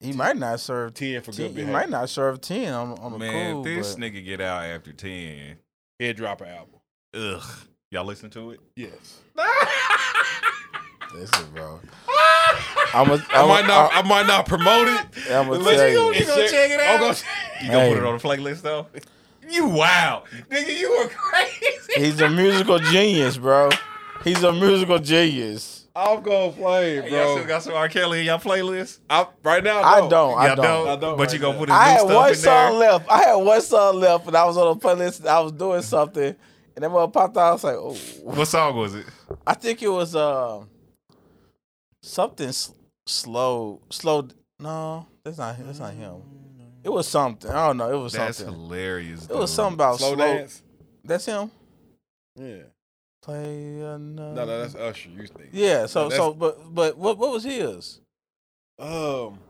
[SPEAKER 2] He might not serve
[SPEAKER 4] 10 for
[SPEAKER 2] 10,
[SPEAKER 4] good
[SPEAKER 2] he
[SPEAKER 4] behavior.
[SPEAKER 2] might not serve ten on on the
[SPEAKER 3] Man,
[SPEAKER 2] cool.
[SPEAKER 3] if this
[SPEAKER 2] but-
[SPEAKER 3] nigga get out after ten.
[SPEAKER 4] Head dropper album.
[SPEAKER 3] Ugh, y'all listen to it.
[SPEAKER 4] Yes.
[SPEAKER 2] Listen, bro. I'm a,
[SPEAKER 4] I
[SPEAKER 2] I'm
[SPEAKER 4] might not I might not promote it.
[SPEAKER 2] I'm gonna
[SPEAKER 3] But
[SPEAKER 2] Oh, tell
[SPEAKER 3] you
[SPEAKER 2] you.
[SPEAKER 3] gonna, you gonna
[SPEAKER 4] It's-
[SPEAKER 3] check it out?
[SPEAKER 4] I'm gonna-
[SPEAKER 3] you gonna put
[SPEAKER 2] Hey.
[SPEAKER 3] it on the playlist though? You wow, nigga, you are crazy.
[SPEAKER 2] He's a musical genius, bro. He's a musical genius.
[SPEAKER 4] I'm gonna play, it,
[SPEAKER 3] Hey, y'all
[SPEAKER 4] bro.
[SPEAKER 3] still got some R. Kelly in y'all playlist?
[SPEAKER 4] I, right now,
[SPEAKER 2] I
[SPEAKER 4] no.
[SPEAKER 2] don't. I
[SPEAKER 3] y'all
[SPEAKER 2] don't.
[SPEAKER 4] I don't
[SPEAKER 3] but
[SPEAKER 4] right
[SPEAKER 3] you gonna
[SPEAKER 4] now.
[SPEAKER 3] put his new
[SPEAKER 2] I had
[SPEAKER 3] stuff
[SPEAKER 2] one
[SPEAKER 3] in there?
[SPEAKER 2] song left. I had one song left, and I was on the playlist. And I was doing something, and that mother popped out. I was like, "Oh,
[SPEAKER 3] What song was it?
[SPEAKER 2] I think it was um something s- slow, slow." No, That's not. That's not him. It was something. I don't know. It was
[SPEAKER 3] That's
[SPEAKER 2] something.
[SPEAKER 3] hilarious.
[SPEAKER 2] It was something about slow.
[SPEAKER 4] Slow dance.
[SPEAKER 2] That's him.
[SPEAKER 4] Yeah.
[SPEAKER 2] Play another.
[SPEAKER 4] No, no, that's Usher. You think?
[SPEAKER 2] Yeah. So
[SPEAKER 4] No, that's-
[SPEAKER 2] so but but what what was his?
[SPEAKER 4] Um,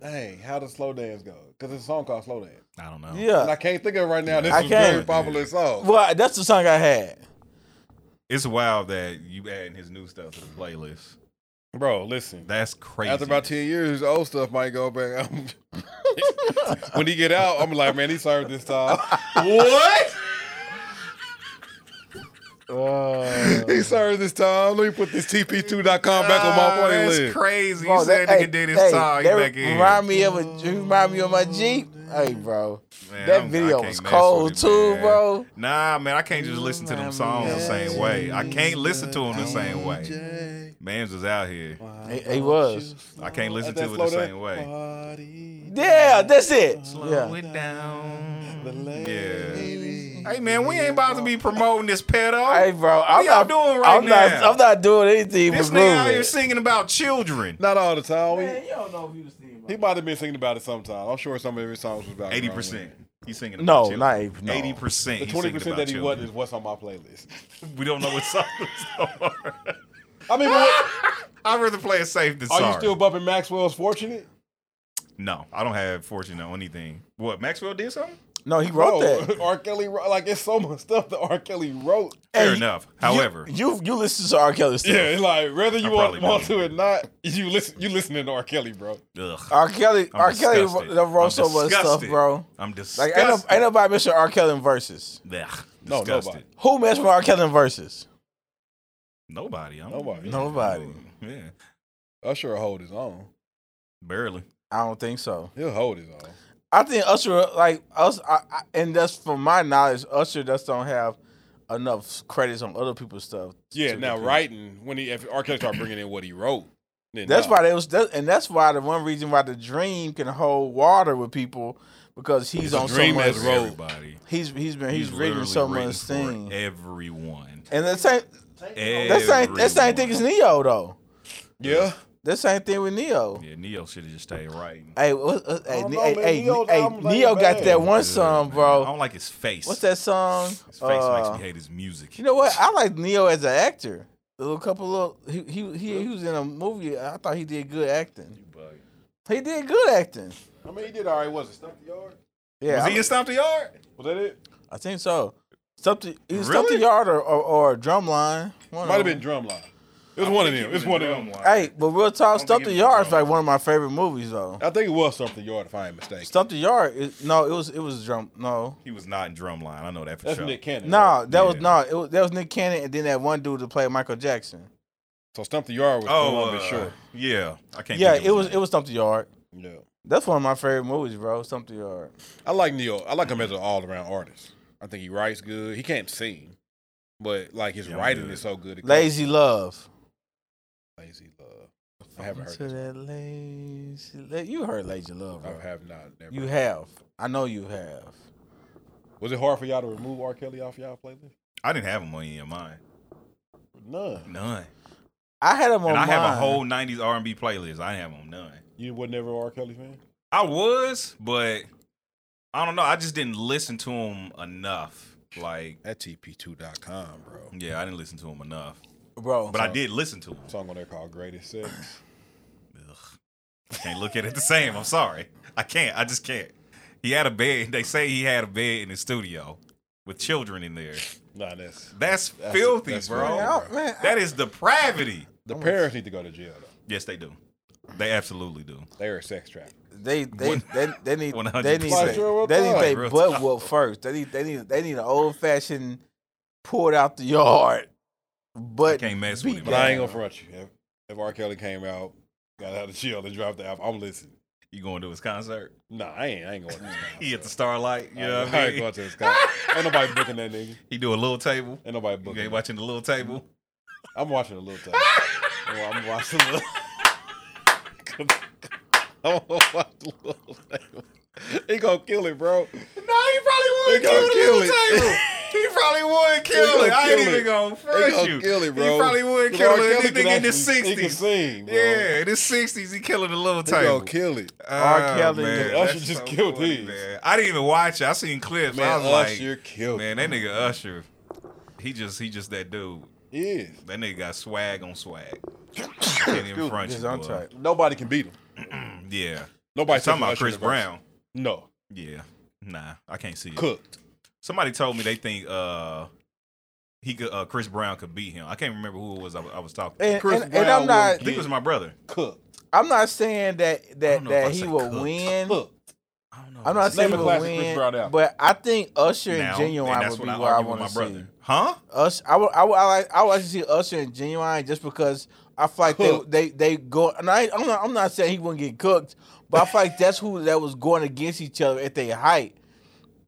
[SPEAKER 4] dang, how does slow dance go? Because it's a song called Slow Dance,
[SPEAKER 3] I don't know.
[SPEAKER 4] and I
[SPEAKER 2] Yeah.
[SPEAKER 4] can't think of it right now. This
[SPEAKER 2] Uh, I
[SPEAKER 4] is very
[SPEAKER 2] can't.
[SPEAKER 4] popular song.
[SPEAKER 2] Well, that's the song I had.
[SPEAKER 3] It's wild that you adding his new stuff to the playlist.
[SPEAKER 4] Bro, listen.
[SPEAKER 3] That's crazy.
[SPEAKER 4] After about ten years, the old stuff might go back. when he get out, I'm like, man, he served this time.
[SPEAKER 3] what?
[SPEAKER 4] he served this time. Let me put this TP2.com back on my
[SPEAKER 3] Oh,
[SPEAKER 4] playlist.
[SPEAKER 3] That's crazy.
[SPEAKER 4] Oh,
[SPEAKER 2] Bro,
[SPEAKER 3] you said
[SPEAKER 2] that-
[SPEAKER 3] nigga did his time. He
[SPEAKER 2] that
[SPEAKER 3] back in.
[SPEAKER 2] Remind me of a you remind me of my Jeep. Hey, bro.
[SPEAKER 3] Man,
[SPEAKER 2] that
[SPEAKER 3] I'm- I
[SPEAKER 2] video
[SPEAKER 3] can't
[SPEAKER 2] was
[SPEAKER 3] mess
[SPEAKER 2] cold
[SPEAKER 3] with it,
[SPEAKER 2] too,
[SPEAKER 3] man.
[SPEAKER 2] bro.
[SPEAKER 3] Nah, man, I can't just listen to them songs the same way. I can't listen to them the same way. Man's was out here.
[SPEAKER 2] He, he was.
[SPEAKER 3] I can't listen
[SPEAKER 4] At that
[SPEAKER 3] to it the
[SPEAKER 4] slow
[SPEAKER 3] same way.
[SPEAKER 4] dance.
[SPEAKER 2] Yeah, that's it.
[SPEAKER 3] Slow
[SPEAKER 2] Yeah.
[SPEAKER 3] it down. Yeah.
[SPEAKER 4] Baby.
[SPEAKER 3] Hey man, we ain't about to be promoting this pedo.
[SPEAKER 2] Hey, bro. I'm
[SPEAKER 3] y'all
[SPEAKER 2] not
[SPEAKER 3] doing right
[SPEAKER 2] I'm not.
[SPEAKER 3] now?
[SPEAKER 2] I'm not doing anything.
[SPEAKER 3] this
[SPEAKER 2] but
[SPEAKER 3] nigga out
[SPEAKER 2] grooving.
[SPEAKER 3] here singing about children.
[SPEAKER 4] Not all the time. We-
[SPEAKER 2] you don't know if he was thinking
[SPEAKER 4] He might have been singing about it sometime. I'm sure some of his songs was about
[SPEAKER 3] Eighty percent. He's singing
[SPEAKER 2] No,
[SPEAKER 3] about
[SPEAKER 2] not
[SPEAKER 3] children.
[SPEAKER 2] 80, no.
[SPEAKER 3] Eighty percent.
[SPEAKER 4] The twenty percent that he wasn't is what's on my playlist.
[SPEAKER 3] We don't know what song those are.
[SPEAKER 4] I mean, but what,
[SPEAKER 3] I'd rather play it safe than
[SPEAKER 4] are
[SPEAKER 3] sorry.
[SPEAKER 4] you still bumping Maxwell's "Fortunate"?
[SPEAKER 3] No, I don't have fortune on anything. What Maxwell did something?
[SPEAKER 2] No, he wrote that.
[SPEAKER 4] R. Kelly, wrote- like it's so much stuff that R. Kelly wrote.
[SPEAKER 3] Fair
[SPEAKER 2] Hey,
[SPEAKER 3] enough. However,
[SPEAKER 2] you, you you listen to R. Kelly stuff.
[SPEAKER 4] Yeah, like whether
[SPEAKER 3] I
[SPEAKER 4] you want,
[SPEAKER 3] probably
[SPEAKER 4] want
[SPEAKER 3] do.
[SPEAKER 4] to or not, you listen. You listening to R. Kelly, bro.
[SPEAKER 3] ugh,
[SPEAKER 2] R. Kelly,
[SPEAKER 3] I'm
[SPEAKER 2] R. Kelly
[SPEAKER 3] disgusted.
[SPEAKER 2] wrote wrote
[SPEAKER 3] I'm
[SPEAKER 2] so much stuff,
[SPEAKER 3] disgusted.
[SPEAKER 2] bro.
[SPEAKER 3] I'm disgusted.
[SPEAKER 2] Like ain't, no, ain't nobody mention R. Kelly in verses.
[SPEAKER 3] Ugh,
[SPEAKER 4] No,
[SPEAKER 3] disgusted.
[SPEAKER 4] nobody.
[SPEAKER 2] Who mentioned R. Kelly in verses?
[SPEAKER 3] Nobody. I'm,
[SPEAKER 4] Nobody.
[SPEAKER 2] Nobody.
[SPEAKER 3] Yeah,
[SPEAKER 4] Usher will hold his own.
[SPEAKER 3] barely.
[SPEAKER 2] I don't think so.
[SPEAKER 4] He'll hold his own.
[SPEAKER 2] I think Usher, like us, I, I, and that's from my knowledge, Usher just don't have enough credits on other people's stuff.
[SPEAKER 4] Yeah.
[SPEAKER 2] to
[SPEAKER 4] Now
[SPEAKER 2] compete.
[SPEAKER 4] writing when he if R. Kelly start bringing in what he wrote, then
[SPEAKER 2] That's
[SPEAKER 4] nah.
[SPEAKER 2] why they was, that, and that's why the one reason why the Dream can hold water with people because he's
[SPEAKER 4] It's a
[SPEAKER 2] on so
[SPEAKER 4] Dream
[SPEAKER 2] much.
[SPEAKER 4] has wrote-
[SPEAKER 3] Everybody.
[SPEAKER 2] He's he's been he's, written
[SPEAKER 3] literally
[SPEAKER 2] so
[SPEAKER 3] written
[SPEAKER 2] much
[SPEAKER 3] for
[SPEAKER 2] thing.
[SPEAKER 3] Everyone.
[SPEAKER 2] And that same that same
[SPEAKER 3] Everyone.
[SPEAKER 2] that same thing as Neo though.
[SPEAKER 4] Yeah.
[SPEAKER 2] That same thing with Neo.
[SPEAKER 3] Yeah, Neo should have just stayed writing.
[SPEAKER 2] Hey, what, uh, hey,
[SPEAKER 4] don't
[SPEAKER 2] Ne-
[SPEAKER 4] know,
[SPEAKER 2] hey,
[SPEAKER 4] man.
[SPEAKER 2] hey,
[SPEAKER 4] Neo's
[SPEAKER 2] hey,
[SPEAKER 4] albums ain't
[SPEAKER 2] Neo got
[SPEAKER 4] bad.
[SPEAKER 2] that one
[SPEAKER 3] Good,
[SPEAKER 2] song,
[SPEAKER 3] man.
[SPEAKER 2] bro.
[SPEAKER 3] I don't like his face.
[SPEAKER 2] What's that song?
[SPEAKER 3] His face
[SPEAKER 2] Uh,
[SPEAKER 3] makes me hate his music.
[SPEAKER 2] You know what? I like Neo as an actor. A little couple of he he he, he was in a movie. I thought he did good acting.
[SPEAKER 3] Bug.
[SPEAKER 2] He did good acting.
[SPEAKER 4] I mean, he did all right. Was it Stump the Yard?
[SPEAKER 2] Yeah,
[SPEAKER 3] Was
[SPEAKER 2] I,
[SPEAKER 3] he in Stomp the Yard?
[SPEAKER 4] Was that it?
[SPEAKER 2] I think so. Something either
[SPEAKER 3] Really?
[SPEAKER 2] something yard or or, or drumline.
[SPEAKER 3] Oh.
[SPEAKER 2] One
[SPEAKER 4] Might
[SPEAKER 2] of
[SPEAKER 4] have been
[SPEAKER 2] them.
[SPEAKER 4] Drumline. It was one of them. It's one of them.
[SPEAKER 2] Hey, but real talk,
[SPEAKER 3] think
[SPEAKER 2] Stump
[SPEAKER 3] it
[SPEAKER 2] the
[SPEAKER 3] was
[SPEAKER 2] Yard is
[SPEAKER 3] Drumline.
[SPEAKER 2] like one of my favorite movies though.
[SPEAKER 4] I think it was something yard, if I ain't mistaken.
[SPEAKER 2] Stump the Yard. Is, no, it was it was drum. No,
[SPEAKER 3] He was not in Drumline. I know that for
[SPEAKER 4] That's
[SPEAKER 3] sure.
[SPEAKER 4] Nick Cannon.
[SPEAKER 2] no,
[SPEAKER 4] right?
[SPEAKER 2] that was
[SPEAKER 3] Yeah.
[SPEAKER 2] no. It was, that was Nick Cannon, and then that one dude that played Michael Jackson.
[SPEAKER 4] So Stump the Yard was
[SPEAKER 3] Oh,
[SPEAKER 4] Columbus
[SPEAKER 3] uh,
[SPEAKER 4] Short.
[SPEAKER 3] yeah. I can't.
[SPEAKER 2] Yeah,
[SPEAKER 3] think of
[SPEAKER 2] it was
[SPEAKER 3] his
[SPEAKER 2] it was Stump the Yard.
[SPEAKER 4] Yeah.
[SPEAKER 2] That's one of my favorite movies, bro. Stump the Yard.
[SPEAKER 4] I like Neil. I like him as an all around artist. I think he writes good. He can't sing, but like his
[SPEAKER 3] Yeah, I'm
[SPEAKER 4] writing
[SPEAKER 3] good.
[SPEAKER 4] is so good. it
[SPEAKER 2] Lazy Love.
[SPEAKER 4] comes- Lazy love. I haven't heard.
[SPEAKER 2] To
[SPEAKER 4] This.
[SPEAKER 2] that lazy, la- you heard Lazy Love,
[SPEAKER 4] I
[SPEAKER 2] bro.
[SPEAKER 4] have not. Never.
[SPEAKER 2] You have. I know you have.
[SPEAKER 4] was it hard for y'all to remove R. Kelly off y'all playlist?
[SPEAKER 3] I didn't have him on any of mine.
[SPEAKER 4] None.
[SPEAKER 3] None.
[SPEAKER 2] I had him on
[SPEAKER 3] And I
[SPEAKER 2] Oh, mine.
[SPEAKER 3] have a whole '90s R&B playlist. I didn't have him on none.
[SPEAKER 4] You were never an R. Kelly fan.
[SPEAKER 3] I was, but I don't know. I just didn't listen to him enough. Like,
[SPEAKER 4] At TP2.com, bro.
[SPEAKER 3] yeah, I didn't listen to him enough.
[SPEAKER 2] bro.
[SPEAKER 3] But I did listen to him.
[SPEAKER 4] Song on there called Greatest Sex.
[SPEAKER 3] Ugh. I can't look at it the same. I'm sorry. I can't. I just can't. He had a bed. They say he had a bed in his studio with children in there.
[SPEAKER 4] nah, that's
[SPEAKER 3] That's,
[SPEAKER 4] That's-
[SPEAKER 3] filthy,
[SPEAKER 4] that's
[SPEAKER 3] bro.
[SPEAKER 4] filthy,
[SPEAKER 2] Man, I- man, I-
[SPEAKER 3] That is depravity.
[SPEAKER 4] the parents need to go to jail though.
[SPEAKER 3] Yes, they do. They absolutely do.
[SPEAKER 4] They're a sex trap.
[SPEAKER 2] they they they they need they
[SPEAKER 3] 100%.
[SPEAKER 2] need
[SPEAKER 4] Like, sure,
[SPEAKER 2] they,
[SPEAKER 4] what
[SPEAKER 2] they need
[SPEAKER 4] time?
[SPEAKER 2] they
[SPEAKER 3] Real
[SPEAKER 2] butt
[SPEAKER 3] talk.
[SPEAKER 2] whoop first. They need they need they need an old fashioned pulled out the yard. But
[SPEAKER 3] can't mess with him.
[SPEAKER 4] But I ain't gonna front you. If, if R. Kelly came out, got out of jail and dropped the album, I'm listening.
[SPEAKER 3] You going to his concert?
[SPEAKER 4] Nah, I ain't. I ain't going to this concert.
[SPEAKER 3] He at the Starlight. You
[SPEAKER 4] I
[SPEAKER 3] know
[SPEAKER 4] ain't-
[SPEAKER 3] what
[SPEAKER 4] I
[SPEAKER 3] I
[SPEAKER 4] ain't
[SPEAKER 3] mean?
[SPEAKER 4] going to this concert. Ain't nobody booking that nigga.
[SPEAKER 3] He do a little table.
[SPEAKER 4] Ain't nobody
[SPEAKER 3] You
[SPEAKER 4] booking.
[SPEAKER 3] ain't
[SPEAKER 4] that.
[SPEAKER 3] watching the little table.
[SPEAKER 4] I'm watching a little time. I'm I'm watching a little. I'm gonna watch a little. Table. He gonna kill it, bro.
[SPEAKER 3] No, he probably
[SPEAKER 4] He
[SPEAKER 3] would
[SPEAKER 4] gonna
[SPEAKER 3] kill,
[SPEAKER 4] kill
[SPEAKER 3] the little
[SPEAKER 4] it.
[SPEAKER 3] table. He probably would kill
[SPEAKER 4] They
[SPEAKER 3] it.
[SPEAKER 4] gonna
[SPEAKER 3] I ain't
[SPEAKER 4] kill
[SPEAKER 3] even
[SPEAKER 4] it.
[SPEAKER 3] gonna
[SPEAKER 4] They
[SPEAKER 3] front
[SPEAKER 4] gonna
[SPEAKER 3] you.
[SPEAKER 4] kill it, bro.
[SPEAKER 3] He probably would
[SPEAKER 4] Look,
[SPEAKER 3] kill
[SPEAKER 4] R.
[SPEAKER 3] it.
[SPEAKER 4] Kelly
[SPEAKER 3] Anything
[SPEAKER 4] can
[SPEAKER 3] in the
[SPEAKER 4] actually- He can
[SPEAKER 3] sixties.
[SPEAKER 4] sing, bro.
[SPEAKER 3] Yeah, in the sixties he killing the little
[SPEAKER 4] He gonna
[SPEAKER 3] table. Oh,
[SPEAKER 4] kill it.
[SPEAKER 2] R. Kelly
[SPEAKER 3] man,
[SPEAKER 2] and
[SPEAKER 3] that's
[SPEAKER 4] Usher just killed
[SPEAKER 3] funny,
[SPEAKER 4] his.
[SPEAKER 3] Man. I didn't even watch it. I seen clips. I
[SPEAKER 4] Man,
[SPEAKER 3] was like,
[SPEAKER 4] Usher killed it.
[SPEAKER 3] man, that nigga Usher, he just he just that dude.
[SPEAKER 4] Yes.
[SPEAKER 3] That nigga got swag on swag. I can't even front you.
[SPEAKER 2] Just on
[SPEAKER 3] boy.
[SPEAKER 2] tight.
[SPEAKER 4] Nobody can beat him.
[SPEAKER 3] Yeah,
[SPEAKER 4] Nobody
[SPEAKER 3] talking about
[SPEAKER 4] touching
[SPEAKER 3] Chris
[SPEAKER 4] Usher in the verse.
[SPEAKER 3] Brown.
[SPEAKER 4] No,
[SPEAKER 3] Yeah, nah, I can't see it.
[SPEAKER 4] cooked.
[SPEAKER 3] Somebody told me they think uh he could uh, Chris Brown could beat him. I can't remember who it was I, was- I was talking. to.
[SPEAKER 2] And,
[SPEAKER 4] Chris
[SPEAKER 2] and, and
[SPEAKER 4] Brown
[SPEAKER 2] I'm
[SPEAKER 4] will
[SPEAKER 3] I
[SPEAKER 2] not
[SPEAKER 3] think it was my brother.
[SPEAKER 4] Cooked.
[SPEAKER 2] I'm not saying that
[SPEAKER 3] don't
[SPEAKER 2] that
[SPEAKER 3] know if I
[SPEAKER 2] that he
[SPEAKER 3] say
[SPEAKER 2] will
[SPEAKER 3] cooked.
[SPEAKER 2] win.
[SPEAKER 4] Cooked.
[SPEAKER 3] I don't know.
[SPEAKER 2] I'm not saying
[SPEAKER 4] Name
[SPEAKER 2] he
[SPEAKER 4] a
[SPEAKER 2] will
[SPEAKER 4] classic Chris
[SPEAKER 2] win,
[SPEAKER 4] Brown album.
[SPEAKER 2] but I think Usher and
[SPEAKER 3] now,
[SPEAKER 2] Genuine
[SPEAKER 3] and that's
[SPEAKER 2] would be
[SPEAKER 3] what I
[SPEAKER 2] where I
[SPEAKER 3] argue
[SPEAKER 2] want
[SPEAKER 3] with my
[SPEAKER 2] to see.
[SPEAKER 3] brother. Huh?
[SPEAKER 2] Us, I would, I would, I like, I would like to see Usher and Genuine just because I feel like they,
[SPEAKER 4] Cooked.
[SPEAKER 2] they, they go. And I, I'm not, I'm not saying he wouldn't get cooked, but I feel like that's who that was going against each other at their height.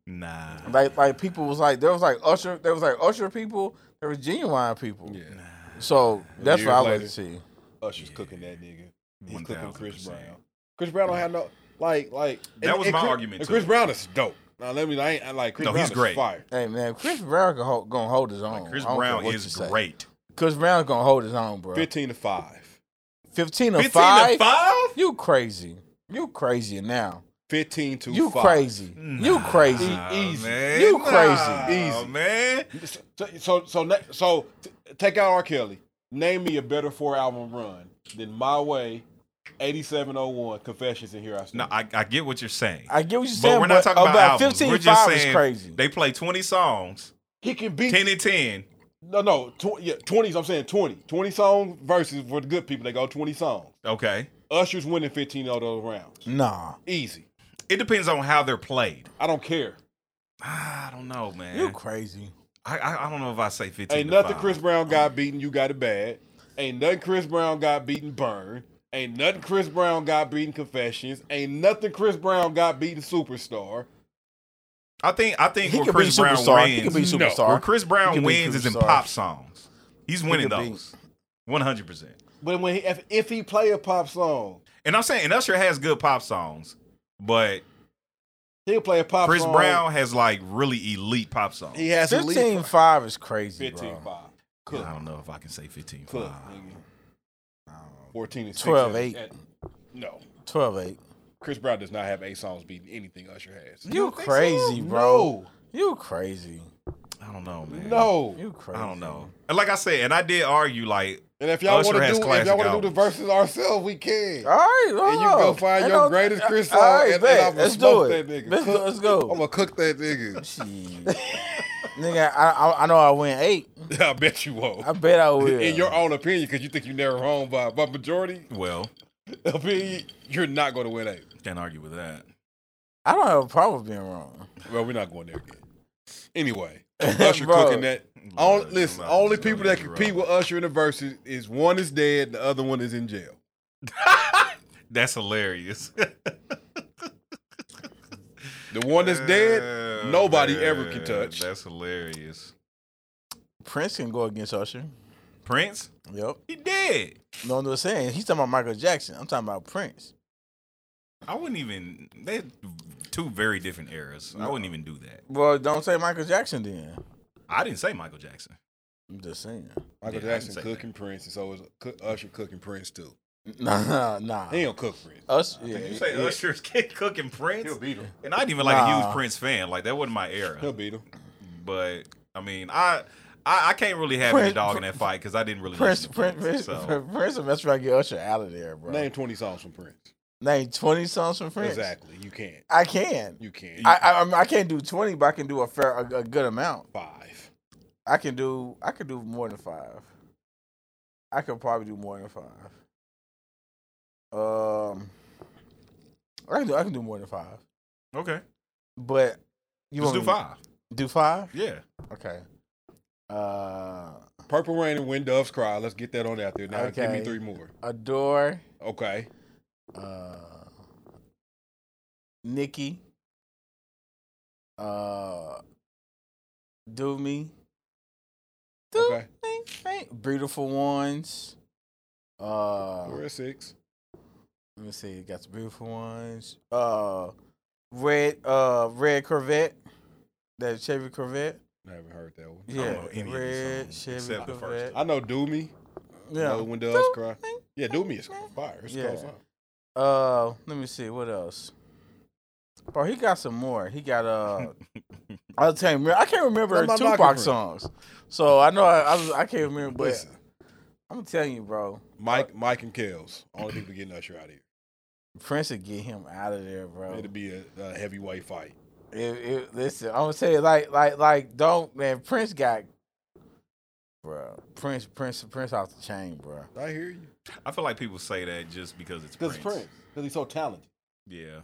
[SPEAKER 3] Nah.
[SPEAKER 2] Like, like people was like, there was like Usher, there was like Usher people, there was Genuine people.
[SPEAKER 4] Yeah.
[SPEAKER 2] So that's what I like
[SPEAKER 4] Years later.
[SPEAKER 2] to see.
[SPEAKER 4] Usher's cooking that nigga. He's cooking Chris
[SPEAKER 3] 1000%.
[SPEAKER 4] Brown. Chris Brown don't have no like like.
[SPEAKER 3] That was my
[SPEAKER 4] Chris,
[SPEAKER 3] argument,
[SPEAKER 4] and
[SPEAKER 3] too.
[SPEAKER 4] Chris Brown is dope. Now let me. I ain't I like Chris
[SPEAKER 3] No,
[SPEAKER 4] Brown
[SPEAKER 3] he's
[SPEAKER 4] is
[SPEAKER 3] great.
[SPEAKER 4] fire.
[SPEAKER 2] Hey man, Chris Brown can hold, gonna hold his own.
[SPEAKER 3] Chris
[SPEAKER 2] I don't care
[SPEAKER 3] Brown
[SPEAKER 2] what
[SPEAKER 3] is
[SPEAKER 2] you say.
[SPEAKER 3] great.
[SPEAKER 2] Chris Brown gonna hold his own, bro.
[SPEAKER 4] Fifteen to five.
[SPEAKER 2] Fifteen to
[SPEAKER 3] 15
[SPEAKER 2] five.
[SPEAKER 3] to five?
[SPEAKER 2] You crazy? You crazy now?
[SPEAKER 4] Fifteen to
[SPEAKER 2] You
[SPEAKER 4] five.
[SPEAKER 2] crazy? You crazy?
[SPEAKER 3] Nah,
[SPEAKER 4] Easy.
[SPEAKER 3] Man.
[SPEAKER 2] You
[SPEAKER 3] Nah,
[SPEAKER 2] crazy.
[SPEAKER 4] Easy.
[SPEAKER 3] man.
[SPEAKER 4] So so so, ne- so t- take out R. Kelly. Name me a better four album run than My Way, eighty seven oh one, Confessions, and Here I Stand.
[SPEAKER 3] No, I, I get what you're saying.
[SPEAKER 2] I get what you're saying, oh,
[SPEAKER 3] but we're not talking about, albums.
[SPEAKER 2] fifteen
[SPEAKER 3] we're
[SPEAKER 2] to
[SPEAKER 3] just
[SPEAKER 2] five
[SPEAKER 3] saying
[SPEAKER 2] is crazy.
[SPEAKER 3] they play 20 songs,
[SPEAKER 4] he can beat
[SPEAKER 3] 10 and 10.
[SPEAKER 4] No, no, tw- yeah, twenties. I'm saying 20. 20 song versus for the good people. They go twenty songs.
[SPEAKER 3] Okay.
[SPEAKER 4] Usher's winning 15 of those rounds.
[SPEAKER 2] nah,
[SPEAKER 4] Easy.
[SPEAKER 3] It depends on how they're played.
[SPEAKER 4] I don't care.
[SPEAKER 3] Ah, I don't know, man.
[SPEAKER 2] you crazy?
[SPEAKER 3] I, I I don't know if I say 15.
[SPEAKER 4] Ain't
[SPEAKER 3] to
[SPEAKER 4] nothing
[SPEAKER 3] five.
[SPEAKER 4] Chris Brown got beaten. You got it bad. Ain't nothing Chris Brown got beaten. Burn. Ain't nothing Chris Brown got beaten. Confessions. Ain't nothing Chris Brown got beaten. Superstar.
[SPEAKER 3] I think I think
[SPEAKER 2] He
[SPEAKER 3] where
[SPEAKER 2] could be
[SPEAKER 3] Chris Brown
[SPEAKER 2] superstar.
[SPEAKER 3] wins.
[SPEAKER 2] He could be
[SPEAKER 4] No.
[SPEAKER 2] superstar.
[SPEAKER 3] Where Chris
[SPEAKER 2] He can
[SPEAKER 3] Brown
[SPEAKER 2] be
[SPEAKER 3] wins is in
[SPEAKER 2] superstar.
[SPEAKER 3] pop songs. He's winning
[SPEAKER 2] could be.
[SPEAKER 3] those. 100%.
[SPEAKER 4] But when he, if, if he play a pop song,
[SPEAKER 3] And I'm saying, and Usher has good pop songs, but
[SPEAKER 4] he'll play a pop
[SPEAKER 3] Chris
[SPEAKER 4] song.
[SPEAKER 3] Brown has like really elite pop songs.
[SPEAKER 4] He has at least
[SPEAKER 2] 15 5 is crazy,
[SPEAKER 4] 15
[SPEAKER 2] bro.
[SPEAKER 4] 5. Cook.
[SPEAKER 3] I don't know if I can say 15.
[SPEAKER 4] Cook.
[SPEAKER 3] five.
[SPEAKER 4] nigga. 14 and 6.
[SPEAKER 2] 12,
[SPEAKER 4] at-
[SPEAKER 2] eight.
[SPEAKER 4] at- No.
[SPEAKER 2] 12 8.
[SPEAKER 4] Chris Brown does not have eight songs beating anything Usher has.
[SPEAKER 2] You,
[SPEAKER 3] don't think so?
[SPEAKER 2] crazy, bro. You crazy.
[SPEAKER 3] I don't know, man.
[SPEAKER 4] No.
[SPEAKER 2] You crazy.
[SPEAKER 3] I don't know. And like I said, and I did argue like
[SPEAKER 4] And if y'all
[SPEAKER 3] Usher
[SPEAKER 4] want to
[SPEAKER 3] has
[SPEAKER 4] do, if
[SPEAKER 3] classic
[SPEAKER 4] y'all want to do the
[SPEAKER 3] albums.
[SPEAKER 4] verses ourselves, we can.
[SPEAKER 2] All right,
[SPEAKER 4] And you go find your greatest Chris song, and, and
[SPEAKER 2] bet.
[SPEAKER 4] I'm gonna
[SPEAKER 2] Let's do
[SPEAKER 4] smoke
[SPEAKER 2] it.
[SPEAKER 4] that nigga.
[SPEAKER 2] Let's,
[SPEAKER 4] Cook-
[SPEAKER 2] let's
[SPEAKER 4] I'm
[SPEAKER 2] go.
[SPEAKER 4] gonna cook that nigga.
[SPEAKER 2] Shit. Nigga, I, I I know I win eight.
[SPEAKER 4] I bet you won't.
[SPEAKER 2] I bet I will.
[SPEAKER 4] In your own opinion, because you think you're never wrong by by majority
[SPEAKER 3] well,
[SPEAKER 4] opinion, you're not gonna win eight.
[SPEAKER 3] can't argue with that.
[SPEAKER 2] I don't have a problem with being wrong.
[SPEAKER 4] Well, we're not going there again. Anyway, Usher
[SPEAKER 2] Bro.
[SPEAKER 4] cooking that.
[SPEAKER 3] Lord,
[SPEAKER 4] Only, listen,
[SPEAKER 3] somebody-
[SPEAKER 4] only people that
[SPEAKER 3] somebody
[SPEAKER 4] compete
[SPEAKER 3] wrong.
[SPEAKER 4] with Usher in the verses is one is dead, the other one is in jail.
[SPEAKER 3] That's hilarious.
[SPEAKER 4] The one that's dead,
[SPEAKER 3] Yeah,
[SPEAKER 4] nobody ever can touch.
[SPEAKER 3] That's hilarious.
[SPEAKER 2] Prince can go against Usher.
[SPEAKER 3] Prince,
[SPEAKER 2] Yep.
[SPEAKER 3] he did.
[SPEAKER 2] No, I'm just saying. He's talking about Michael Jackson. I'm talking about Prince.
[SPEAKER 3] I wouldn't even. They two very different eras. I wouldn't even do that.
[SPEAKER 2] Well, don't say Michael Jackson then.
[SPEAKER 3] I didn't say Michael Jackson.
[SPEAKER 2] I'm just saying.
[SPEAKER 4] Michael
[SPEAKER 3] Yeah, I can
[SPEAKER 4] Jackson
[SPEAKER 3] say
[SPEAKER 4] cooking Prince, and so is Cu- Usher cooking Prince too.
[SPEAKER 2] Nah, nah, nah.
[SPEAKER 4] He don't cook Prince.
[SPEAKER 2] Us, yeah,
[SPEAKER 3] You say
[SPEAKER 2] yeah.
[SPEAKER 3] Usher's kid cooking Prince,
[SPEAKER 4] He'll beat him.
[SPEAKER 3] and I ain't even like a
[SPEAKER 2] Nah.
[SPEAKER 3] huge Prince fan. Like that wasn't my era.
[SPEAKER 4] He'll beat him.
[SPEAKER 3] But I mean, I I, I can't really have any
[SPEAKER 2] Prince-
[SPEAKER 3] dog in that fight because I didn't really
[SPEAKER 2] Prince,
[SPEAKER 3] listen to
[SPEAKER 2] Prince, Prince,
[SPEAKER 3] so.
[SPEAKER 2] Prince, will mess around and get Usher out of there, bro.
[SPEAKER 4] Name twenty songs from Prince.
[SPEAKER 2] Name 20 songs from Prince.
[SPEAKER 4] Exactly. You can't.
[SPEAKER 2] I can.
[SPEAKER 4] You can't.
[SPEAKER 2] I, I I'm- I can't do 20, but I can do a fair a, a good amount.
[SPEAKER 4] Five.
[SPEAKER 2] I can do I can do more than five. I could probably do more than five. Um, I can do I can do more than five,
[SPEAKER 3] Okay,
[SPEAKER 2] but you want
[SPEAKER 3] let's do
[SPEAKER 2] me-
[SPEAKER 3] five.
[SPEAKER 2] Do five?
[SPEAKER 3] Yeah,
[SPEAKER 2] Okay. Uh,
[SPEAKER 4] Purple Rain and When Doves Cry. Let's get that on out there. Now give me
[SPEAKER 2] Okay.
[SPEAKER 4] three more.
[SPEAKER 2] adore.
[SPEAKER 4] Okay.
[SPEAKER 2] Uh, Nikki. Uh, do me. Do
[SPEAKER 4] Okay.
[SPEAKER 2] me, right? Beautiful ones. Uh,
[SPEAKER 4] We're at six.
[SPEAKER 2] Let me see. Got some beautiful ones. Uh, red. Uh, red Corvette. That Chevy Corvette.
[SPEAKER 4] I haven't heard that one.
[SPEAKER 3] don't
[SPEAKER 2] Yeah,
[SPEAKER 3] know any of these
[SPEAKER 2] red,
[SPEAKER 3] songs
[SPEAKER 2] Chevy
[SPEAKER 3] except the first
[SPEAKER 2] Corvette.
[SPEAKER 4] I know Do Me. Yeah.
[SPEAKER 2] Yeah.
[SPEAKER 4] when doves cry. Yeah, Do Me is fire. It's
[SPEAKER 2] Yeah.
[SPEAKER 4] called something.
[SPEAKER 2] Uh, let me see what else. Bro, he got some more. He got uh, I'll tell you. I can't remember
[SPEAKER 4] Not my
[SPEAKER 2] Tupac
[SPEAKER 4] microphone.
[SPEAKER 2] songs, so I know I I, was, I can't remember. But
[SPEAKER 4] Listen,
[SPEAKER 2] I'm telling you, bro,
[SPEAKER 4] Mike, Mike and Kels, only people getting Usher out of here.
[SPEAKER 2] Prince would get him out of there, bro.
[SPEAKER 4] It'll be a, a heavyweight fight.
[SPEAKER 2] It, it, listen, I'm gonna tell you, like, like, like, don't man. Prince got, bro. Prince, Prince, Prince off the chain, bro.
[SPEAKER 4] I hear you.
[SPEAKER 3] I feel like people say that just because it's
[SPEAKER 4] Because
[SPEAKER 3] Prince.
[SPEAKER 4] Prince, because he's so talented.
[SPEAKER 3] Yeah.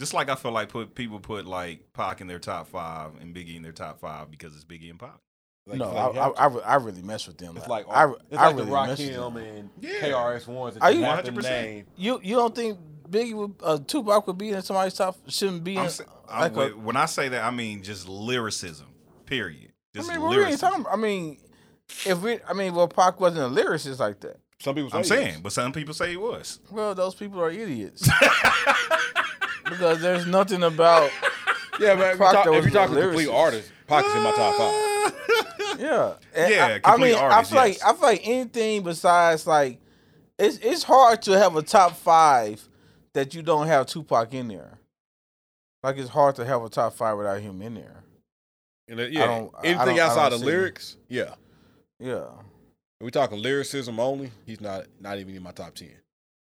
[SPEAKER 3] Just like I feel like put people put like Pac in their top five and Biggie in their top five because it's Biggie and Pac.
[SPEAKER 4] Like,
[SPEAKER 2] no,
[SPEAKER 4] like,
[SPEAKER 2] I, I, I, re- I really mess with them.
[SPEAKER 4] it's like
[SPEAKER 2] I, re-
[SPEAKER 4] it's
[SPEAKER 2] I
[SPEAKER 4] like
[SPEAKER 2] really
[SPEAKER 4] the Rock
[SPEAKER 2] mess with them.
[SPEAKER 4] Him and
[SPEAKER 3] Yeah.
[SPEAKER 4] KRS Ones.
[SPEAKER 2] Are
[SPEAKER 4] Are you
[SPEAKER 2] you-
[SPEAKER 3] 100%.
[SPEAKER 4] 100%?
[SPEAKER 2] You, you don't think Biggie would, uh, Tupac would be in somebody's top? Shouldn't be in.
[SPEAKER 3] I'm, s- I'm,
[SPEAKER 2] like a-
[SPEAKER 3] with- when I say that, I mean just lyricism. Period. Just
[SPEAKER 2] I mean, we ain't
[SPEAKER 3] lyricism.
[SPEAKER 2] talking. I mean, if we, I mean, well, Pac wasn't a lyricist like that.
[SPEAKER 4] Some people say
[SPEAKER 3] I'm
[SPEAKER 4] he
[SPEAKER 3] saying,
[SPEAKER 4] is.
[SPEAKER 3] but some people say he was.
[SPEAKER 2] Well, those people are idiots because there's nothing about.
[SPEAKER 4] Yeah, but
[SPEAKER 2] Pac
[SPEAKER 4] if you're, talk,
[SPEAKER 2] that
[SPEAKER 4] if
[SPEAKER 2] was
[SPEAKER 4] you're talking
[SPEAKER 2] a
[SPEAKER 4] complete
[SPEAKER 2] lyricist.
[SPEAKER 4] artist, Pac is in my top five.
[SPEAKER 2] Yeah, And
[SPEAKER 3] Yeah,
[SPEAKER 2] I, I
[SPEAKER 3] complete
[SPEAKER 2] mean,
[SPEAKER 3] artist,
[SPEAKER 2] I feel
[SPEAKER 3] yes.
[SPEAKER 2] like I feel like anything besides like, it's it's hard to have a top five that you don't have Tupac in there. Like it's hard to have a top five without him in there.
[SPEAKER 4] And, uh, yeah,
[SPEAKER 2] don't- I- I
[SPEAKER 4] anything
[SPEAKER 2] don't- I
[SPEAKER 4] outside
[SPEAKER 2] don't
[SPEAKER 4] of
[SPEAKER 2] see-
[SPEAKER 4] lyrics, yeah.
[SPEAKER 2] Yeah,
[SPEAKER 4] If we talking lyricism only, he's not not even in my top ten.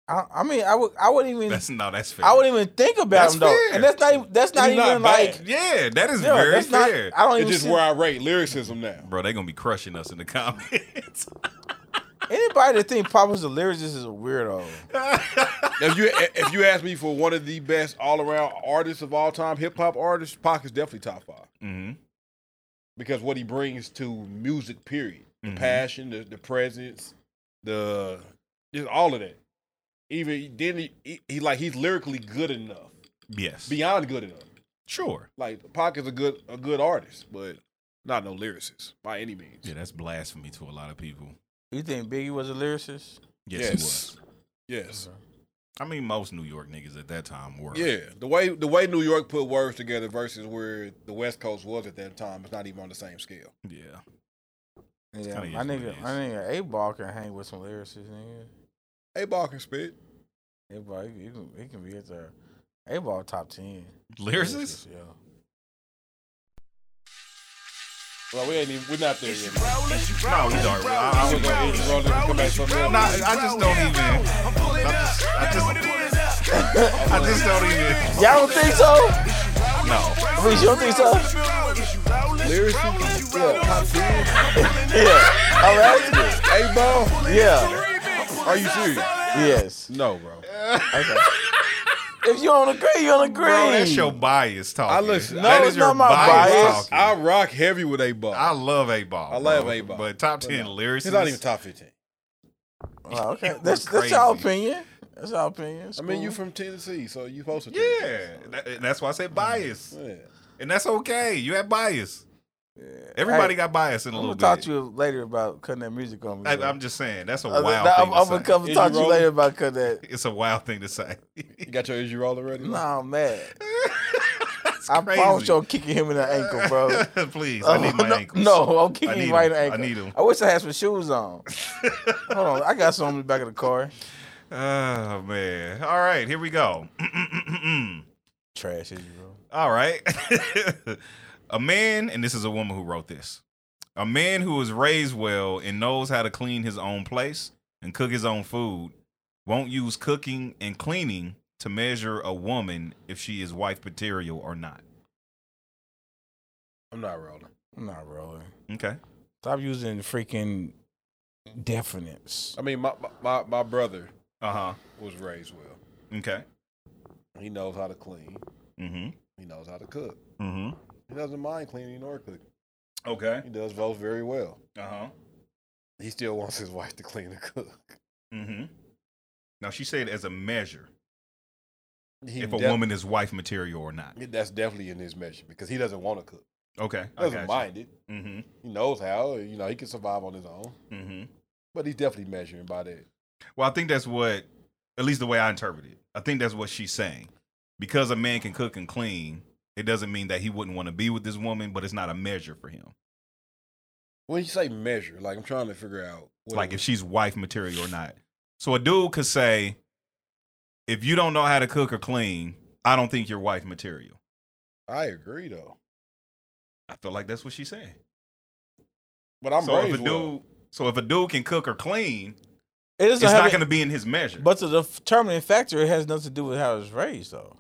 [SPEAKER 2] I, I mean, I would I wouldn't even
[SPEAKER 3] That's no, that's fair.
[SPEAKER 2] I wouldn't even think about
[SPEAKER 3] That's
[SPEAKER 2] him though,
[SPEAKER 3] fair.
[SPEAKER 2] and that's not even- that's not
[SPEAKER 4] It's
[SPEAKER 2] even
[SPEAKER 4] not
[SPEAKER 2] like
[SPEAKER 4] bad.
[SPEAKER 3] yeah, that is
[SPEAKER 2] yeah,
[SPEAKER 3] very
[SPEAKER 2] that's not.
[SPEAKER 3] fair.
[SPEAKER 2] I don't even
[SPEAKER 4] It's just
[SPEAKER 2] see-
[SPEAKER 4] where I rate lyricism now.
[SPEAKER 3] Bro, they gonna be crushing us in the comments.
[SPEAKER 2] anybody that think Pop was a lyricist is a weirdo.
[SPEAKER 3] Mm-hmm.
[SPEAKER 4] If you if you ask me for one of the best all around artists of all time, hip hop artists, Pac is definitely top five
[SPEAKER 3] hmm
[SPEAKER 4] because what he brings to music, period, the
[SPEAKER 3] Mhm.
[SPEAKER 4] passion, the, the presence, the just all of that. Even then, he, he, he like he's lyrically good enough,
[SPEAKER 3] Yes.
[SPEAKER 4] beyond good enough.
[SPEAKER 3] sure.
[SPEAKER 4] Like Pac is a good a good artist, but not no lyricist by any means.
[SPEAKER 3] Yeah, that's blasphemy to a lot of people.
[SPEAKER 2] You think Biggie was a lyricist?
[SPEAKER 3] Yes,
[SPEAKER 4] Yes.
[SPEAKER 3] he was.
[SPEAKER 4] Yes.
[SPEAKER 3] I mean, most New York niggas at that time were.
[SPEAKER 4] Yeah, the way the way New York put words together versus where the West Coast was at that time is not even on the same scale.
[SPEAKER 3] Yeah.
[SPEAKER 2] Yeah,
[SPEAKER 3] kinda
[SPEAKER 2] my
[SPEAKER 3] is what
[SPEAKER 2] nigga,
[SPEAKER 3] it
[SPEAKER 2] my nigga, A Ball can hang with some lyricists, nigga.
[SPEAKER 4] Hey, Ball can spit.
[SPEAKER 2] A Ball, he, he can, he can be at the A Ball top ten.
[SPEAKER 3] Lyricist?
[SPEAKER 2] yeah.
[SPEAKER 4] Well, we ain't even we're not there yet.
[SPEAKER 3] No, we dark. I, I
[SPEAKER 4] We're
[SPEAKER 3] was
[SPEAKER 4] gonna end rolling and come back to something else.
[SPEAKER 3] Nah, I just don't even. I just, I just, I just don't even.
[SPEAKER 2] Y'all don't think so?
[SPEAKER 3] No.
[SPEAKER 2] I mean, you don't think so?
[SPEAKER 4] Lyricist, yeah, top ten.
[SPEAKER 2] Yeah. I'm asking.
[SPEAKER 4] Hey, Ball,
[SPEAKER 2] you. Yeah.
[SPEAKER 4] are you serious?
[SPEAKER 2] Yes.
[SPEAKER 4] No, bro.
[SPEAKER 2] Okay. if you don't agree, you don't agree.
[SPEAKER 3] Bro, that's your bias talking.
[SPEAKER 4] I listen-
[SPEAKER 3] That
[SPEAKER 4] No,
[SPEAKER 3] is
[SPEAKER 2] it's
[SPEAKER 3] your
[SPEAKER 2] not my bias.
[SPEAKER 3] talking.
[SPEAKER 4] I rock heavy with A Ball.
[SPEAKER 3] I love A Ball.
[SPEAKER 4] I love A-Ball.
[SPEAKER 3] But top 10
[SPEAKER 4] no.
[SPEAKER 3] lyricists.
[SPEAKER 4] He's not even top fifteen.
[SPEAKER 2] Wow, Oh, okay.
[SPEAKER 3] We're
[SPEAKER 2] That's that's your
[SPEAKER 3] crazy.
[SPEAKER 2] opinion. That's your opinion. It's
[SPEAKER 4] I mean,
[SPEAKER 2] cool.
[SPEAKER 4] you from Tennessee, so you supposed to.
[SPEAKER 3] Yeah. That- that's why I said bias.
[SPEAKER 4] Tennessee. Yeah.
[SPEAKER 3] And that's okay. You have bias. Everybody
[SPEAKER 2] Hey,
[SPEAKER 3] got bias in a
[SPEAKER 2] I'm
[SPEAKER 3] little
[SPEAKER 2] gonna
[SPEAKER 3] bit.
[SPEAKER 2] talk to you later about cutting that music on me.
[SPEAKER 3] I,
[SPEAKER 2] bro.
[SPEAKER 3] I'm just saying. That's a
[SPEAKER 2] I-
[SPEAKER 3] wild
[SPEAKER 2] I'm,
[SPEAKER 3] thing
[SPEAKER 2] I'm
[SPEAKER 3] to
[SPEAKER 2] gonna
[SPEAKER 3] say.
[SPEAKER 2] come
[SPEAKER 4] Is
[SPEAKER 2] talk
[SPEAKER 4] you
[SPEAKER 2] to you
[SPEAKER 4] rolling?
[SPEAKER 2] later about cutting that.
[SPEAKER 3] It's a wild thing to say.
[SPEAKER 4] You got your is you roll already?
[SPEAKER 2] No, I'm mad.
[SPEAKER 3] That's
[SPEAKER 2] I
[SPEAKER 3] crazy.
[SPEAKER 2] promise you, I'm kicking him in the ankle, bro. Uh, Oh,
[SPEAKER 3] Please, I need my
[SPEAKER 2] no,
[SPEAKER 3] ankles.
[SPEAKER 2] No, I'm
[SPEAKER 3] I
[SPEAKER 2] kicking
[SPEAKER 3] need
[SPEAKER 2] him right in
[SPEAKER 3] 'em.
[SPEAKER 2] the
[SPEAKER 3] I
[SPEAKER 2] ankle.
[SPEAKER 3] need 'em.
[SPEAKER 2] I wish I had some shoes on. Hold on, I got some in the back of the car.
[SPEAKER 3] Oh man. All right, here we go.
[SPEAKER 2] Trash is bro.
[SPEAKER 3] All right. a man, and this is a woman who wrote this. A man who was raised well and knows how to clean his own place and cook his own food won't use cooking and cleaning to measure a woman if she is wife material or not.
[SPEAKER 4] I'm not rolling.
[SPEAKER 2] I'm not rolling.
[SPEAKER 3] Okay.
[SPEAKER 2] Stop using freaking definites.
[SPEAKER 4] I mean, my my- my, my brother
[SPEAKER 3] Uh huh.
[SPEAKER 4] was raised well.
[SPEAKER 3] Okay.
[SPEAKER 4] He knows how to clean.
[SPEAKER 3] Mm
[SPEAKER 4] He knows how to cook.
[SPEAKER 3] hmm. Mm
[SPEAKER 4] He doesn't mind cleaning or cooking.
[SPEAKER 3] hmm. Okay.
[SPEAKER 4] He does both very well.
[SPEAKER 3] Uh huh.
[SPEAKER 4] He still wants his wife to clean and cook.
[SPEAKER 3] Mm hmm. Now she said as a measure
[SPEAKER 4] He
[SPEAKER 3] if a
[SPEAKER 4] def-
[SPEAKER 3] woman is wife material or not.
[SPEAKER 4] that's definitely in his measure because he doesn't want to cook.
[SPEAKER 3] Okay.
[SPEAKER 4] He doesn't mind it.
[SPEAKER 3] Mm
[SPEAKER 4] He knows how. You know, he can survive on his own.
[SPEAKER 3] hmm. Mm hmm.
[SPEAKER 4] But he's definitely measuring by that.
[SPEAKER 3] Well, I think that's what, at least the way I interpret it, I think that's what she's saying. Because a man can cook and clean, It doesn't mean that he wouldn't want to be with this woman, but it's not a measure for him.
[SPEAKER 4] When you say measure, like I'm trying to figure out. What
[SPEAKER 3] like
[SPEAKER 4] it
[SPEAKER 3] if
[SPEAKER 4] was-
[SPEAKER 3] she's wife material or not. So a dude could say, if you don't know how to cook or clean, I don't think you're wife material.
[SPEAKER 4] I agree though,
[SPEAKER 3] I feel like that's what she's saying.
[SPEAKER 4] but I'm
[SPEAKER 3] so if a dude,
[SPEAKER 4] raised well.
[SPEAKER 3] so if a dude can cook or clean,
[SPEAKER 2] It
[SPEAKER 3] it's
[SPEAKER 2] doesn't have
[SPEAKER 3] not
[SPEAKER 2] it-
[SPEAKER 3] going to be in his measure.
[SPEAKER 2] But to the determining factor, it has nothing to do with how it's raised, though.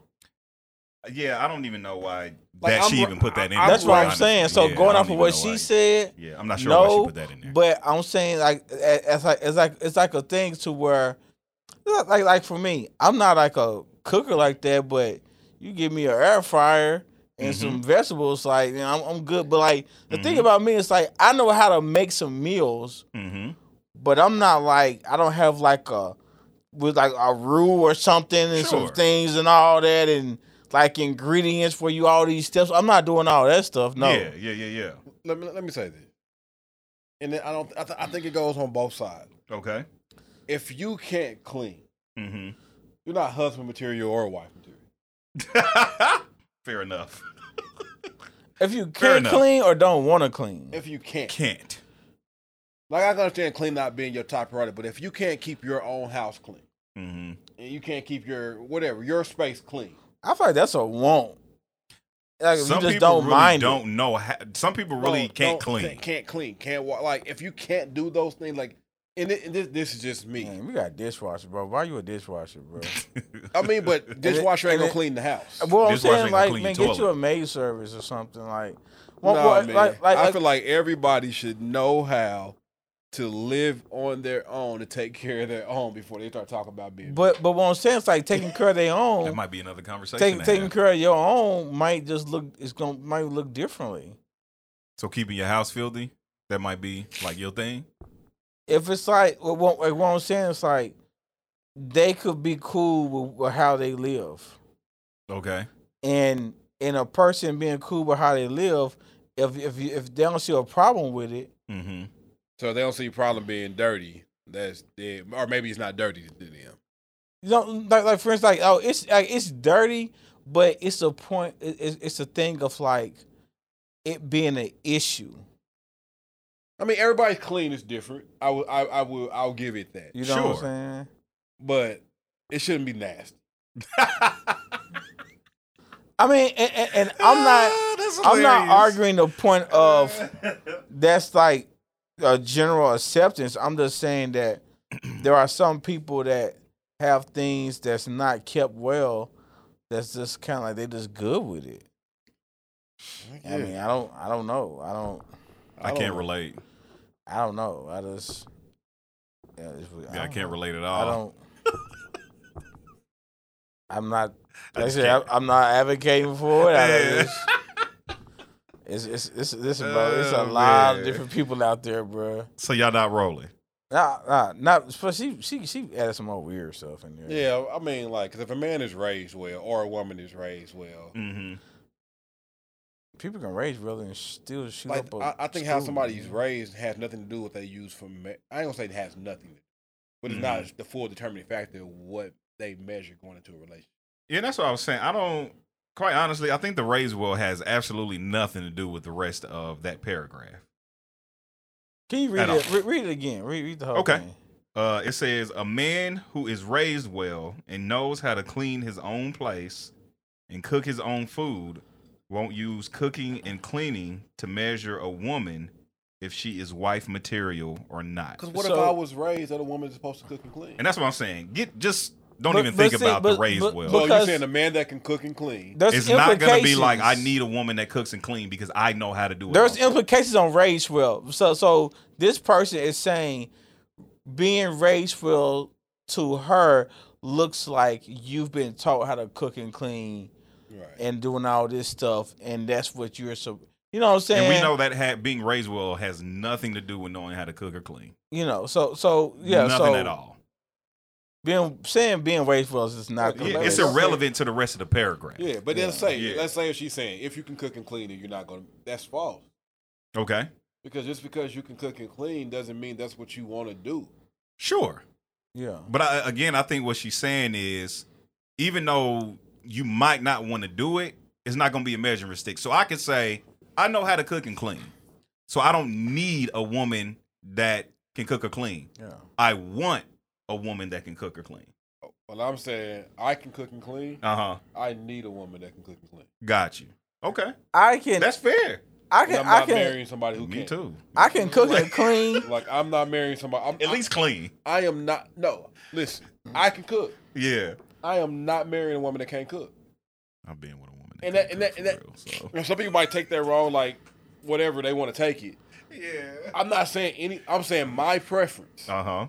[SPEAKER 3] yeah, I don't even know why
[SPEAKER 4] Like,
[SPEAKER 3] that
[SPEAKER 4] I'm
[SPEAKER 3] she
[SPEAKER 4] ra-
[SPEAKER 3] even put that in.
[SPEAKER 4] I'm
[SPEAKER 3] there,
[SPEAKER 2] That's what I'm
[SPEAKER 3] honestly.
[SPEAKER 2] saying. So
[SPEAKER 3] Yeah, I
[SPEAKER 2] going
[SPEAKER 3] don't
[SPEAKER 2] off of
[SPEAKER 3] even
[SPEAKER 2] what
[SPEAKER 3] know
[SPEAKER 2] she
[SPEAKER 3] why-
[SPEAKER 2] said,
[SPEAKER 3] yeah, I'm not sure why she
[SPEAKER 2] no,
[SPEAKER 3] put that in there.
[SPEAKER 2] but I'm saying like a- it's like it's like it's like a thing to where like like, like for me, I'm not like a cooker like that, but you give me an air fryer and
[SPEAKER 3] Mm-hmm.
[SPEAKER 2] some vegetables, like you know, I'm, I'm good. But like the thing
[SPEAKER 3] Mhm.
[SPEAKER 2] about me is like I know how to make some meals,
[SPEAKER 3] hmm
[SPEAKER 2] but I'm not like I don't have like a with like a rule or something and some
[SPEAKER 3] Sure.
[SPEAKER 2] things and all that and like ingredients for you all these steps. I'm not doing all that stuff. No.
[SPEAKER 3] Yeah, yeah, yeah,
[SPEAKER 4] let me let me say this, and then I don't. I, th- I think it goes on both sides.
[SPEAKER 3] yeah. Okay.
[SPEAKER 4] If you can't clean,
[SPEAKER 3] hmm
[SPEAKER 4] you're not husband material or wife material.
[SPEAKER 3] Fair enough.
[SPEAKER 2] If you
[SPEAKER 3] Fair
[SPEAKER 2] can't
[SPEAKER 3] enough.
[SPEAKER 2] clean or don't want to clean.
[SPEAKER 4] If you can't,
[SPEAKER 3] Can't.
[SPEAKER 4] like I can understand clean not being your top priority, but if you can't keep your own house clean
[SPEAKER 3] hmm
[SPEAKER 4] and you can't keep your whatever your space clean,
[SPEAKER 2] I feel like that's a won't. Like if
[SPEAKER 3] Some
[SPEAKER 2] you just
[SPEAKER 3] people
[SPEAKER 2] don't
[SPEAKER 3] really
[SPEAKER 2] mind. it.
[SPEAKER 3] don't know. How, some people really
[SPEAKER 4] don't-
[SPEAKER 3] can't
[SPEAKER 4] don't-
[SPEAKER 3] clean.
[SPEAKER 4] can't, can't clean, can't walk. Like if you can't do those things, like and, it, and this this is just me.
[SPEAKER 2] Man, we got dishwasher, bro. Why you a dishwasher, bro?
[SPEAKER 4] I mean, but dishwasher ain't
[SPEAKER 2] and
[SPEAKER 4] gonna
[SPEAKER 2] it-
[SPEAKER 4] clean the house.
[SPEAKER 2] well, I'm
[SPEAKER 3] Dishwasher
[SPEAKER 2] saying
[SPEAKER 3] ain't gonna
[SPEAKER 2] like,
[SPEAKER 3] clean
[SPEAKER 2] man,
[SPEAKER 3] your
[SPEAKER 2] get you
[SPEAKER 3] toilet.
[SPEAKER 2] a maid service or something like.
[SPEAKER 4] No,
[SPEAKER 2] Well, well,
[SPEAKER 4] man.
[SPEAKER 2] like, like,
[SPEAKER 4] I
[SPEAKER 2] like-
[SPEAKER 4] feel like everybody should know how to live on their own and take care of their own before they start talking about being.
[SPEAKER 2] but but what I'm saying is like taking care of their
[SPEAKER 3] that
[SPEAKER 2] own,
[SPEAKER 3] might be another conversation.
[SPEAKER 2] taking
[SPEAKER 3] to
[SPEAKER 2] taking
[SPEAKER 3] have.
[SPEAKER 2] care of your own might just look it's gonna might look differently.
[SPEAKER 3] so keeping your house filthy, that might be like your thing.
[SPEAKER 2] If it's like what, what, like what I'm saying is like they could be cool with, with how they live.
[SPEAKER 3] Okay.
[SPEAKER 2] and and a person being cool with how they live, if if you- if they don't see a problem with it,
[SPEAKER 3] hmm
[SPEAKER 4] so they don't see a problem being dirty. That's dead. or maybe it's not dirty to them.
[SPEAKER 2] you know, like like for instance, like oh, it's like it's dirty, but it's a point, it, it's it's a thing of like it being an issue.
[SPEAKER 4] I mean, everybody's clean is different. I will, I, I will, I'll give it that.
[SPEAKER 2] You know what
[SPEAKER 3] Sure.
[SPEAKER 2] I'm saying?
[SPEAKER 4] But it shouldn't be nasty.
[SPEAKER 2] I mean, and, and, and I'm not I'm not arguing the point of that's like a general acceptance. I'm just saying that there are some people that have things that's not kept well. That's just kind of like they just good with it. I mean, I don't, I don't know. I don't,
[SPEAKER 3] I
[SPEAKER 4] don't
[SPEAKER 3] can't
[SPEAKER 4] know.
[SPEAKER 3] relate.
[SPEAKER 2] I don't know. I just, yeah, it's really-
[SPEAKER 3] I
[SPEAKER 2] don't
[SPEAKER 3] can't
[SPEAKER 2] know.
[SPEAKER 3] relate at
[SPEAKER 2] I
[SPEAKER 3] all.
[SPEAKER 2] don't. I'm not.
[SPEAKER 3] I
[SPEAKER 2] like I
[SPEAKER 3] just
[SPEAKER 2] said, I-
[SPEAKER 3] can't.
[SPEAKER 2] I'm not advocating for it. I don't-
[SPEAKER 3] Yeah.
[SPEAKER 2] it's- It's it's it's listen, bro. It's a
[SPEAKER 3] Oh,
[SPEAKER 2] lot
[SPEAKER 3] man.
[SPEAKER 2] of different people out there, bro.
[SPEAKER 3] So y'all not rolling.
[SPEAKER 2] Nah, nah, not. But she she she added some more weird stuff in there.
[SPEAKER 4] Yeah, I mean, like, 'cause if a man is raised well or a woman is raised well,
[SPEAKER 2] Mm.
[SPEAKER 3] hmm
[SPEAKER 2] people can raise really and still shoot
[SPEAKER 4] like,
[SPEAKER 2] up. a
[SPEAKER 4] I, I think how
[SPEAKER 2] school,
[SPEAKER 4] somebody's
[SPEAKER 2] man.
[SPEAKER 4] raised has nothing to do with what they use for. Me- I ain't gonna say it has nothing, but it's
[SPEAKER 2] Mm-hmm.
[SPEAKER 4] not the full determining factor of what they measure going into a relationship.
[SPEAKER 3] Yeah, that's what I was saying. I don't. Quite honestly, I think the raise will has absolutely nothing to do with the rest of that paragraph.
[SPEAKER 2] Can you read
[SPEAKER 3] at
[SPEAKER 2] it?
[SPEAKER 3] all.
[SPEAKER 2] Re- read it again. Read, read the whole
[SPEAKER 3] Okay.
[SPEAKER 2] thing.
[SPEAKER 3] Uh, it says a man who is raised well and knows how to clean his own place and cook his own food won't use cooking and cleaning to measure a woman if she is wife material or not.
[SPEAKER 4] Because what if
[SPEAKER 2] So-
[SPEAKER 4] I was raised that a woman is supposed to cook and clean?
[SPEAKER 3] And that's what I'm saying. Get just don't
[SPEAKER 2] But-
[SPEAKER 3] even
[SPEAKER 2] but
[SPEAKER 3] think
[SPEAKER 2] see-
[SPEAKER 3] about
[SPEAKER 2] but-
[SPEAKER 3] the raised
[SPEAKER 2] but-
[SPEAKER 3] well.
[SPEAKER 4] so you're
[SPEAKER 2] because-
[SPEAKER 4] saying a man that can cook and clean?
[SPEAKER 2] There's
[SPEAKER 3] it's not gonna be like I
[SPEAKER 2] implications.
[SPEAKER 3] need a woman that cooks and clean because I know how to do it.
[SPEAKER 2] There's
[SPEAKER 3] also.
[SPEAKER 2] implications on race well. So so this person is saying being race well to her looks like you've been taught how to cook and clean
[SPEAKER 4] Right.
[SPEAKER 2] and doing all this stuff, and that's what you're so. You know what I'm saying?
[SPEAKER 3] and we know that ha- being raised well has nothing to do with knowing how to cook or clean.
[SPEAKER 2] You know, so so yeah,
[SPEAKER 3] nothing
[SPEAKER 2] so
[SPEAKER 3] at all.
[SPEAKER 2] being saying being race well is just not.
[SPEAKER 4] Yeah,
[SPEAKER 3] Yeah,
[SPEAKER 2] gonna
[SPEAKER 3] it's
[SPEAKER 2] be-
[SPEAKER 4] irrelevant.
[SPEAKER 3] irrelevant to the rest of the paragraph.
[SPEAKER 4] Yeah, but then
[SPEAKER 2] Yeah.
[SPEAKER 4] say,
[SPEAKER 3] Yeah.
[SPEAKER 4] let's say if she's saying if you can cook and clean, then you're not going. to That's false.
[SPEAKER 3] Okay.
[SPEAKER 4] Because just because you can cook and clean doesn't mean that's what you want to do.
[SPEAKER 3] Sure.
[SPEAKER 2] Yeah.
[SPEAKER 3] But I, again, I think what she's saying is even though you might not want to do it, it's not gonna be a measuring stick. So I could say I know how to cook and clean. So I don't need a woman that can cook or clean.
[SPEAKER 2] Yeah.
[SPEAKER 3] I want a woman that can cook or clean.
[SPEAKER 4] Well, I'm saying I can cook and clean.
[SPEAKER 3] Uh huh.
[SPEAKER 4] I need a woman that can cook and clean.
[SPEAKER 3] Got you. Okay,
[SPEAKER 2] I can.
[SPEAKER 3] that's fair.
[SPEAKER 2] I
[SPEAKER 4] And
[SPEAKER 2] can.
[SPEAKER 4] I'm
[SPEAKER 2] I
[SPEAKER 4] not
[SPEAKER 2] can.
[SPEAKER 4] marrying somebody who
[SPEAKER 3] Me
[SPEAKER 4] can't.
[SPEAKER 3] too.
[SPEAKER 2] I can cook and clean.
[SPEAKER 4] Like I'm not marrying somebody. I'm,
[SPEAKER 3] At least Mm-hmm. clean.
[SPEAKER 4] I, I am not. No, listen. I can cook.
[SPEAKER 3] Yeah.
[SPEAKER 4] I am not marrying a woman that can't cook.
[SPEAKER 3] I've been with a woman.
[SPEAKER 4] And
[SPEAKER 3] can
[SPEAKER 4] that-
[SPEAKER 3] cook
[SPEAKER 4] and that-
[SPEAKER 3] for real,
[SPEAKER 4] And some people might take that wrong. Like whatever they want to take it.
[SPEAKER 3] so.
[SPEAKER 4] I'm not saying any. I'm saying my preference
[SPEAKER 3] Yeah. Uh huh.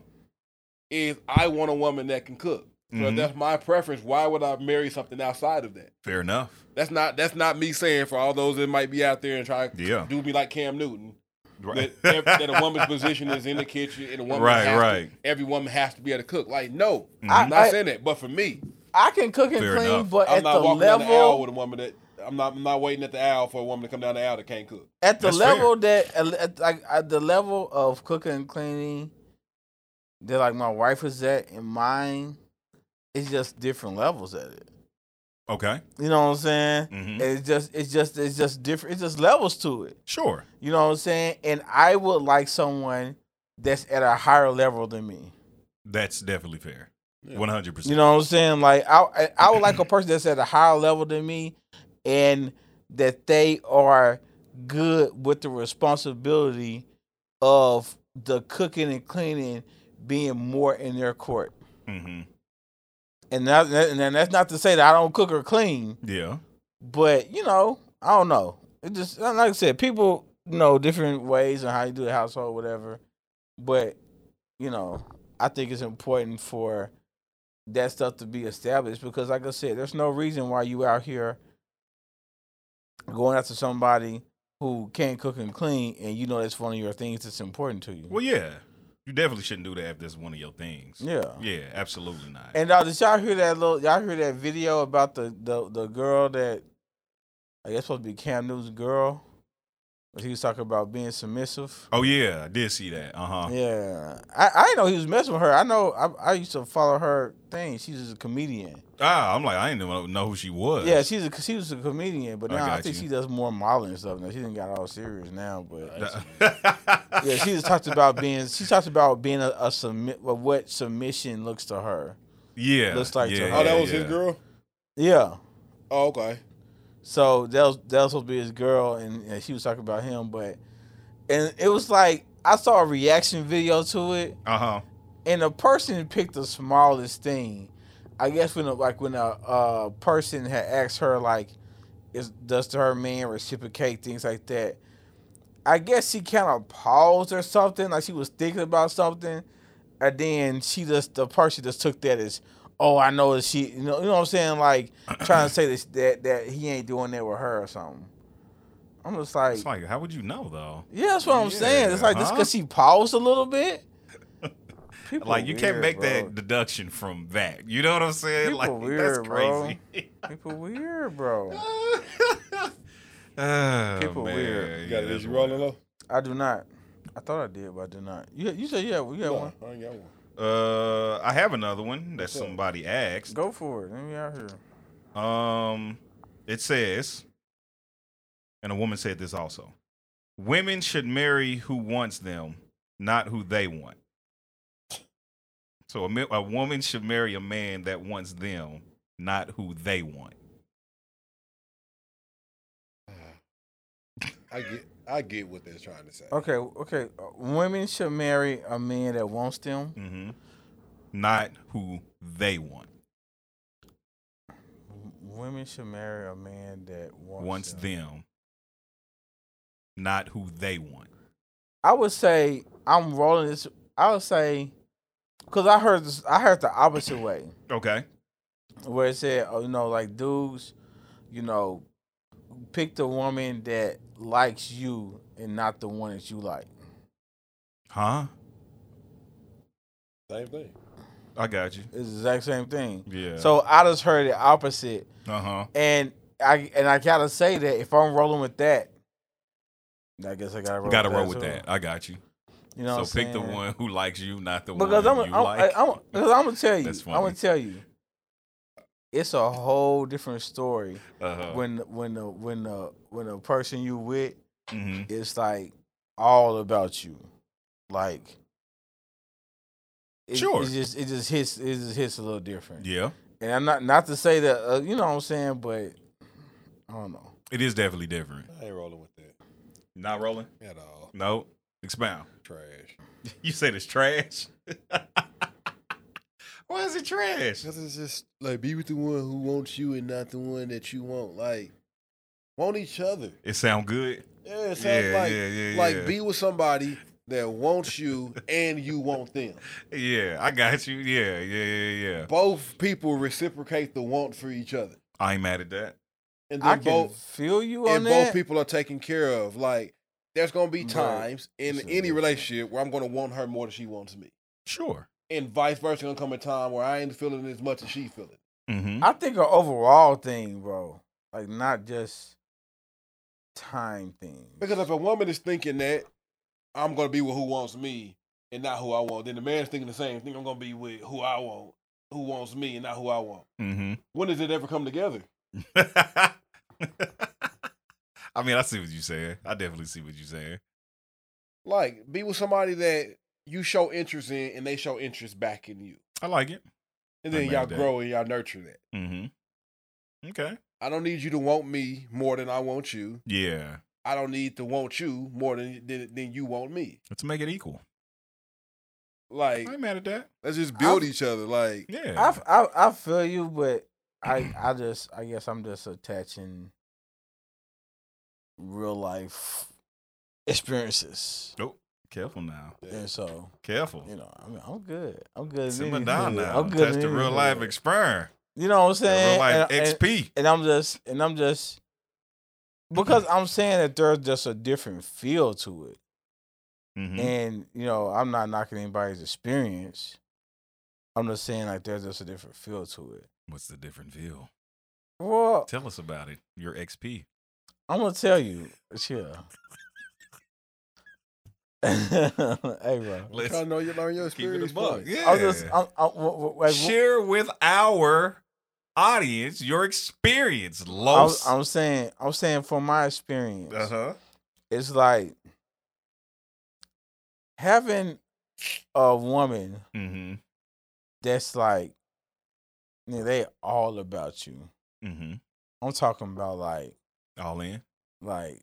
[SPEAKER 4] is I want a woman that can cook. So if
[SPEAKER 3] Mhm.
[SPEAKER 4] that's my preference. Why would I marry something outside of that?
[SPEAKER 3] Fair enough.
[SPEAKER 4] That's not that's not me saying for all those that might be out there and try to
[SPEAKER 3] Yeah.
[SPEAKER 4] do me like Cam Newton.
[SPEAKER 3] Right.
[SPEAKER 4] That, ev- that a woman's position is in the kitchen and a woman
[SPEAKER 3] Right,
[SPEAKER 4] has to-
[SPEAKER 3] right.
[SPEAKER 4] every woman has to be able to cook. Like no,
[SPEAKER 2] I-
[SPEAKER 4] I'm not
[SPEAKER 2] I-
[SPEAKER 4] saying that. But for me,
[SPEAKER 2] I can cook and
[SPEAKER 3] Fair
[SPEAKER 2] clean,
[SPEAKER 3] enough.
[SPEAKER 2] but
[SPEAKER 4] I'm
[SPEAKER 2] at
[SPEAKER 4] not
[SPEAKER 2] the
[SPEAKER 4] walking down the aisle
[SPEAKER 2] level
[SPEAKER 4] with a woman that I'm not I'm not waiting at the aisle for a woman to come down the aisle that can't cook.
[SPEAKER 2] at the
[SPEAKER 3] That's
[SPEAKER 2] level that at, at, like, at the level of cooking and cleaning that like my wife is at and mine it's just different levels at it
[SPEAKER 3] Okay.
[SPEAKER 2] you know what i'm saying
[SPEAKER 3] Mhm.
[SPEAKER 2] it's just it's just it's just different it's just levels to it
[SPEAKER 3] Sure.
[SPEAKER 2] you know what i'm saying and i would like someone that's at a higher level than me
[SPEAKER 3] That's definitely fair. One hundred
[SPEAKER 2] you
[SPEAKER 3] percent.
[SPEAKER 2] know what i'm saying like i I- i would like a person that's at a higher level than me and that they are good with the responsibility of the cooking and cleaning being more in their court.
[SPEAKER 3] hmm
[SPEAKER 2] And that, and that- that's not to say that I don't cook or clean,
[SPEAKER 3] Yeah.
[SPEAKER 2] but you know, I don't know. It just like I said, people know different ways and how you do the household, whatever. But you know, I think it's important for that stuff to be established because, like I said, there's no reason why you out here going after somebody who can't cook and clean, and you know that's one of your things that's important to you.
[SPEAKER 3] Well, yeah. You definitely shouldn't do that if that's one of your things.
[SPEAKER 2] Yeah.
[SPEAKER 3] Yeah. Absolutely not.
[SPEAKER 2] And uh, did y'all hear that little? Y'all hear that video about the the, the girl that I guess supposed to be Cam Newton's girl? But he was talking about being submissive.
[SPEAKER 3] oh yeah, I did see that. Uh huh.
[SPEAKER 2] Yeah, I I didn't know he was messing with her. I know I I used to follow her thing. She's just a comedian.
[SPEAKER 3] Ah, I'm like I didn't even know who she was.
[SPEAKER 2] Yeah, she's a she was a comedian, but
[SPEAKER 3] I
[SPEAKER 2] now I,
[SPEAKER 3] got
[SPEAKER 2] think
[SPEAKER 3] you.
[SPEAKER 2] she does more modeling and stuff. Now she didn't got all serious now, but
[SPEAKER 3] That-
[SPEAKER 2] yeah, she just talked about being she talked about being a, a submit what submission looks to her.
[SPEAKER 3] yeah.
[SPEAKER 2] Looks like to
[SPEAKER 3] yeah,
[SPEAKER 2] her.
[SPEAKER 4] oh, that
[SPEAKER 3] yeah,
[SPEAKER 4] was his
[SPEAKER 3] yeah.
[SPEAKER 4] girl.
[SPEAKER 2] Yeah.
[SPEAKER 4] Oh, okay.
[SPEAKER 2] So that was that was supposed to be his girl, and, and she was talking about him. But and it was like I saw a reaction video to it,
[SPEAKER 3] Uh huh.
[SPEAKER 2] and the person picked the smallest thing. I guess when a, like when a, uh person had asked her like, is does her man reciprocate things like that? I guess she kind of paused or something, like she was thinking about something, and then she just the person just took that as, oh, I know that she, you know, you know what I'm saying, like trying to say this, that that he ain't doing that with her or something. I'm just like,
[SPEAKER 3] It's like how would you know though?
[SPEAKER 2] yeah, that's what I'm saying. It's like just
[SPEAKER 3] Yeah,
[SPEAKER 2] because she paused a little bit. People
[SPEAKER 3] Like you can't
[SPEAKER 2] weird,
[SPEAKER 3] make
[SPEAKER 2] bro.
[SPEAKER 3] that deduction from that. You know what I'm saying?
[SPEAKER 2] People
[SPEAKER 3] like that's
[SPEAKER 2] weird, bro.
[SPEAKER 3] crazy.
[SPEAKER 2] People weird, bro.
[SPEAKER 3] Oh,
[SPEAKER 2] People
[SPEAKER 3] man.
[SPEAKER 2] weird.
[SPEAKER 4] You
[SPEAKER 3] Yeah,
[SPEAKER 4] got it.
[SPEAKER 3] that's
[SPEAKER 4] Is you
[SPEAKER 3] wild.
[SPEAKER 4] rolling low?
[SPEAKER 2] I do not. I thought I did, but I do not. You you said yeah, we got
[SPEAKER 4] No,
[SPEAKER 2] one.
[SPEAKER 4] I ain't got one.
[SPEAKER 3] Uh, I have another one that
[SPEAKER 4] What's up?
[SPEAKER 3] somebody asked.
[SPEAKER 2] Go for it. Let me out here.
[SPEAKER 3] Um, it says, and a woman said this also: women should marry who wants them, not who they want. So a, mi- a woman should marry a man that wants them, not who they want.
[SPEAKER 4] I get I get what they're trying to say.
[SPEAKER 2] Okay, okay. uh, Women should marry a man that wants them.
[SPEAKER 3] hmm Not who they want.
[SPEAKER 2] W- Women should marry a man that wants,
[SPEAKER 3] Wants them, not who they want.
[SPEAKER 2] I would say I'm rolling this. I would say because I heard this. I heard the opposite way
[SPEAKER 3] Okay.
[SPEAKER 2] where it said, oh, you know, like dudes, you know, pick the woman that likes you and not the one that you like.
[SPEAKER 3] Huh?
[SPEAKER 4] Same thing.
[SPEAKER 3] I got you.
[SPEAKER 2] It's the exact same thing.
[SPEAKER 3] Yeah.
[SPEAKER 2] So I just heard the opposite,
[SPEAKER 3] Uh huh.
[SPEAKER 2] and I and I gotta say that if I'm rolling with that, I guess I gotta roll.
[SPEAKER 3] Gotta
[SPEAKER 2] with
[SPEAKER 3] roll
[SPEAKER 2] that
[SPEAKER 3] with
[SPEAKER 2] too.
[SPEAKER 3] that. I got you.
[SPEAKER 2] You know, what
[SPEAKER 3] so
[SPEAKER 2] I'm
[SPEAKER 3] pick the
[SPEAKER 2] saying?
[SPEAKER 3] one who likes you, not the
[SPEAKER 2] because
[SPEAKER 3] one
[SPEAKER 2] I'm
[SPEAKER 3] you
[SPEAKER 2] I'm,
[SPEAKER 3] like.
[SPEAKER 2] I'm, because I'm gonna tell you,
[SPEAKER 3] That's
[SPEAKER 2] I'm gonna
[SPEAKER 3] funny.
[SPEAKER 2] tell you, it's a whole different story
[SPEAKER 3] Uh-huh.
[SPEAKER 2] when when the when the when the person you with
[SPEAKER 3] Mhm.
[SPEAKER 2] it's like all about you. Like it,
[SPEAKER 3] Sure.
[SPEAKER 2] it just it just hits it just hits a little different.
[SPEAKER 3] Yeah,
[SPEAKER 2] And I'm not not to say that uh, you know what I'm saying, but I don't know.
[SPEAKER 3] it is definitely different.
[SPEAKER 4] I ain't rolling with that
[SPEAKER 3] Not rolling?
[SPEAKER 4] at all.
[SPEAKER 3] No. Expound.
[SPEAKER 4] Trash.
[SPEAKER 3] You said it's trash. Why is it trash?
[SPEAKER 5] Because it's just like be with the one who wants you and not the one that you want. Like, want each other.
[SPEAKER 3] It sound good.
[SPEAKER 5] Yeah, it sounds
[SPEAKER 3] Yeah,
[SPEAKER 5] like
[SPEAKER 3] yeah, yeah,
[SPEAKER 5] like
[SPEAKER 3] yeah.
[SPEAKER 5] be with somebody that wants you and you want them.
[SPEAKER 3] Yeah, I got you. Yeah, yeah, yeah, yeah.
[SPEAKER 5] Both people reciprocate the want for each other,
[SPEAKER 3] I ain't mad at that.
[SPEAKER 5] and
[SPEAKER 2] I
[SPEAKER 5] then
[SPEAKER 2] can
[SPEAKER 5] both
[SPEAKER 2] feel you on
[SPEAKER 5] and both
[SPEAKER 2] that.
[SPEAKER 5] people are taken care of. Like, there's gonna be
[SPEAKER 2] Right.
[SPEAKER 5] times in
[SPEAKER 2] This is
[SPEAKER 5] any
[SPEAKER 2] different.
[SPEAKER 5] relationship where I'm gonna want her more than she wants me,
[SPEAKER 3] Sure.
[SPEAKER 5] and vice versa. Gonna come a time where I ain't feeling as much as she feeling. Hmm?
[SPEAKER 3] Mm-hmm.
[SPEAKER 2] I think an overall thing, bro. Like not just time thing.
[SPEAKER 5] Because if a woman is thinking that I'm gonna be with who wants me and not who I want, then the man's thinking the same thing. I'm gonna be with who I want, who wants me and not who I want.
[SPEAKER 3] Mm-hmm.
[SPEAKER 5] When does it ever come together?
[SPEAKER 3] I mean, I see what you're saying. I definitely see what you're saying.
[SPEAKER 5] Like, be with somebody that you show interest in and they show interest back in you.
[SPEAKER 3] I like it.
[SPEAKER 5] And
[SPEAKER 3] I
[SPEAKER 5] then
[SPEAKER 3] made
[SPEAKER 5] y'all
[SPEAKER 3] that.
[SPEAKER 5] grow and y'all nurture that.
[SPEAKER 3] Mm-hmm. Okay.
[SPEAKER 5] I don't need you to want me more than I want you.
[SPEAKER 3] Yeah.
[SPEAKER 5] I don't need to want you more than than, than you want me.
[SPEAKER 3] Let's make it equal.
[SPEAKER 5] Like,
[SPEAKER 3] I ain't mad at that.
[SPEAKER 5] let's just build
[SPEAKER 2] I've-
[SPEAKER 5] each other. Like,
[SPEAKER 3] Yeah.
[SPEAKER 2] I, f- I I feel you, but I I just I guess I'm just attaching real life experiences,
[SPEAKER 3] oh, careful now.
[SPEAKER 2] and so
[SPEAKER 3] Careful.
[SPEAKER 2] you know I mean, I'm good. I'm good. in
[SPEAKER 3] Simmer
[SPEAKER 2] any
[SPEAKER 3] down
[SPEAKER 2] hood.
[SPEAKER 3] now.
[SPEAKER 2] I'm good.
[SPEAKER 3] That's
[SPEAKER 2] in
[SPEAKER 3] the
[SPEAKER 2] any
[SPEAKER 3] real life
[SPEAKER 2] hood.
[SPEAKER 3] experiment.
[SPEAKER 2] You know what I'm
[SPEAKER 3] The
[SPEAKER 2] saying? uh,
[SPEAKER 3] real life
[SPEAKER 2] and, and-
[SPEAKER 3] XP.
[SPEAKER 2] and I'm just and I'm just because I'm saying that there's just a different feel to it.
[SPEAKER 3] Mm-hmm.
[SPEAKER 2] And you know, I'm not knocking anybody's experience. I'm just saying like there's just a different feel to it.
[SPEAKER 3] What's the different feel?
[SPEAKER 2] Well,
[SPEAKER 3] Tell us about it. Your XP.
[SPEAKER 2] I'm gonna tell you, chill. hey, bro.
[SPEAKER 3] Let's
[SPEAKER 5] I know you learn your
[SPEAKER 3] keep it
[SPEAKER 5] experience.
[SPEAKER 3] a buck.
[SPEAKER 5] first.
[SPEAKER 3] Yeah.
[SPEAKER 2] I'm just, I'm, I'm, w- w- like, w-
[SPEAKER 3] Share with our audience your experience,
[SPEAKER 2] I'm,
[SPEAKER 3] Los. Uh-huh.
[SPEAKER 2] I'm saying, I'm saying from my experience,
[SPEAKER 3] huh.
[SPEAKER 2] it's like having a woman
[SPEAKER 3] Mm
[SPEAKER 2] that's like, yeah, they all about you.
[SPEAKER 3] hmm. Mm hmm.
[SPEAKER 2] I'm talking about like,
[SPEAKER 3] All in.
[SPEAKER 2] like,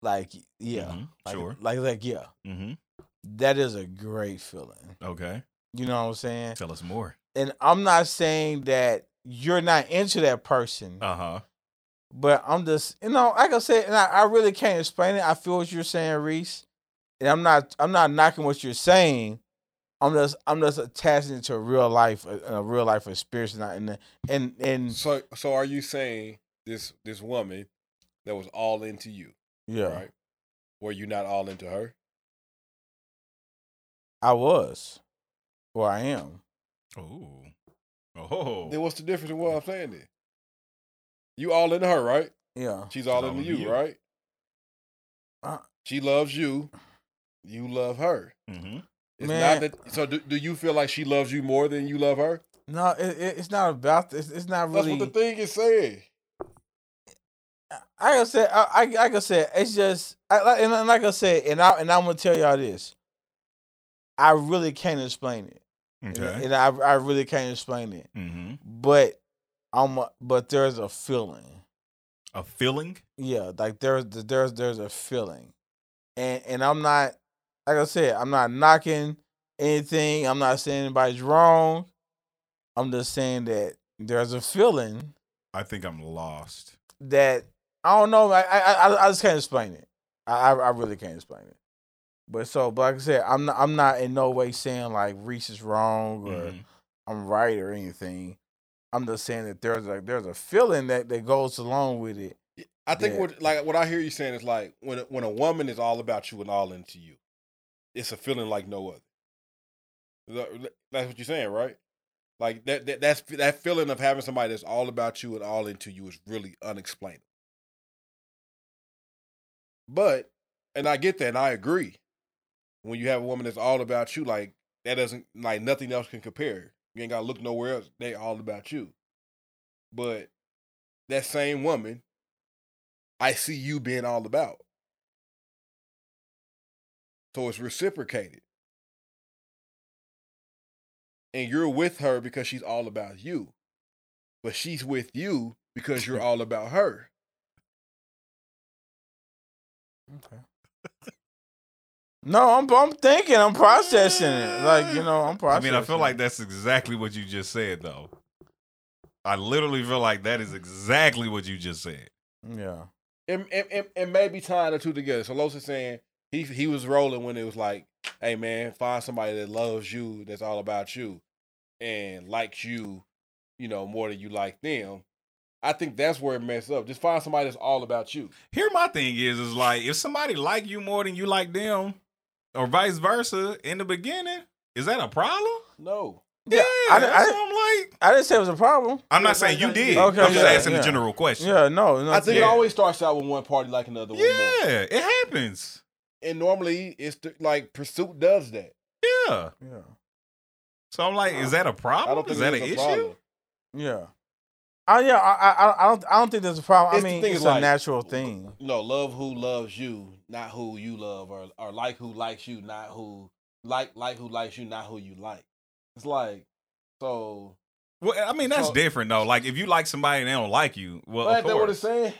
[SPEAKER 2] like, yeah,
[SPEAKER 3] Mhm.
[SPEAKER 2] like,
[SPEAKER 3] Sure.
[SPEAKER 2] like, like, yeah.
[SPEAKER 3] Mm
[SPEAKER 2] That is a great feeling.
[SPEAKER 3] hmm. Okay.
[SPEAKER 2] You know what I'm saying?
[SPEAKER 3] Tell us more.
[SPEAKER 2] and I'm not saying that you're not into that person,
[SPEAKER 3] Uh huh.
[SPEAKER 2] but I'm just you know, like I said, and I, I really can't explain it. I feel what you're saying, Reese, and I'm not I'm not knocking what you're saying. I'm just I'm just attaching it to real life, a, a real life experience, and I- and and and
[SPEAKER 4] So so are you saying this this woman that was all into you,
[SPEAKER 2] yeah,
[SPEAKER 4] right? Were you not all into her?
[SPEAKER 2] I was, or I am.
[SPEAKER 3] Oh. Oh.
[SPEAKER 4] Then what's the difference in what I'm saying then? You all into her, right?
[SPEAKER 2] Yeah,
[SPEAKER 4] She's all into you, right?
[SPEAKER 2] Uh.
[SPEAKER 4] she loves you. You love her.
[SPEAKER 3] Mm-hmm.
[SPEAKER 4] It's
[SPEAKER 2] Man.
[SPEAKER 4] not that so do, do you feel like she loves you more than you love her?
[SPEAKER 2] no, it, it, it's not about this. It's not
[SPEAKER 4] That's
[SPEAKER 2] really.
[SPEAKER 4] what the thing is saying.
[SPEAKER 2] I gotta say, I, I, like I said, it's just, I, like- and like I said, and I and I'm gonna tell y'all this. I really can't explain it, and-
[SPEAKER 3] Okay.
[SPEAKER 2] and, I I really can't explain it.
[SPEAKER 3] Mm-hmm.
[SPEAKER 2] But I'm, a- but there's a feeling,
[SPEAKER 3] A feeling.
[SPEAKER 2] yeah, like there's there's there's a feeling, and and I'm not, like I said, I'm not knocking anything. I'm not saying anybody's wrong. I'm just saying that there's a feeling
[SPEAKER 3] I think I'm lost.
[SPEAKER 2] that I don't know. I I I, I just can't explain it. I, I I really can't explain it. But so, but like I said, I'm not I'm not in no way saying like Reese is wrong or
[SPEAKER 4] Mm-hmm.
[SPEAKER 3] Mhm.
[SPEAKER 2] I'm right or anything. I'm just saying that there's a there's a feeling that that goes along with it.
[SPEAKER 4] I think
[SPEAKER 2] Yeah.
[SPEAKER 4] what like what I hear you saying is like when a- when a woman is all about you and all into you, it's a feeling like no other. Is that- That's what you're saying, right? Like that, that that's that feeling of having somebody that's all about you and all into you is really unexplainable. But and I get that and I agree. When you have a woman that's all about you, like that doesn't like nothing else can compare. You ain't gotta look nowhere else. They all about you. But that same woman, I see you being all about. So it's reciprocated. And you're with her because she's all about you. But she's with you because you're all about her.
[SPEAKER 2] Okay. No, I'm I'm thinking, I'm processing it. Like you know, I'm
[SPEAKER 3] I
[SPEAKER 2] processing.
[SPEAKER 3] mean, I feel
[SPEAKER 2] it.
[SPEAKER 3] like that's exactly what you just said, though. I literally feel like that is exactly what you just said.
[SPEAKER 2] yeah.
[SPEAKER 4] and and, and, and maybe tying the two together. So Los is saying he he was rolling when it was like, hey man, find somebody that loves you, that's all about you, and likes you, you know, more than you like them. I think that's where it messed up. Just find somebody that's all about you.
[SPEAKER 3] Here, my thing is, is like if somebody like you more than you like them, or vice versa, in the beginning, is that a problem?
[SPEAKER 4] No.
[SPEAKER 3] Yeah,
[SPEAKER 2] I- I-
[SPEAKER 3] that's what I'm like.
[SPEAKER 2] I didn't say it was a problem.
[SPEAKER 3] I'm not saying you did.
[SPEAKER 2] Okay,
[SPEAKER 3] I'm just
[SPEAKER 2] yeah,
[SPEAKER 3] asking
[SPEAKER 2] yeah.
[SPEAKER 3] a general question. Yeah.
[SPEAKER 2] Yeah, no, no
[SPEAKER 4] I think
[SPEAKER 2] yeah.
[SPEAKER 4] it always starts out with one party liking the other one more.
[SPEAKER 3] it happens.
[SPEAKER 4] And normally it's the, like pursuit does that.
[SPEAKER 3] Yeah.
[SPEAKER 2] yeah.
[SPEAKER 3] So I'm like, is that a problem?
[SPEAKER 4] I don't think
[SPEAKER 3] is that
[SPEAKER 4] it's
[SPEAKER 3] an
[SPEAKER 4] a
[SPEAKER 3] issue?
[SPEAKER 4] problem.
[SPEAKER 2] Yeah. I yeah, I, I I don't I don't think there's a problem.
[SPEAKER 4] It's
[SPEAKER 2] I
[SPEAKER 4] the
[SPEAKER 2] mean,
[SPEAKER 4] thing
[SPEAKER 2] it's
[SPEAKER 4] is
[SPEAKER 2] a
[SPEAKER 4] like-
[SPEAKER 2] natural thing.
[SPEAKER 4] No, love who loves you, not who you love, or or like who likes you, not who like like who likes you, not who you like. It's like so.
[SPEAKER 3] Well, I mean, that's
[SPEAKER 4] So-
[SPEAKER 3] different though. Like if you like somebody and they don't like you, well,
[SPEAKER 4] But
[SPEAKER 3] of
[SPEAKER 4] ain't that what it's
[SPEAKER 3] course.
[SPEAKER 4] saying?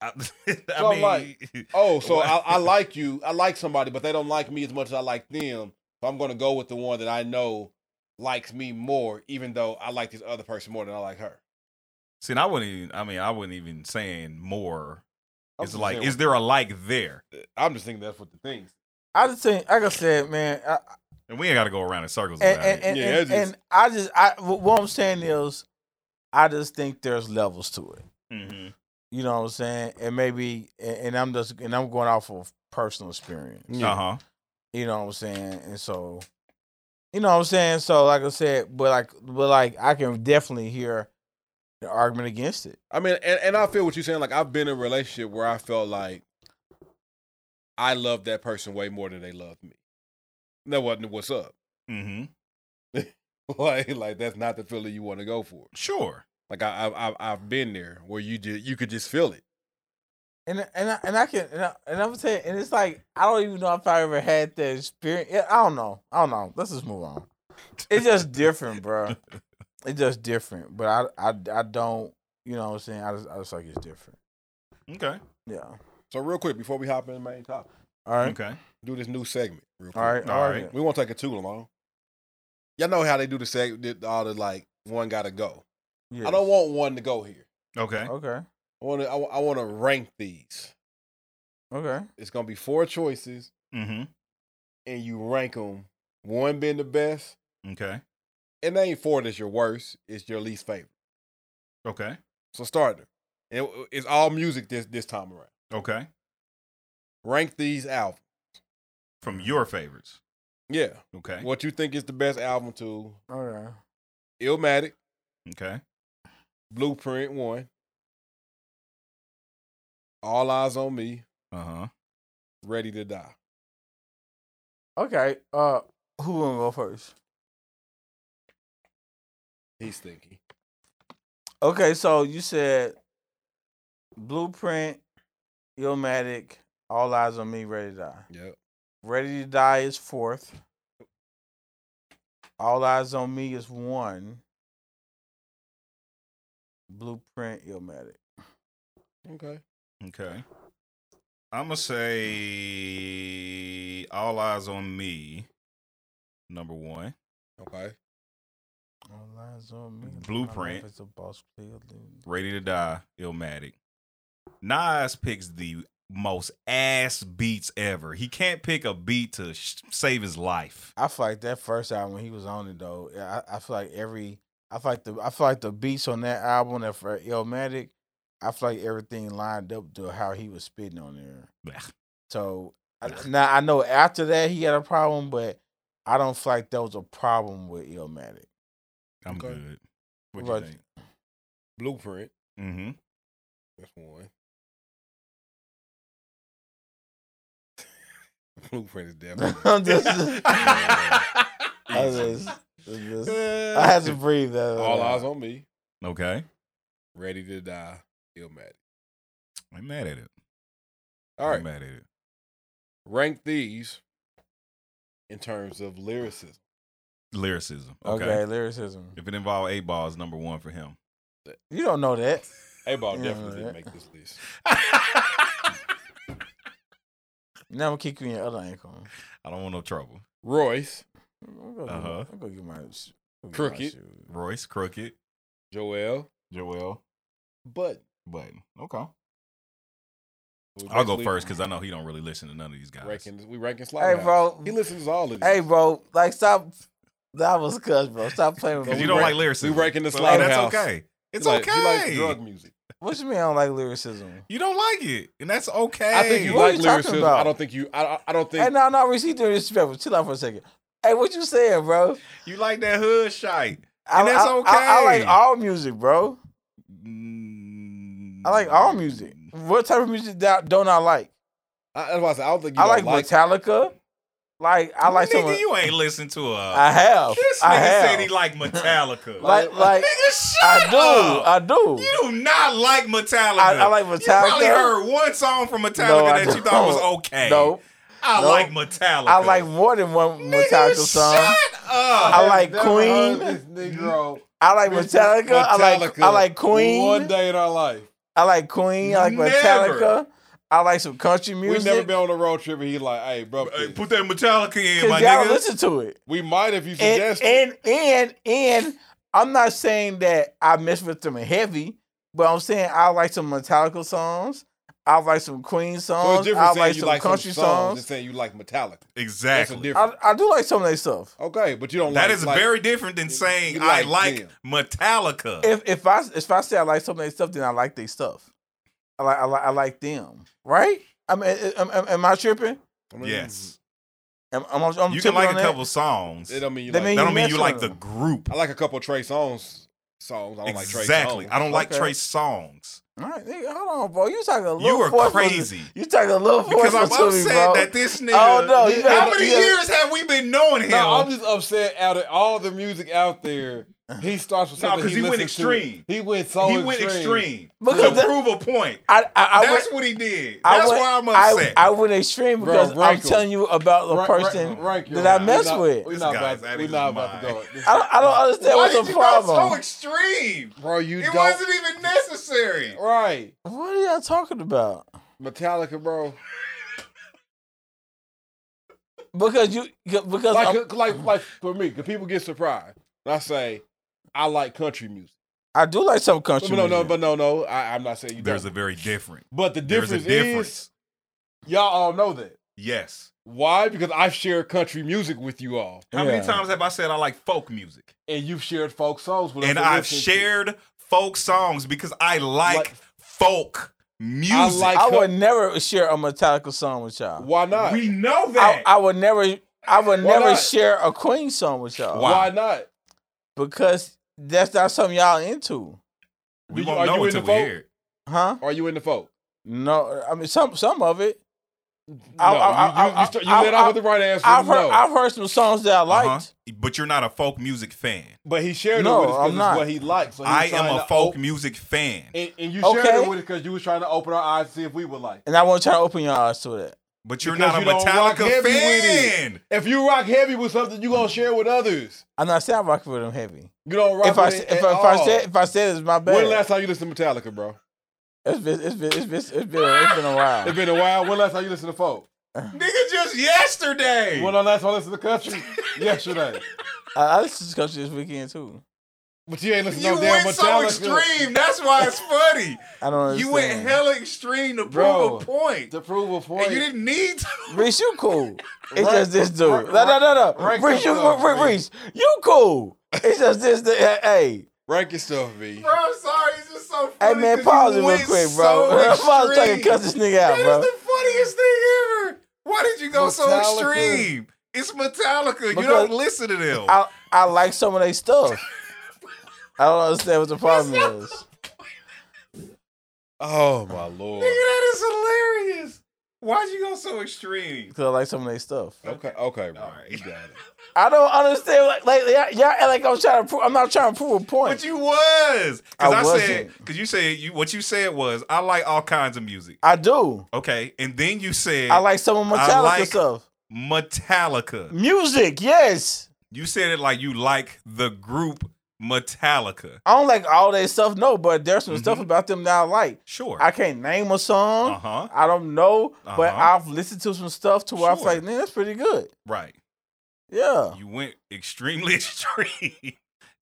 [SPEAKER 3] I, I
[SPEAKER 4] So,
[SPEAKER 3] mean,
[SPEAKER 4] like- Oh, so I,
[SPEAKER 3] What?
[SPEAKER 4] I like you. I like somebody, but they don't like me as much as I like them. So I'm gonna go with the one that I know likes me more, even though I like this other person more than I like her.
[SPEAKER 3] see, and I wouldn't. Even, I mean, I wouldn't even saying more.
[SPEAKER 4] I'm
[SPEAKER 3] It's
[SPEAKER 4] just
[SPEAKER 3] like,
[SPEAKER 4] saying
[SPEAKER 3] is
[SPEAKER 4] what-
[SPEAKER 3] there a like there?
[SPEAKER 4] I'm just thinking that's what the thing. is.
[SPEAKER 2] I just think, like I said, man, I,
[SPEAKER 3] And we ain't got to go around in circles
[SPEAKER 2] and
[SPEAKER 3] about
[SPEAKER 2] and,
[SPEAKER 3] it.
[SPEAKER 2] and,
[SPEAKER 4] Yeah,
[SPEAKER 2] and,
[SPEAKER 4] it's just-
[SPEAKER 2] and I just I what I'm saying is, I just think there's levels to it.
[SPEAKER 3] Mhm.
[SPEAKER 2] You know what I'm saying? And maybe, and, and I'm just and I'm going off of personal experience.
[SPEAKER 3] Uh huh.
[SPEAKER 2] You know what I'm saying? And so, you know what I'm saying? So, like I said, but like, but like, I can definitely hear the argument against it.
[SPEAKER 4] I mean, and, and I feel what you're saying. Like I've been in a relationship where I felt like I love that person way more than they love me. That wasn't what's up.
[SPEAKER 3] Mm-hmm.
[SPEAKER 4] like, like that's not the feeling you want to go for.
[SPEAKER 3] Sure.
[SPEAKER 4] Like I, I, I, I've been there where you just you could just feel it.
[SPEAKER 2] And and I, and I can and, I, and I'm saying and it's like I don't even know if I ever had that experience. Yeah, I don't know. I don't know. Let's just move on. It's just different, bro. It's just different. But I I I don't. You know what I'm saying? I just I just like it's different.
[SPEAKER 3] Okay.
[SPEAKER 2] Yeah.
[SPEAKER 4] So real quick before we hop in the main topic,
[SPEAKER 2] All right.
[SPEAKER 3] Okay.
[SPEAKER 4] do this new segment. Real quick.
[SPEAKER 2] All right. uh, All
[SPEAKER 3] All
[SPEAKER 2] right.
[SPEAKER 3] right.
[SPEAKER 4] We won't take it too long. Y'all know how they do the segment. All the like one got to go. I don't want one to go here.
[SPEAKER 3] Okay.
[SPEAKER 2] Okay.
[SPEAKER 4] I want to. I, wa- I want to rank these.
[SPEAKER 2] Okay.
[SPEAKER 4] It's gonna be four choices,
[SPEAKER 3] Mm-hmm.
[SPEAKER 4] and you rank them. One being the best,
[SPEAKER 3] Okay.
[SPEAKER 4] and they ain't four that's your worst. It's your least favorite.
[SPEAKER 3] Okay.
[SPEAKER 4] So start there. And it- it's all music this this time around.
[SPEAKER 3] Okay.
[SPEAKER 4] Rank these albums.
[SPEAKER 3] From your favorites.
[SPEAKER 4] Yeah.
[SPEAKER 3] Okay.
[SPEAKER 4] What you think is the best album to
[SPEAKER 2] Okay.
[SPEAKER 4] Illmatic,
[SPEAKER 3] Okay.
[SPEAKER 4] Blueprint One, All Eyes on Me,
[SPEAKER 3] Uh huh.
[SPEAKER 4] Ready to Die.
[SPEAKER 2] Okay. Uh, who gonna go first?
[SPEAKER 4] He's thinking.
[SPEAKER 2] Okay. So you said Blueprint, Illmatic, All Eyes on Me, Ready to Die.
[SPEAKER 4] Yep.
[SPEAKER 2] Ready to Die is fourth. All Eyes on Me is one. Blueprint Illmatic.
[SPEAKER 4] Okay.
[SPEAKER 3] Okay. I'm gonna say all eyes on me. Number one.
[SPEAKER 4] Okay.
[SPEAKER 2] All Eyes on
[SPEAKER 3] Me. Blueprint.
[SPEAKER 2] It's a boss clearly.
[SPEAKER 3] Ready to Die, Illmatic. Nas picks the most ass beats ever. He can't pick a beat to sh- save his life.
[SPEAKER 2] I feel like that first album when he was on it though. yeah, I, I feel like every I feel like the I feel like the beats on that album that for Illmatic, I feel like everything lined up to how he was spitting on there.
[SPEAKER 3] Blech.
[SPEAKER 2] So I,
[SPEAKER 3] Blech.
[SPEAKER 2] now I know after that he had a problem, but I don't feel like that was a problem with Illmatic.
[SPEAKER 3] I'm
[SPEAKER 4] Okay.
[SPEAKER 3] good. What
[SPEAKER 2] Right.
[SPEAKER 3] you think?
[SPEAKER 4] Blueprint.
[SPEAKER 3] Mm-hmm.
[SPEAKER 4] That's one. Blueprint is definitely.
[SPEAKER 2] I'm just,
[SPEAKER 3] Mm-hmm.
[SPEAKER 2] I, just, I just- I had to breathe. That
[SPEAKER 3] Oh,
[SPEAKER 4] All Eyes on Me.
[SPEAKER 3] Okay.
[SPEAKER 4] Ready to die, Illmatic.
[SPEAKER 3] I'm mad at it.
[SPEAKER 4] All right,
[SPEAKER 3] I'm mad at it.
[SPEAKER 4] rank these in terms of lyricism.
[SPEAKER 3] Lyricism.
[SPEAKER 2] Okay,
[SPEAKER 3] Okay.
[SPEAKER 2] lyricism.
[SPEAKER 3] If it involved eight balls, number one for him.
[SPEAKER 2] You don't know that.
[SPEAKER 4] A-Ball
[SPEAKER 2] Yeah,
[SPEAKER 4] definitely
[SPEAKER 2] right.
[SPEAKER 4] didn't make this list.
[SPEAKER 3] I
[SPEAKER 2] Now I'm gonna kick you in your other ankle.
[SPEAKER 3] don't want no trouble.
[SPEAKER 4] Royce,
[SPEAKER 2] I'm gonna go,
[SPEAKER 3] Uh-huh.
[SPEAKER 2] I'm gonna get my sh- I'm gonna get my
[SPEAKER 4] Crooked.
[SPEAKER 2] shoes.
[SPEAKER 3] Royce, Crooked,
[SPEAKER 4] Joel,
[SPEAKER 3] Joel,
[SPEAKER 4] but
[SPEAKER 3] Button. Okay. I'll go first because I know he don't really listen to none of these guys.
[SPEAKER 4] Ranking, we ranking
[SPEAKER 2] Hey,
[SPEAKER 4] Slaughterhouse.
[SPEAKER 2] bro.
[SPEAKER 4] He listens to all of these.
[SPEAKER 2] Hey, bro. Like, stop. That was cuss, bro. Stop playing with
[SPEAKER 3] Because
[SPEAKER 2] me.
[SPEAKER 3] you don't
[SPEAKER 4] rank-
[SPEAKER 3] like lyricism.
[SPEAKER 4] we ranking the
[SPEAKER 3] So, hey,
[SPEAKER 4] slaughterhouse.
[SPEAKER 3] That's okay. It's
[SPEAKER 4] He like- he likes
[SPEAKER 3] okay.
[SPEAKER 4] drug music.
[SPEAKER 2] What you mean I don't like lyricism?
[SPEAKER 3] you don't like it, and that's okay.
[SPEAKER 4] I think you
[SPEAKER 2] What are
[SPEAKER 4] like
[SPEAKER 2] you talking
[SPEAKER 4] lyricism.
[SPEAKER 2] about? uh,
[SPEAKER 4] I don't think you. I- I, I don't think.
[SPEAKER 2] Hey, no, no, Reese, you doing disrespectful. Chill out for a second. Hey, what you saying, bro?
[SPEAKER 3] You like that hood shite.
[SPEAKER 2] I,
[SPEAKER 3] And that's
[SPEAKER 2] I- I, I
[SPEAKER 3] okay.
[SPEAKER 2] like all music, bro.
[SPEAKER 3] Mm.
[SPEAKER 2] I like all music. What type of music that don't I like?
[SPEAKER 4] I, that's why I, said, I don't think you
[SPEAKER 2] I
[SPEAKER 4] don't
[SPEAKER 2] like, Metallica. Like I like
[SPEAKER 3] Nigga,
[SPEAKER 2] some. of-
[SPEAKER 3] you ain't listen to a.
[SPEAKER 2] I have.
[SPEAKER 3] this
[SPEAKER 2] I
[SPEAKER 3] nigga
[SPEAKER 2] have.
[SPEAKER 3] said he like Metallica.
[SPEAKER 2] like like
[SPEAKER 3] nigga, shut
[SPEAKER 2] I do.
[SPEAKER 3] up.
[SPEAKER 2] I do.
[SPEAKER 3] You do not like Metallica.
[SPEAKER 2] I, I like
[SPEAKER 3] You probably
[SPEAKER 2] Metallica.
[SPEAKER 3] heard one song from
[SPEAKER 2] No,
[SPEAKER 3] Metallica
[SPEAKER 2] I
[SPEAKER 3] that you thought
[SPEAKER 2] don't.
[SPEAKER 3] was okay.
[SPEAKER 2] Nope.
[SPEAKER 3] I
[SPEAKER 2] No.
[SPEAKER 3] like Metallica.
[SPEAKER 2] I like more than one
[SPEAKER 3] Nigga,
[SPEAKER 2] Metallica song.
[SPEAKER 3] Shut
[SPEAKER 2] I
[SPEAKER 3] up.
[SPEAKER 2] like
[SPEAKER 4] Never heard
[SPEAKER 2] Queen.
[SPEAKER 4] this Negro.
[SPEAKER 2] I like Metallica. I like
[SPEAKER 4] Metallica.
[SPEAKER 2] I like Queen.
[SPEAKER 4] One day in our life,
[SPEAKER 2] I like Queen. I like
[SPEAKER 3] Never.
[SPEAKER 2] Metallica. I like some country music.
[SPEAKER 4] we've never been on a road trip, and he like, "Hey, bro,
[SPEAKER 3] Hey,
[SPEAKER 4] please.
[SPEAKER 3] put that Metallica in,
[SPEAKER 2] 'Cause
[SPEAKER 3] my
[SPEAKER 2] y'all
[SPEAKER 3] nigga.
[SPEAKER 2] listen to it.
[SPEAKER 4] we might if you
[SPEAKER 2] And,
[SPEAKER 4] suggest." it.
[SPEAKER 2] and and and I'm not saying that I mess with them heavy, but I'm saying I like some Metallica songs. I like some Queen
[SPEAKER 4] So it's
[SPEAKER 2] songs.
[SPEAKER 4] different
[SPEAKER 2] I
[SPEAKER 4] saying
[SPEAKER 2] like
[SPEAKER 4] you
[SPEAKER 2] some
[SPEAKER 4] like
[SPEAKER 2] country
[SPEAKER 4] some songs, and
[SPEAKER 2] songs.
[SPEAKER 4] saying you like Metallica. That's a
[SPEAKER 3] Exactly.
[SPEAKER 4] difference.
[SPEAKER 2] I, I do like some of their stuff.
[SPEAKER 4] Okay, but you don't.
[SPEAKER 3] That
[SPEAKER 4] like,
[SPEAKER 3] is
[SPEAKER 4] like,
[SPEAKER 3] very different than saying
[SPEAKER 4] you
[SPEAKER 3] I
[SPEAKER 4] like
[SPEAKER 3] like
[SPEAKER 4] them.
[SPEAKER 3] Metallica.
[SPEAKER 2] If if I if I say I like some of their stuff, then I like their stuff. I like I like, I like them. Right? I mean, am, am, am I tripping?
[SPEAKER 4] I mean,
[SPEAKER 3] yes,
[SPEAKER 2] Am, am I, am
[SPEAKER 3] you
[SPEAKER 2] tripping
[SPEAKER 3] can like
[SPEAKER 2] on
[SPEAKER 3] a
[SPEAKER 2] that?
[SPEAKER 3] couple songs.
[SPEAKER 4] It
[SPEAKER 3] That
[SPEAKER 4] don't mean you
[SPEAKER 2] That
[SPEAKER 4] like.
[SPEAKER 2] mean
[SPEAKER 3] don't mean
[SPEAKER 2] mess
[SPEAKER 3] you
[SPEAKER 2] with
[SPEAKER 3] like the
[SPEAKER 2] them.
[SPEAKER 3] group.
[SPEAKER 4] I like a couple of Trey Songz songs. I don't like Trey Songz.
[SPEAKER 3] Exactly. I don't like
[SPEAKER 2] Okay.
[SPEAKER 3] Trey songs
[SPEAKER 2] All right, nigga, hold on, bro. You talking a little
[SPEAKER 3] You are
[SPEAKER 2] forceful-
[SPEAKER 3] crazy.
[SPEAKER 2] You talking a little
[SPEAKER 3] because
[SPEAKER 2] forceful
[SPEAKER 3] I'm
[SPEAKER 2] to me,
[SPEAKER 3] upset
[SPEAKER 2] bro.
[SPEAKER 3] that this nigga.
[SPEAKER 2] oh no, you
[SPEAKER 3] How
[SPEAKER 2] gotta-
[SPEAKER 3] many
[SPEAKER 2] you gotta-
[SPEAKER 3] years have we been knowing him?
[SPEAKER 4] No, I'm just upset out of all the music out there. He starts with
[SPEAKER 3] No,
[SPEAKER 4] something
[SPEAKER 3] 'cause he went
[SPEAKER 4] listens to.
[SPEAKER 3] extreme.
[SPEAKER 4] He went so
[SPEAKER 3] he
[SPEAKER 4] extreme.
[SPEAKER 3] went extreme
[SPEAKER 2] Because
[SPEAKER 3] to
[SPEAKER 2] that-
[SPEAKER 3] prove a point.
[SPEAKER 2] I, I, I
[SPEAKER 3] That's
[SPEAKER 2] went-
[SPEAKER 3] what he did.
[SPEAKER 2] I
[SPEAKER 3] That's
[SPEAKER 2] went-
[SPEAKER 3] why I'm upset.
[SPEAKER 2] I, I went extreme
[SPEAKER 4] Bro,
[SPEAKER 2] because I'm
[SPEAKER 4] rank 'em.
[SPEAKER 2] telling you about the
[SPEAKER 4] Ra- ra-
[SPEAKER 2] person
[SPEAKER 4] rank your-
[SPEAKER 2] that I
[SPEAKER 4] we
[SPEAKER 2] mess
[SPEAKER 4] not-
[SPEAKER 2] with.
[SPEAKER 4] We
[SPEAKER 3] This
[SPEAKER 4] not
[SPEAKER 3] guy's
[SPEAKER 4] about,
[SPEAKER 3] out of
[SPEAKER 4] we
[SPEAKER 3] his
[SPEAKER 4] not about to
[SPEAKER 3] mind.
[SPEAKER 4] go. This-
[SPEAKER 2] I don't, I don't understand
[SPEAKER 3] why
[SPEAKER 2] what's
[SPEAKER 3] did
[SPEAKER 2] the
[SPEAKER 3] you go so
[SPEAKER 2] problem.
[SPEAKER 3] extreme?
[SPEAKER 4] Bro, you
[SPEAKER 3] It
[SPEAKER 4] don't.
[SPEAKER 3] wasn't even necessary.
[SPEAKER 4] right.
[SPEAKER 2] What are y'all talking about?
[SPEAKER 4] Metallica, bro.
[SPEAKER 2] Because you because
[SPEAKER 4] Like,
[SPEAKER 2] I'm-
[SPEAKER 4] uh, like, like for me, because people get surprised. And I say, I like country music.
[SPEAKER 2] I do like some country.
[SPEAKER 4] But no, no,
[SPEAKER 2] music.
[SPEAKER 4] but no, no. I, I'm not saying you
[SPEAKER 3] There's a
[SPEAKER 4] don't.
[SPEAKER 3] very different.
[SPEAKER 4] but the
[SPEAKER 3] There's a
[SPEAKER 4] difference,
[SPEAKER 3] difference.
[SPEAKER 4] is, y'all all know that.
[SPEAKER 3] Yes.
[SPEAKER 4] Why? Because I've shared country music with you all,
[SPEAKER 3] How
[SPEAKER 2] Yeah.
[SPEAKER 3] many times have I said I like folk music?
[SPEAKER 4] and you've shared folk songs with us.
[SPEAKER 3] and
[SPEAKER 4] to
[SPEAKER 3] I've
[SPEAKER 4] listen to.
[SPEAKER 3] shared folk songs because I like,
[SPEAKER 4] Like-
[SPEAKER 3] folk music.
[SPEAKER 4] I like-
[SPEAKER 2] I would never share a Metallica song with y'all.
[SPEAKER 4] Why not?
[SPEAKER 3] we know
[SPEAKER 2] I,
[SPEAKER 3] that.
[SPEAKER 2] I would never. I would
[SPEAKER 4] Why
[SPEAKER 2] never
[SPEAKER 4] not?
[SPEAKER 2] share a Queen song with y'all
[SPEAKER 3] Why?
[SPEAKER 4] Why not?
[SPEAKER 2] because that's not something y'all into,
[SPEAKER 3] we
[SPEAKER 4] Do you-
[SPEAKER 3] won't
[SPEAKER 4] are
[SPEAKER 3] know
[SPEAKER 4] you
[SPEAKER 3] until
[SPEAKER 4] into
[SPEAKER 3] we
[SPEAKER 4] folk?
[SPEAKER 3] hear it.
[SPEAKER 2] huh?
[SPEAKER 4] Are you in the folk?
[SPEAKER 2] No, I mean some some of it. I-
[SPEAKER 4] no,
[SPEAKER 2] I-
[SPEAKER 4] you, you,
[SPEAKER 2] I-
[SPEAKER 4] you, start, you
[SPEAKER 2] I-
[SPEAKER 4] let
[SPEAKER 2] I-
[SPEAKER 4] off with the right answer.
[SPEAKER 2] I've heard
[SPEAKER 4] no.
[SPEAKER 2] I've heard some songs that I liked.
[SPEAKER 3] Uh-huh. But you're not a folk music fan.
[SPEAKER 4] but he shared
[SPEAKER 2] No,
[SPEAKER 4] it with us
[SPEAKER 2] I'm
[SPEAKER 4] because
[SPEAKER 2] not.
[SPEAKER 4] it's what he likes. So he
[SPEAKER 3] I
[SPEAKER 4] was
[SPEAKER 3] am
[SPEAKER 4] trying
[SPEAKER 3] a
[SPEAKER 4] to
[SPEAKER 3] folk
[SPEAKER 4] op-
[SPEAKER 3] music fan.
[SPEAKER 4] and, and you shared
[SPEAKER 2] Okay.
[SPEAKER 4] it with us because you was trying to open our eyes to see if we would like. it.
[SPEAKER 2] And I want y'all to open your eyes to that.
[SPEAKER 3] But you're
[SPEAKER 4] Because
[SPEAKER 3] not a
[SPEAKER 4] you don't rock
[SPEAKER 3] Metallica
[SPEAKER 4] heavy with it.
[SPEAKER 3] fan.
[SPEAKER 4] If you rock heavy with something, you gonna share with others.
[SPEAKER 2] I'm not saying I rock with them heavy.
[SPEAKER 4] You don't rock
[SPEAKER 2] If
[SPEAKER 4] with
[SPEAKER 2] I,
[SPEAKER 4] it
[SPEAKER 2] if, I,
[SPEAKER 4] at
[SPEAKER 2] if I
[SPEAKER 4] all.
[SPEAKER 2] said if I said it's my bad.
[SPEAKER 4] when last time you listened to Metallica, bro?
[SPEAKER 2] It's been it's been it's been it's been, it's been, it's been a while.
[SPEAKER 4] It's been a while. When last time you listened to folk?
[SPEAKER 3] Nigga, just yesterday.
[SPEAKER 4] When the last time I listened to country? Yesterday.
[SPEAKER 2] I, I listened to country this weekend too.
[SPEAKER 4] But you ain't listened to
[SPEAKER 3] you
[SPEAKER 4] no damn
[SPEAKER 3] went so
[SPEAKER 4] Metallica.
[SPEAKER 3] extreme. That's why it's funny.
[SPEAKER 2] I don't understand.
[SPEAKER 3] you went hella extreme to prove
[SPEAKER 4] Bro.
[SPEAKER 3] a point.
[SPEAKER 4] To prove a point.
[SPEAKER 3] And you didn't need to.
[SPEAKER 2] Reese, you cool. It's
[SPEAKER 4] Rank-
[SPEAKER 2] just this dude.
[SPEAKER 4] rank-
[SPEAKER 2] No, no, no, no.
[SPEAKER 4] rank
[SPEAKER 2] Reese, you,
[SPEAKER 4] yourself,
[SPEAKER 2] Re- Re- Reese,
[SPEAKER 4] Reese.
[SPEAKER 2] you cool. It's just this. dude. hey,
[SPEAKER 4] Rank your stuff, V.
[SPEAKER 3] Bro, I'm sorry. It's just so
[SPEAKER 2] hey,
[SPEAKER 3] funny.
[SPEAKER 2] man,
[SPEAKER 3] 'cause
[SPEAKER 2] pause
[SPEAKER 3] you
[SPEAKER 2] it real
[SPEAKER 3] went
[SPEAKER 2] quick,
[SPEAKER 3] so
[SPEAKER 2] bro. I'm trying to
[SPEAKER 3] extreme.
[SPEAKER 2] cut this nigga out,
[SPEAKER 3] That is
[SPEAKER 2] bro.
[SPEAKER 3] the funniest thing ever. Why did you go so
[SPEAKER 4] Metallica.
[SPEAKER 3] extreme? It's Metallica. you
[SPEAKER 2] Because
[SPEAKER 3] don't listen to them.
[SPEAKER 2] I I like some of their stuff. I don't understand what the problem is.
[SPEAKER 4] Oh my
[SPEAKER 3] Nigga,
[SPEAKER 4] lord.
[SPEAKER 3] that is hilarious. Why would you go so extreme?
[SPEAKER 2] because I like some of their stuff.
[SPEAKER 4] Okay, okay, bro.
[SPEAKER 3] All right.
[SPEAKER 4] You got it.
[SPEAKER 2] I don't understand. Like, like y'all, y'all act like I'm trying to prove. I'm not trying to prove a point.
[SPEAKER 3] But you was because
[SPEAKER 2] I
[SPEAKER 3] I, said
[SPEAKER 2] wasn't.
[SPEAKER 3] because you said you what you said was I like all kinds of music.
[SPEAKER 2] I do.
[SPEAKER 3] Okay, and then you said
[SPEAKER 2] I like Mm. some of
[SPEAKER 3] I
[SPEAKER 2] Metallica
[SPEAKER 3] like-
[SPEAKER 2] stuff.
[SPEAKER 3] Metallica.
[SPEAKER 2] Music, yes.
[SPEAKER 3] You said it like you like the group Metallica.
[SPEAKER 2] I don't like all their stuff, no. But there's some stuff about them that I like.
[SPEAKER 3] Sure.
[SPEAKER 2] I can't name a song.
[SPEAKER 3] Mm-hmm. Uh-huh.
[SPEAKER 2] I don't know, but
[SPEAKER 3] Uh-huh.
[SPEAKER 2] I've listened to some stuff to where I was
[SPEAKER 3] Sure.
[SPEAKER 2] like, man, that's pretty good.
[SPEAKER 3] right.
[SPEAKER 2] Yeah.
[SPEAKER 3] You went extremely extreme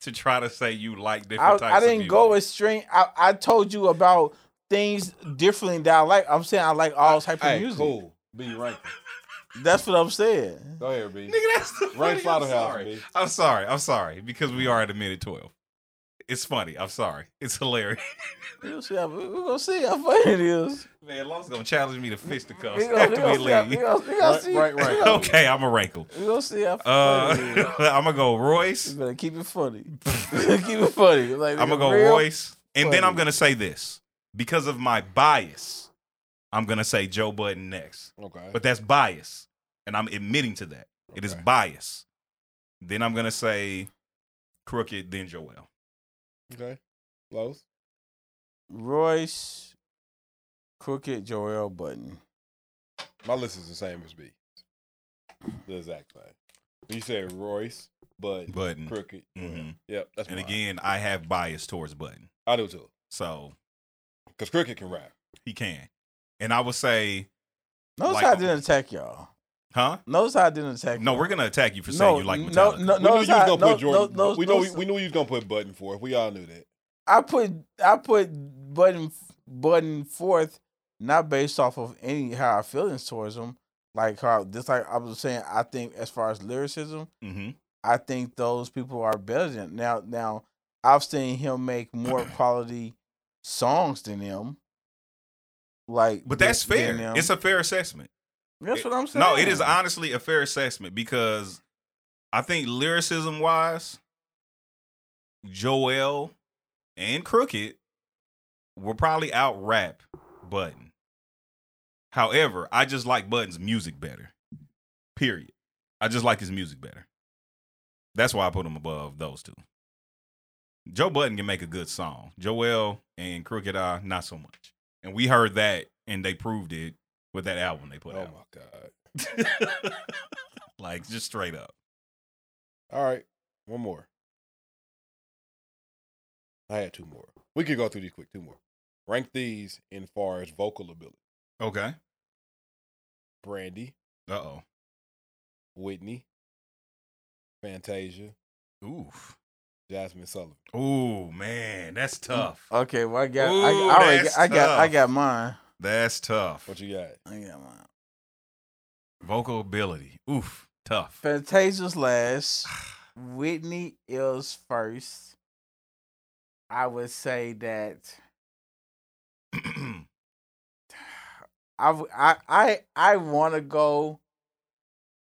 [SPEAKER 3] to try to say you like different
[SPEAKER 2] I,
[SPEAKER 3] types.
[SPEAKER 2] I
[SPEAKER 3] of
[SPEAKER 2] didn't
[SPEAKER 3] music.
[SPEAKER 2] go extreme. I, I told you about things differently that I like. I'm saying I like all types of
[SPEAKER 4] Hey,
[SPEAKER 2] music.
[SPEAKER 4] cool. B rank.
[SPEAKER 2] That's what I'm saying.
[SPEAKER 4] Go ahead, B.
[SPEAKER 3] Nigga, that's the
[SPEAKER 4] Ray
[SPEAKER 3] funny. I'm
[SPEAKER 4] Slaughterhouse,
[SPEAKER 3] sorry.
[SPEAKER 4] B.
[SPEAKER 3] I'm sorry. I'm sorry because we are at a minute twelve. It's funny. I'm sorry. It's hilarious.
[SPEAKER 2] We'll see how, we're gonna see how funny it is.
[SPEAKER 3] Man, Long's gonna challenge me to fist the cuffs
[SPEAKER 2] We gonna, we
[SPEAKER 3] after we
[SPEAKER 2] gonna see how, we
[SPEAKER 3] leave.
[SPEAKER 2] gonna, we gonna
[SPEAKER 4] Right,
[SPEAKER 2] see.
[SPEAKER 4] right, right.
[SPEAKER 2] We gonna,
[SPEAKER 3] Okay, I'm a rankle.
[SPEAKER 2] we gonna see how
[SPEAKER 3] Uh,
[SPEAKER 2] funny it is.
[SPEAKER 3] I'm gonna go
[SPEAKER 2] You
[SPEAKER 3] Royce.
[SPEAKER 2] better keep it funny. keep it funny. Like,
[SPEAKER 3] I'm gonna go
[SPEAKER 2] real-
[SPEAKER 3] Royce, and then
[SPEAKER 2] funny.
[SPEAKER 3] I'm gonna say this because of my bias. I'm gonna say Joe Budden next,
[SPEAKER 4] Okay.
[SPEAKER 3] but that's bias, and I'm admitting to that. It is
[SPEAKER 4] Okay.
[SPEAKER 3] bias. Then I'm gonna say Crooked, then Joel.
[SPEAKER 4] Okay. Close.
[SPEAKER 2] Royce, Crooked Joel Button.
[SPEAKER 4] My list is the same as B. The exact same. You said Royce, but
[SPEAKER 3] Button.
[SPEAKER 4] crooked.
[SPEAKER 3] Mhm.
[SPEAKER 4] Yep. That's
[SPEAKER 3] And
[SPEAKER 4] mine.
[SPEAKER 3] again, I have bias towards Button,
[SPEAKER 4] I do too.
[SPEAKER 3] so
[SPEAKER 4] Cause crooked can rap.
[SPEAKER 3] he can. And I would say,
[SPEAKER 2] Notice
[SPEAKER 3] Like
[SPEAKER 2] how I
[SPEAKER 3] him.
[SPEAKER 2] didn't attack y'all.
[SPEAKER 3] huh?
[SPEAKER 2] Notice how I didn't attack.
[SPEAKER 3] No,
[SPEAKER 2] y'all.
[SPEAKER 3] we're gonna attack you for saying you like
[SPEAKER 2] no, no,
[SPEAKER 3] Metallica.
[SPEAKER 4] We knew
[SPEAKER 2] no,
[SPEAKER 4] you was gonna
[SPEAKER 2] no,
[SPEAKER 4] put Jordan.
[SPEAKER 2] no,
[SPEAKER 4] we know
[SPEAKER 2] no,
[SPEAKER 4] we knew you was gonna put button for it. We all knew that.
[SPEAKER 2] I put I put Button Button forth not based off of any how I feelings towards him. Like how just like I was saying, I think as far as lyricism,
[SPEAKER 3] hmm
[SPEAKER 2] I think those people are better than now. Now I've seen him make more quality songs than him. Like,
[SPEAKER 3] But that's
[SPEAKER 2] than-
[SPEAKER 3] fair.
[SPEAKER 2] than them.
[SPEAKER 3] It's a fair assessment.
[SPEAKER 2] that's what I'm saying.
[SPEAKER 3] No, it is honestly a fair assessment because I think lyricism wise, Joel and Crooked will probably out rap Button. However, I just like Button's music better. Period. I just like his music better. That's why I put him above those two. Joe Button can make a good song. Joel and Crooked Eye, not so much. And we heard that and they proved it with that album they put
[SPEAKER 4] oh
[SPEAKER 3] out.
[SPEAKER 4] my god.
[SPEAKER 3] like just straight up.
[SPEAKER 4] All right. One more. I had two more. We could go through these quick. Two more. Rank these in far as vocal ability.
[SPEAKER 3] Okay.
[SPEAKER 4] Brandy,
[SPEAKER 3] Uh oh.
[SPEAKER 4] Whitney, Fantasia,
[SPEAKER 3] Oof.
[SPEAKER 4] Jasmine Sullivan.
[SPEAKER 3] Ooh man, that's
[SPEAKER 2] Mm,
[SPEAKER 3] tough.
[SPEAKER 2] Okay, well I got I,
[SPEAKER 3] Ooh,
[SPEAKER 2] I, already
[SPEAKER 3] that's
[SPEAKER 2] got, I got I
[SPEAKER 3] tough.
[SPEAKER 2] got mine.
[SPEAKER 3] That's tough.
[SPEAKER 4] What you got?
[SPEAKER 2] I got mine.
[SPEAKER 3] Vocal ability. Oof. Tough.
[SPEAKER 2] Fantasia's last. Whitney is first. I would say that I w- I I, want to go.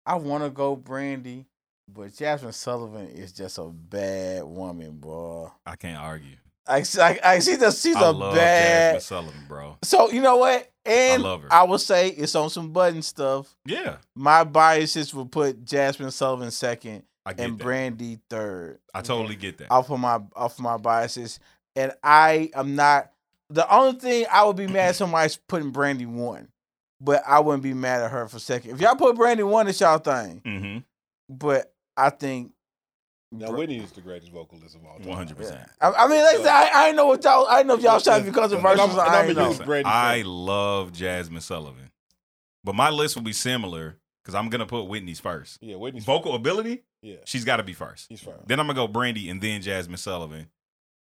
[SPEAKER 2] I want to go Brandy, but Jasmine Sullivan is just a bad woman, boy.
[SPEAKER 3] I can't argue.
[SPEAKER 2] Like, she- like, like she's just she's
[SPEAKER 3] I
[SPEAKER 2] a
[SPEAKER 3] love
[SPEAKER 2] bad.
[SPEAKER 3] Jasmine Sullivan, bro.
[SPEAKER 2] So you know what? And
[SPEAKER 3] love her.
[SPEAKER 2] I would say it's on some button stuff.
[SPEAKER 3] Yeah.
[SPEAKER 2] My biases would put Jasmine Sullivan second
[SPEAKER 3] I get
[SPEAKER 2] and
[SPEAKER 3] that.
[SPEAKER 2] Brandy third.
[SPEAKER 3] I totally get that.
[SPEAKER 2] off of my off of my biases, and I am not the only thing I would be mad if somebody's putting Brandy one, but I wouldn't be mad at her for second. If y'all put Brandy one, it's y'all thing,
[SPEAKER 3] mm-hmm.
[SPEAKER 2] but I think
[SPEAKER 4] Now
[SPEAKER 2] Bra-
[SPEAKER 4] Whitney is the greatest vocalist of all time.
[SPEAKER 3] One hundred
[SPEAKER 2] yeah.
[SPEAKER 3] percent.
[SPEAKER 2] I, I mean, like I, said, I, I didn't know what y'all I didn't know if y'all trying to be controversial.
[SPEAKER 4] And
[SPEAKER 2] so
[SPEAKER 4] I'm- and
[SPEAKER 2] I
[SPEAKER 4] I'm
[SPEAKER 2] didn't
[SPEAKER 4] a
[SPEAKER 2] know.
[SPEAKER 4] huge Brandy fan.
[SPEAKER 3] I love Jasmine Sullivan. But my list will be similar because I'm gonna put Whitney's first.
[SPEAKER 4] Yeah, Whitney's
[SPEAKER 3] Vocal ability,
[SPEAKER 4] Yeah,
[SPEAKER 3] she's gotta be first.
[SPEAKER 4] he's fine.
[SPEAKER 3] Then I'm gonna go Brandy and then Jasmine Sullivan.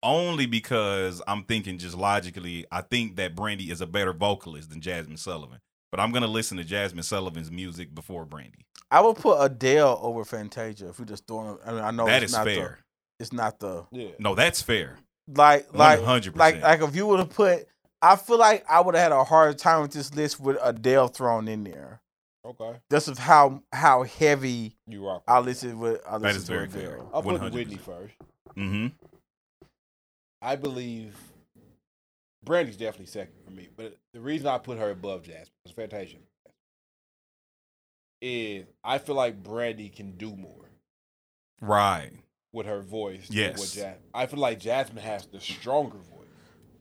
[SPEAKER 3] Only because I'm thinking just logically, I think that Brandy is a better vocalist than Jasmine Sullivan. But I'm gonna listen to Jasmine Sullivan's music before Brandy.
[SPEAKER 2] I would put Adele over Fantasia if we just throwing. I mean, I
[SPEAKER 4] Oh,
[SPEAKER 2] know
[SPEAKER 3] that
[SPEAKER 2] it's
[SPEAKER 3] is
[SPEAKER 2] not
[SPEAKER 3] fair.
[SPEAKER 2] The, it's not the
[SPEAKER 4] Yeah,
[SPEAKER 3] No, that's fair.
[SPEAKER 2] like like
[SPEAKER 3] 100%.
[SPEAKER 2] like like if you would have put. I feel like I would have had a hard time with this list with Adele thrown in there.
[SPEAKER 4] okay.
[SPEAKER 2] just of how how heavy
[SPEAKER 4] You rock.
[SPEAKER 2] I
[SPEAKER 4] with that.
[SPEAKER 2] listen with I listen
[SPEAKER 3] that is
[SPEAKER 2] to
[SPEAKER 3] very
[SPEAKER 2] Adele.
[SPEAKER 3] fair.
[SPEAKER 4] I'll put Whitney first.
[SPEAKER 3] Mm-hmm.
[SPEAKER 4] I believe Brandy's definitely second for me, but the reason I put her above Jasmine is Fantasia is I feel like Brandy can do more
[SPEAKER 3] Right.
[SPEAKER 4] with her voice. than
[SPEAKER 3] Yes.
[SPEAKER 4] what Jas- I feel like Jasmine has the stronger voice.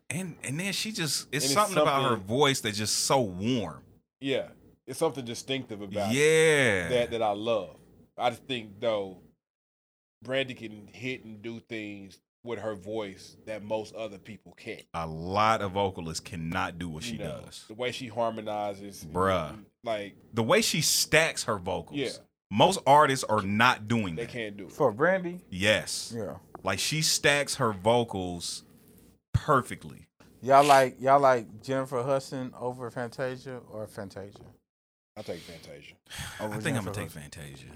[SPEAKER 3] And and then she just
[SPEAKER 4] And
[SPEAKER 3] it's,
[SPEAKER 4] it's
[SPEAKER 3] something, about her
[SPEAKER 4] something-
[SPEAKER 3] voice that's just so warm.
[SPEAKER 4] Yeah, it's something distinctive about it
[SPEAKER 3] yeah.
[SPEAKER 4] that that I love. I just think though, Brandy can hit and do things with her voice that most other people can't.
[SPEAKER 3] a lot of vocalists cannot do what she
[SPEAKER 4] you know?
[SPEAKER 3] does.
[SPEAKER 4] the way she harmonizes,
[SPEAKER 3] Bruh.
[SPEAKER 4] like
[SPEAKER 3] The way she stacks her vocals.
[SPEAKER 4] Yeah.
[SPEAKER 3] Most artists are not doing
[SPEAKER 4] they
[SPEAKER 3] that.
[SPEAKER 4] can't do it.
[SPEAKER 2] For Brandy,
[SPEAKER 3] Yes.
[SPEAKER 2] yeah.
[SPEAKER 3] Like she stacks her vocals perfectly.
[SPEAKER 2] Y'all like y'all like Jennifer Hudson over Fantasia or Fantasia?
[SPEAKER 4] I take Fantasia.
[SPEAKER 2] Over
[SPEAKER 3] I think
[SPEAKER 2] Jennifer
[SPEAKER 3] I'm gonna take
[SPEAKER 2] Hudson.
[SPEAKER 3] Fantasia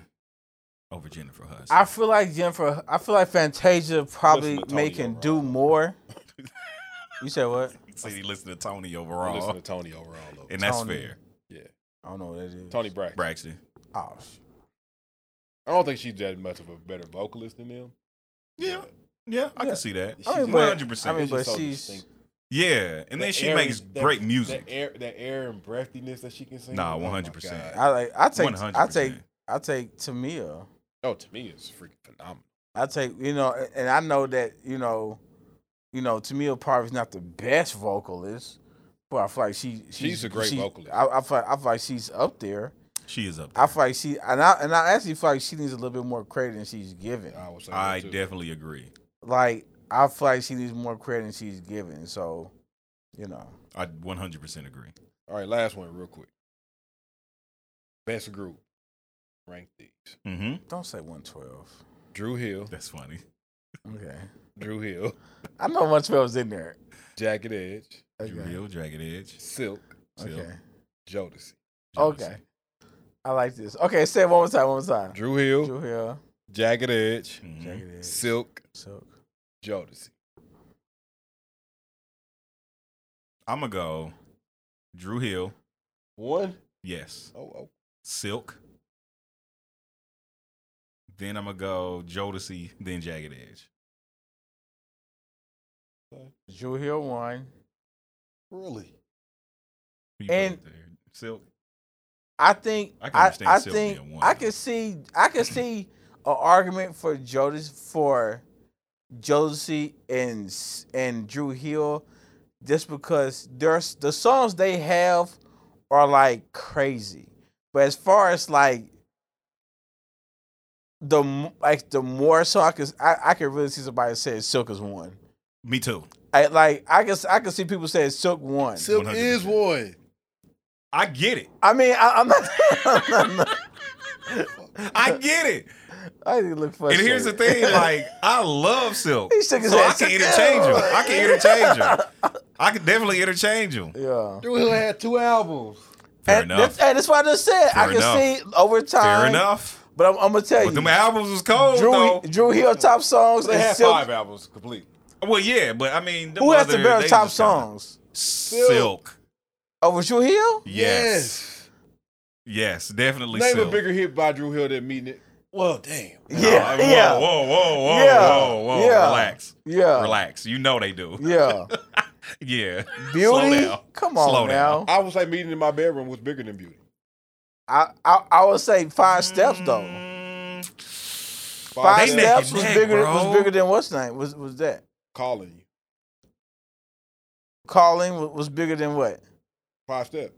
[SPEAKER 3] over Jennifer Hudson.
[SPEAKER 2] I feel like Jennifer. I feel like Fantasia probably
[SPEAKER 4] Listen to Tony
[SPEAKER 2] making
[SPEAKER 4] Overall.
[SPEAKER 2] do more. you said what?
[SPEAKER 3] See, he listened to Tony
[SPEAKER 4] I listen
[SPEAKER 3] overall,
[SPEAKER 4] to Tony overall. Though.
[SPEAKER 3] and that's
[SPEAKER 2] Tony.
[SPEAKER 3] fair.
[SPEAKER 2] I don't know what that is.
[SPEAKER 4] Tony Braxton.
[SPEAKER 3] Braxton.
[SPEAKER 2] Oh, sh-
[SPEAKER 4] I don't think she's that much of a better vocalist than them.
[SPEAKER 3] Yeah, yeah, I
[SPEAKER 2] Yeah.
[SPEAKER 3] can see that.
[SPEAKER 4] She's
[SPEAKER 2] I mean,
[SPEAKER 4] just-
[SPEAKER 2] but,
[SPEAKER 3] 100%.
[SPEAKER 2] I mean,
[SPEAKER 4] it's just
[SPEAKER 2] but
[SPEAKER 4] so
[SPEAKER 2] she's
[SPEAKER 4] distinctive.
[SPEAKER 3] Yeah, and then
[SPEAKER 4] That
[SPEAKER 3] she
[SPEAKER 4] air-
[SPEAKER 3] makes
[SPEAKER 4] that-
[SPEAKER 3] great
[SPEAKER 4] That
[SPEAKER 3] music.
[SPEAKER 4] air, that air and breathiness that she can sing.
[SPEAKER 3] Nah,
[SPEAKER 4] Oh my
[SPEAKER 3] 100%.
[SPEAKER 4] God.
[SPEAKER 2] I like. I take. I
[SPEAKER 3] 100%.
[SPEAKER 2] take. I take Tamia.
[SPEAKER 4] Oh, to me, it's freaking phenomenal.
[SPEAKER 2] I take. You know, and I know that you know, you know, Tamia probably is not the best vocalist, but I feel like she. She's,
[SPEAKER 4] a great
[SPEAKER 2] she-
[SPEAKER 4] vocalist.
[SPEAKER 2] I, I feel. I feel like she's up there.
[SPEAKER 3] She is up. There.
[SPEAKER 2] I feel like she and I and I actually feel like she needs a little bit more credit than she's given.
[SPEAKER 4] I would say that,
[SPEAKER 3] I
[SPEAKER 4] too.
[SPEAKER 3] definitely agree.
[SPEAKER 2] Like I feel like she needs more credit than she's given. So, you know,
[SPEAKER 3] I 100% agree.
[SPEAKER 4] All right, last one, real quick. Best group. Rank these:
[SPEAKER 3] hmm
[SPEAKER 2] don't say one twelve.
[SPEAKER 4] Drew Hill,
[SPEAKER 3] That's funny.
[SPEAKER 2] Okay,
[SPEAKER 4] Drew Hill,
[SPEAKER 2] I know one twelve's in there.
[SPEAKER 4] Jagged Edge,
[SPEAKER 2] Okay.
[SPEAKER 3] Real Jagged Edge.
[SPEAKER 4] Silk,
[SPEAKER 2] Okay.
[SPEAKER 4] Jodeci.
[SPEAKER 3] Jealousy.
[SPEAKER 2] Okay. I like this. Okay, say it one more time. One more time.
[SPEAKER 4] Drew Hill,
[SPEAKER 2] Drew Hill,
[SPEAKER 4] Jagged Edge,
[SPEAKER 3] Mhm.
[SPEAKER 2] Jagged Edge,
[SPEAKER 4] Mm-hmm. Silk,
[SPEAKER 2] Silk.
[SPEAKER 4] Jodeci.
[SPEAKER 3] I'm gonna go. Drew Hill.
[SPEAKER 4] One.
[SPEAKER 3] Yes.
[SPEAKER 4] Oh, oh.
[SPEAKER 3] Silk. Then I'm gonna go Jodeci. Then Jagged Edge.
[SPEAKER 2] Drew Hill one.
[SPEAKER 4] Really?
[SPEAKER 3] Who you put
[SPEAKER 2] And-
[SPEAKER 3] up there? Silk.
[SPEAKER 2] I think
[SPEAKER 3] I
[SPEAKER 2] I
[SPEAKER 3] can
[SPEAKER 2] I,
[SPEAKER 3] understand Silk
[SPEAKER 2] think
[SPEAKER 3] being one,
[SPEAKER 2] I
[SPEAKER 3] though.
[SPEAKER 2] can see I can see an argument for Jodis for Jodeci and S- and Drew Hill just because there's the songs they have are like crazy. But as far as like the m- like the more so I could I, I could really see somebody say Silk is one.
[SPEAKER 3] Me too.
[SPEAKER 2] I, like I guess I can see people say Silk one.
[SPEAKER 4] Silk is
[SPEAKER 3] 100%.
[SPEAKER 4] one.
[SPEAKER 3] I get it.
[SPEAKER 2] I mean I, I'm not. I'm not
[SPEAKER 3] I get it.
[SPEAKER 2] I didn't look
[SPEAKER 3] And
[SPEAKER 2] frustrated.
[SPEAKER 3] here's the thing, like I love Silk,
[SPEAKER 2] He
[SPEAKER 3] so
[SPEAKER 2] shook his
[SPEAKER 3] I
[SPEAKER 2] head,
[SPEAKER 3] can
[SPEAKER 2] "Silk,
[SPEAKER 3] interchange
[SPEAKER 2] ew."
[SPEAKER 3] him. I can interchange him. I can definitely interchange him.
[SPEAKER 2] Yeah.
[SPEAKER 4] Drew Hill had two albums.
[SPEAKER 3] Fair
[SPEAKER 2] and
[SPEAKER 3] enough.
[SPEAKER 2] That's, and that's what I just said. I
[SPEAKER 3] Fair
[SPEAKER 2] can
[SPEAKER 3] enough.
[SPEAKER 2] see over time.
[SPEAKER 3] Fair enough.
[SPEAKER 2] But I'm, I'm gonna tell
[SPEAKER 3] But
[SPEAKER 2] you,
[SPEAKER 3] them albums was cold
[SPEAKER 2] Drew,
[SPEAKER 3] though.
[SPEAKER 2] Drew Hill top songs
[SPEAKER 4] They
[SPEAKER 2] and
[SPEAKER 4] had
[SPEAKER 2] Silk.
[SPEAKER 4] five albums complete.
[SPEAKER 3] Well, yeah, but I mean, them
[SPEAKER 2] Who has the
[SPEAKER 3] other-
[SPEAKER 2] better
[SPEAKER 3] they
[SPEAKER 2] top
[SPEAKER 3] just kinda-
[SPEAKER 2] songs?
[SPEAKER 3] Silk.
[SPEAKER 2] Over Drew Hill?
[SPEAKER 3] Yes. Yes, definitely
[SPEAKER 4] Name
[SPEAKER 3] Silk.
[SPEAKER 4] a bigger hit by Drew Hill than meeting it. Well, damn.
[SPEAKER 2] Yeah,
[SPEAKER 3] Whoa,
[SPEAKER 2] yeah,
[SPEAKER 3] whoa, whoa, whoa,
[SPEAKER 2] Yeah.
[SPEAKER 3] whoa, whoa.
[SPEAKER 2] Yeah.
[SPEAKER 3] Relax.
[SPEAKER 2] yeah,
[SPEAKER 3] Relax. You know they do.
[SPEAKER 2] yeah.
[SPEAKER 3] Yeah. Slow
[SPEAKER 2] Beauty,
[SPEAKER 3] down.
[SPEAKER 2] come on
[SPEAKER 3] Slow
[SPEAKER 2] now.
[SPEAKER 3] down.
[SPEAKER 4] I was like meeting in my bedroom was bigger than beauty.
[SPEAKER 2] I, I I would say Five Steps though.
[SPEAKER 3] Mm,
[SPEAKER 4] Five
[SPEAKER 2] Five
[SPEAKER 3] They neck and
[SPEAKER 2] Steps was
[SPEAKER 3] neck,
[SPEAKER 2] bigger.
[SPEAKER 3] bro.
[SPEAKER 2] Was bigger than what's name? Was was that
[SPEAKER 4] calling you.
[SPEAKER 2] Calling wa- was bigger than what?
[SPEAKER 4] Five step.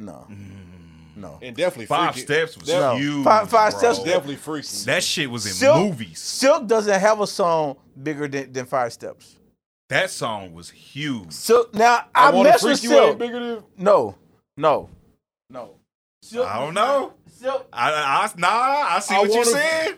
[SPEAKER 2] No,
[SPEAKER 3] mm.
[SPEAKER 2] no.
[SPEAKER 4] And definitely
[SPEAKER 3] Five
[SPEAKER 4] freaky.
[SPEAKER 3] steps was
[SPEAKER 4] That-
[SPEAKER 2] No.
[SPEAKER 3] huge.
[SPEAKER 2] Five- Five
[SPEAKER 3] bro.
[SPEAKER 2] Steps-
[SPEAKER 4] Definitely freaky.
[SPEAKER 3] That shit was in
[SPEAKER 2] Silk-
[SPEAKER 3] movies.
[SPEAKER 2] Silk doesn't have a song bigger than, than Five Steps.
[SPEAKER 3] That song was huge.
[SPEAKER 2] Silk. Now I,
[SPEAKER 4] Wanna
[SPEAKER 2] mess
[SPEAKER 4] Freak
[SPEAKER 2] with
[SPEAKER 4] You ain't
[SPEAKER 2] Silk.
[SPEAKER 4] bigger than
[SPEAKER 2] No, no, no. Silk
[SPEAKER 3] I
[SPEAKER 2] does
[SPEAKER 3] don't
[SPEAKER 2] not-
[SPEAKER 3] know.
[SPEAKER 2] Silk.
[SPEAKER 3] I, I nah, I see
[SPEAKER 4] I
[SPEAKER 3] what you're
[SPEAKER 4] wanna-
[SPEAKER 3] saying.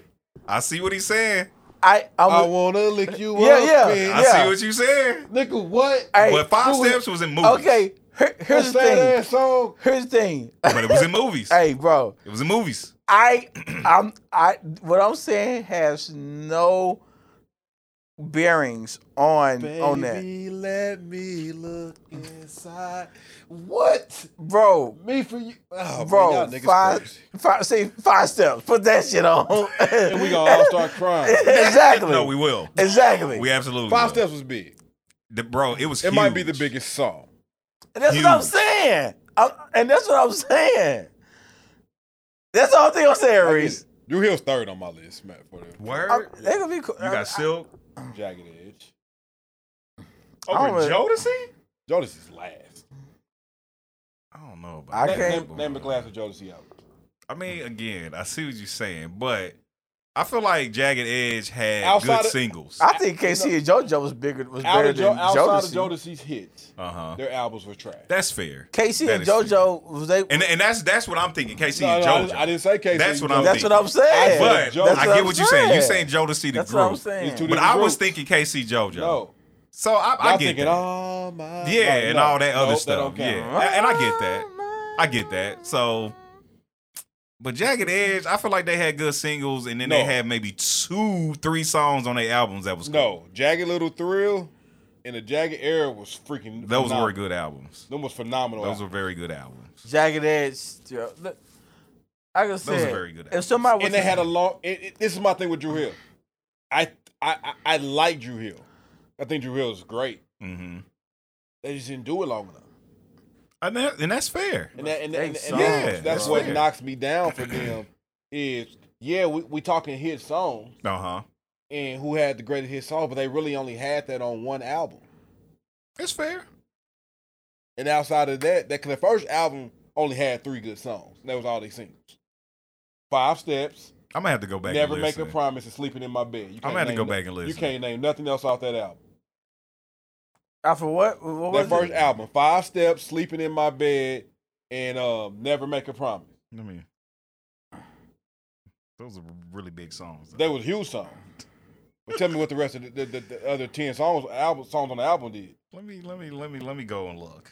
[SPEAKER 3] I see what he's saying.
[SPEAKER 2] I. I'm,
[SPEAKER 4] I wanna lick you
[SPEAKER 2] Yeah,
[SPEAKER 4] up.
[SPEAKER 3] I
[SPEAKER 2] yeah.
[SPEAKER 3] see what you're saying.
[SPEAKER 4] yeah. Nigga, what?
[SPEAKER 2] Hey,
[SPEAKER 3] But Five
[SPEAKER 4] who is-
[SPEAKER 3] Steps was in movies.
[SPEAKER 2] okay. Here, here's
[SPEAKER 4] That's
[SPEAKER 2] the
[SPEAKER 4] that
[SPEAKER 2] thing.
[SPEAKER 4] ass song.
[SPEAKER 2] Here's the thing.
[SPEAKER 3] But it was in movies.
[SPEAKER 2] hey, bro.
[SPEAKER 3] It was in movies.
[SPEAKER 2] I, I'm, I. What I'm saying has no bearings on on that,
[SPEAKER 4] let me look inside. What?
[SPEAKER 2] bro.
[SPEAKER 4] Me for you? Oh,
[SPEAKER 2] bro,
[SPEAKER 4] man, y'all niggas
[SPEAKER 2] five,
[SPEAKER 4] crazy.
[SPEAKER 2] five, see, five steps. Put that shit on.
[SPEAKER 4] Oh, And we gonna all start crying.
[SPEAKER 2] exactly.
[SPEAKER 3] No, we will.
[SPEAKER 2] exactly.
[SPEAKER 3] We absolutely
[SPEAKER 4] Five
[SPEAKER 3] will.
[SPEAKER 4] Steps was big. It
[SPEAKER 3] The- bro, it was.
[SPEAKER 4] might be the
[SPEAKER 3] huge.
[SPEAKER 4] biggest song.
[SPEAKER 2] that's what I'm
[SPEAKER 3] huge.
[SPEAKER 2] saying. I, and that's what I'm saying. That's the whole thing I'm saying, Reese.
[SPEAKER 4] Drew Hill's third on my list, man, for the
[SPEAKER 3] Word.
[SPEAKER 2] I'm- They gonna be. cool.
[SPEAKER 3] you got silk
[SPEAKER 4] Jagged Edge.
[SPEAKER 2] I
[SPEAKER 3] over
[SPEAKER 2] don't
[SPEAKER 3] Oh, Jodeci.
[SPEAKER 4] Jodeci is last.
[SPEAKER 3] I don't know. About
[SPEAKER 2] I
[SPEAKER 3] that.
[SPEAKER 2] can't-
[SPEAKER 4] Name, name the glass of Jodeci album.
[SPEAKER 3] I mean,
[SPEAKER 4] Mm.
[SPEAKER 3] again, I see what you're saying, but I feel like Jagged Edge had
[SPEAKER 4] Outside
[SPEAKER 3] good
[SPEAKER 4] of-
[SPEAKER 3] singles.
[SPEAKER 2] I think KC and JoJo was bigger. Was
[SPEAKER 4] Out
[SPEAKER 2] better
[SPEAKER 4] of jo-
[SPEAKER 2] than
[SPEAKER 4] outside
[SPEAKER 2] Jodeci.
[SPEAKER 4] of Jodeci's hits,
[SPEAKER 3] Uh huh.
[SPEAKER 4] their albums were trash.
[SPEAKER 3] That's fair.
[SPEAKER 2] KC
[SPEAKER 3] That
[SPEAKER 2] and
[SPEAKER 3] is fair.
[SPEAKER 2] JoJo was they.
[SPEAKER 3] And and that's that's what I'm thinking. KC
[SPEAKER 4] No,
[SPEAKER 3] and
[SPEAKER 4] no, I,
[SPEAKER 3] JoJo.
[SPEAKER 4] didn't- I didn't say Casey.
[SPEAKER 3] That's what I'm
[SPEAKER 2] that's
[SPEAKER 3] thinking.
[SPEAKER 2] what I'm saying.
[SPEAKER 3] but
[SPEAKER 4] Yeah, JoJo.
[SPEAKER 3] I get what you're saying. You're saying Jodeci the
[SPEAKER 2] That's
[SPEAKER 3] group.
[SPEAKER 2] what I'm saying.
[SPEAKER 4] It's two
[SPEAKER 3] But I
[SPEAKER 4] different
[SPEAKER 3] was
[SPEAKER 4] groups.
[SPEAKER 3] thinking KC JoJo.
[SPEAKER 4] No,
[SPEAKER 3] So I, I
[SPEAKER 4] y'all
[SPEAKER 3] get
[SPEAKER 4] thinking
[SPEAKER 3] that.
[SPEAKER 4] all my
[SPEAKER 3] yeah,
[SPEAKER 4] No,
[SPEAKER 3] and
[SPEAKER 4] no,
[SPEAKER 3] all that
[SPEAKER 4] no,
[SPEAKER 3] other
[SPEAKER 4] don't
[SPEAKER 3] stuff.
[SPEAKER 4] count.
[SPEAKER 3] yeah, and- and I get that. I get that. So, but Jagged Edge, I feel like they had good singles, and then they
[SPEAKER 4] No.
[SPEAKER 3] had maybe two, three songs on their albums that was cool.
[SPEAKER 4] No, Jagged Little Thrill and the Jagged Era was freaking.
[SPEAKER 3] Those
[SPEAKER 4] phenomenal.
[SPEAKER 3] were good albums.
[SPEAKER 4] Them was phenomenal.
[SPEAKER 3] Those were
[SPEAKER 4] albums.
[SPEAKER 3] very good albums.
[SPEAKER 2] Jagged Edge. yo, look, I can say
[SPEAKER 3] very good
[SPEAKER 2] If somebody was
[SPEAKER 4] and they had a long. It, it, this is my thing with Drew Hill. I, I I I like Drew Hill. I think Drew Hill is great.
[SPEAKER 3] hmm
[SPEAKER 4] They just didn't do it long enough.
[SPEAKER 3] And, that, and that's fair.
[SPEAKER 4] And that, and,
[SPEAKER 2] They
[SPEAKER 4] and, and
[SPEAKER 2] songs,
[SPEAKER 4] that's, that's
[SPEAKER 3] bro.
[SPEAKER 4] what
[SPEAKER 3] Yeah.
[SPEAKER 4] knocks me down for them is yeah we we talking hit songs
[SPEAKER 3] Uh huh.
[SPEAKER 4] and who had the greatest hit song, but they really only had that on one album.
[SPEAKER 3] It's fair.
[SPEAKER 4] And outside of that, that cause the first album only had three good songs. That was all they singles. Five Steps,
[SPEAKER 3] I'm gonna have to go back.
[SPEAKER 4] Never
[SPEAKER 3] and
[SPEAKER 4] Make
[SPEAKER 3] listen.
[SPEAKER 4] a Promise, and Sleeping in My Bed. You
[SPEAKER 3] I'm gonna have to
[SPEAKER 4] name
[SPEAKER 3] go
[SPEAKER 4] no-
[SPEAKER 3] back and listen.
[SPEAKER 4] You can't name nothing else off that album.
[SPEAKER 2] for what? What
[SPEAKER 4] that
[SPEAKER 2] was
[SPEAKER 4] first
[SPEAKER 2] it?
[SPEAKER 4] album, Five Steps, Sleeping in My Bed, and um, Never Make a Promise.
[SPEAKER 3] Let me. Those are really big songs. though.
[SPEAKER 4] They was huge songs. But tell me what the rest of the, the, the, the other ten songs album songs on the album did.
[SPEAKER 3] Let me let me let me let me go and look.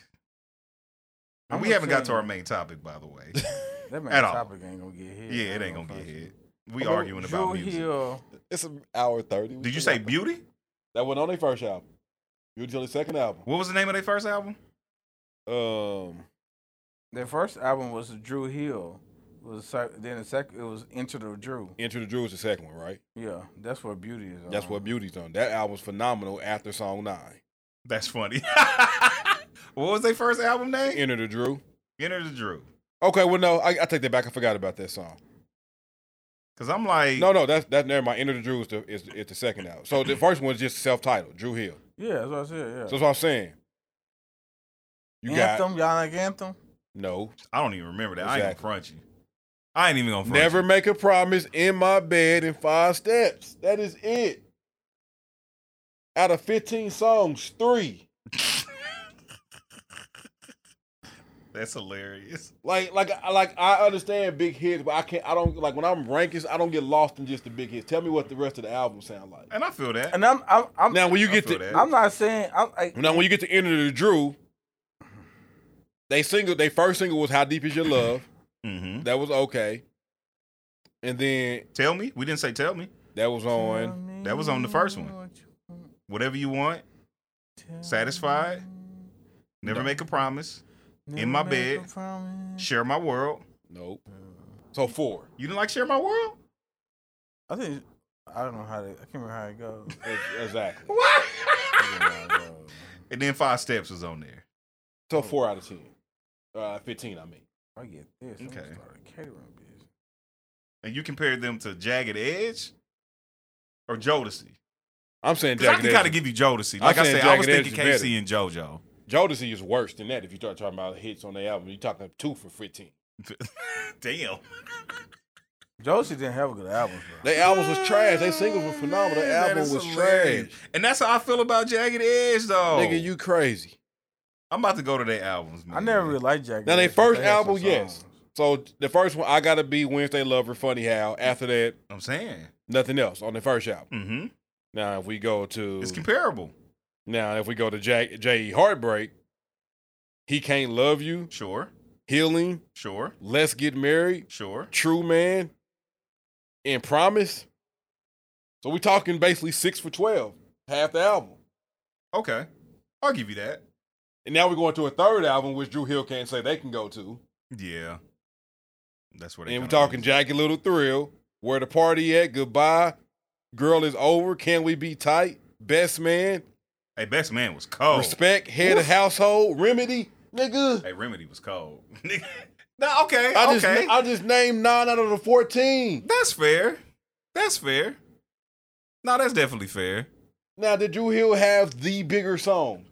[SPEAKER 2] I'm
[SPEAKER 3] we
[SPEAKER 2] gonna
[SPEAKER 3] haven't got
[SPEAKER 2] tell
[SPEAKER 3] to our
[SPEAKER 2] you.
[SPEAKER 3] main topic, by the way.
[SPEAKER 2] That man
[SPEAKER 3] at all.
[SPEAKER 2] topic ain't gonna get hit.
[SPEAKER 3] yeah,
[SPEAKER 2] I
[SPEAKER 3] it ain't
[SPEAKER 2] know
[SPEAKER 3] gonna get
[SPEAKER 2] if I-
[SPEAKER 3] hit. We
[SPEAKER 2] Well,
[SPEAKER 3] arguing about
[SPEAKER 2] Drew
[SPEAKER 3] music.
[SPEAKER 2] Hill.
[SPEAKER 4] It's an hour thirty.
[SPEAKER 3] Did you say beauty?
[SPEAKER 4] that wasn't on their first album? You until the second album.
[SPEAKER 3] What was the name of their first album?
[SPEAKER 4] Um,
[SPEAKER 2] Their first album was Drew Hill. It was sec- then the second it was Enter the Drew.
[SPEAKER 4] Enter the Drew is the second one, right?
[SPEAKER 2] Yeah, that's where beauty is. uh,
[SPEAKER 4] That's
[SPEAKER 2] on.
[SPEAKER 4] what Beauty's on. That album's phenomenal after song nine.
[SPEAKER 3] That's funny. what was their first album name?
[SPEAKER 4] Enter the Drew.
[SPEAKER 3] Enter the Drew.
[SPEAKER 4] Okay, well no, I, I take that back. I forgot about that song.
[SPEAKER 3] Cause I'm like,
[SPEAKER 4] No, no, that's that's never mind. Enter the Drew is the is, is the second album. So the first one's just self titled, Drew Hill.
[SPEAKER 2] Yeah, that's what I said. Yeah.
[SPEAKER 4] So that's what I'm saying. You got
[SPEAKER 2] anthem, y'all like anthem?
[SPEAKER 4] no.
[SPEAKER 3] I don't even remember that. I ain't
[SPEAKER 4] Exactly.
[SPEAKER 3] gonna front you. I ain't even gonna front
[SPEAKER 4] Never
[SPEAKER 3] you.
[SPEAKER 4] make a promise in my bed in five steps. That is it. Out of 15 songs, three.
[SPEAKER 3] That's hilarious.
[SPEAKER 4] Like, like, like I understand big hits, but I can't. I don't like when I'm ranking. I don't get lost in just the big hits. Tell me what the rest of the album sound like.
[SPEAKER 3] And I feel that.
[SPEAKER 2] And I'm I'm I'm,
[SPEAKER 4] Now when you
[SPEAKER 3] I
[SPEAKER 4] get
[SPEAKER 3] feel
[SPEAKER 4] to
[SPEAKER 3] that.
[SPEAKER 2] I'm not saying I'm like
[SPEAKER 4] now when you get to end of the Drew, they single. They first single was "How Deep Is Your Love."
[SPEAKER 3] hmm
[SPEAKER 4] That was okay, and then
[SPEAKER 3] Tell me. We didn't say tell me.
[SPEAKER 4] that was on.
[SPEAKER 3] That was on the first one. Whatever you want. Satisfied. Never make a promise. In my bed. Share my world.
[SPEAKER 4] Nope. So four.
[SPEAKER 3] You didn't like share my world?
[SPEAKER 2] I think I don't know how to I can't remember how it goes.
[SPEAKER 4] Ex- Exactly.
[SPEAKER 3] What?
[SPEAKER 2] I don't know how it goes.
[SPEAKER 3] and then five steps was on there.
[SPEAKER 4] So four out of ten. Uh, fifteen. I mean.
[SPEAKER 2] I get this. I'm
[SPEAKER 3] Okay.
[SPEAKER 2] gonna start a catering business.
[SPEAKER 3] And you compared them to Jagged Edge or Jodeci.
[SPEAKER 4] I'm saying
[SPEAKER 3] Because I
[SPEAKER 4] Jagged
[SPEAKER 3] can kind
[SPEAKER 4] Edge.
[SPEAKER 3] of give you Jodeci. Like I,
[SPEAKER 4] saying
[SPEAKER 3] said, I
[SPEAKER 4] Jagged
[SPEAKER 3] was
[SPEAKER 4] Edge
[SPEAKER 3] thinking
[SPEAKER 4] is
[SPEAKER 3] KC and JoJo.
[SPEAKER 4] Jodeci is worse than that. If you start talking about hits on the album, you're talking two for fifteen.
[SPEAKER 3] Damn.
[SPEAKER 2] Josie didn't have a good album, bro.
[SPEAKER 4] Their albums was trash. Their singles were phenomenal. Their
[SPEAKER 3] That
[SPEAKER 4] album
[SPEAKER 3] is
[SPEAKER 4] was
[SPEAKER 3] hilarious.
[SPEAKER 4] trash.
[SPEAKER 3] And that's how I feel about Jagged Edge, though.
[SPEAKER 4] Nigga, you crazy.
[SPEAKER 3] I'm about to go to their albums, man.
[SPEAKER 2] I never really liked Jack.
[SPEAKER 4] Now, their
[SPEAKER 2] Daniels, but
[SPEAKER 4] first
[SPEAKER 2] they had some
[SPEAKER 4] album, yes.
[SPEAKER 2] songs.
[SPEAKER 4] So the first one, I gotta be Wednesday Lover, Funny How. After that,
[SPEAKER 3] I'm saying.
[SPEAKER 4] nothing else on the first album.
[SPEAKER 3] hmm
[SPEAKER 4] Now if we go to
[SPEAKER 3] It's comparable.
[SPEAKER 4] now if we go to Jack J E Heartbreak, He Can't Love You,
[SPEAKER 3] Sure.
[SPEAKER 4] Healing,
[SPEAKER 3] Sure.
[SPEAKER 4] Let's Get Married,
[SPEAKER 3] Sure.
[SPEAKER 4] True Man, and Promise. So we talking basically six for twelve. half the album.
[SPEAKER 3] Okay, I'll give you that.
[SPEAKER 4] And now we're going to a third album, which Drew Hill can't say they can go to.
[SPEAKER 3] Yeah, that's what.
[SPEAKER 4] And we're talking Jackie Little Thrill, Where the Party At, Goodbye, Girl Is Over, Can We Be Tight, Best Man,
[SPEAKER 3] Hey, best man was cold.
[SPEAKER 4] Respect, Head of Household, Remedy, nigga.
[SPEAKER 3] Hey, remedy was cold. nah, okay,
[SPEAKER 4] I just
[SPEAKER 3] okay.
[SPEAKER 4] I just named nine out of the fourteen.
[SPEAKER 3] that's fair. That's fair. No, that's definitely fair.
[SPEAKER 4] Now, did Drew Hill have the bigger song?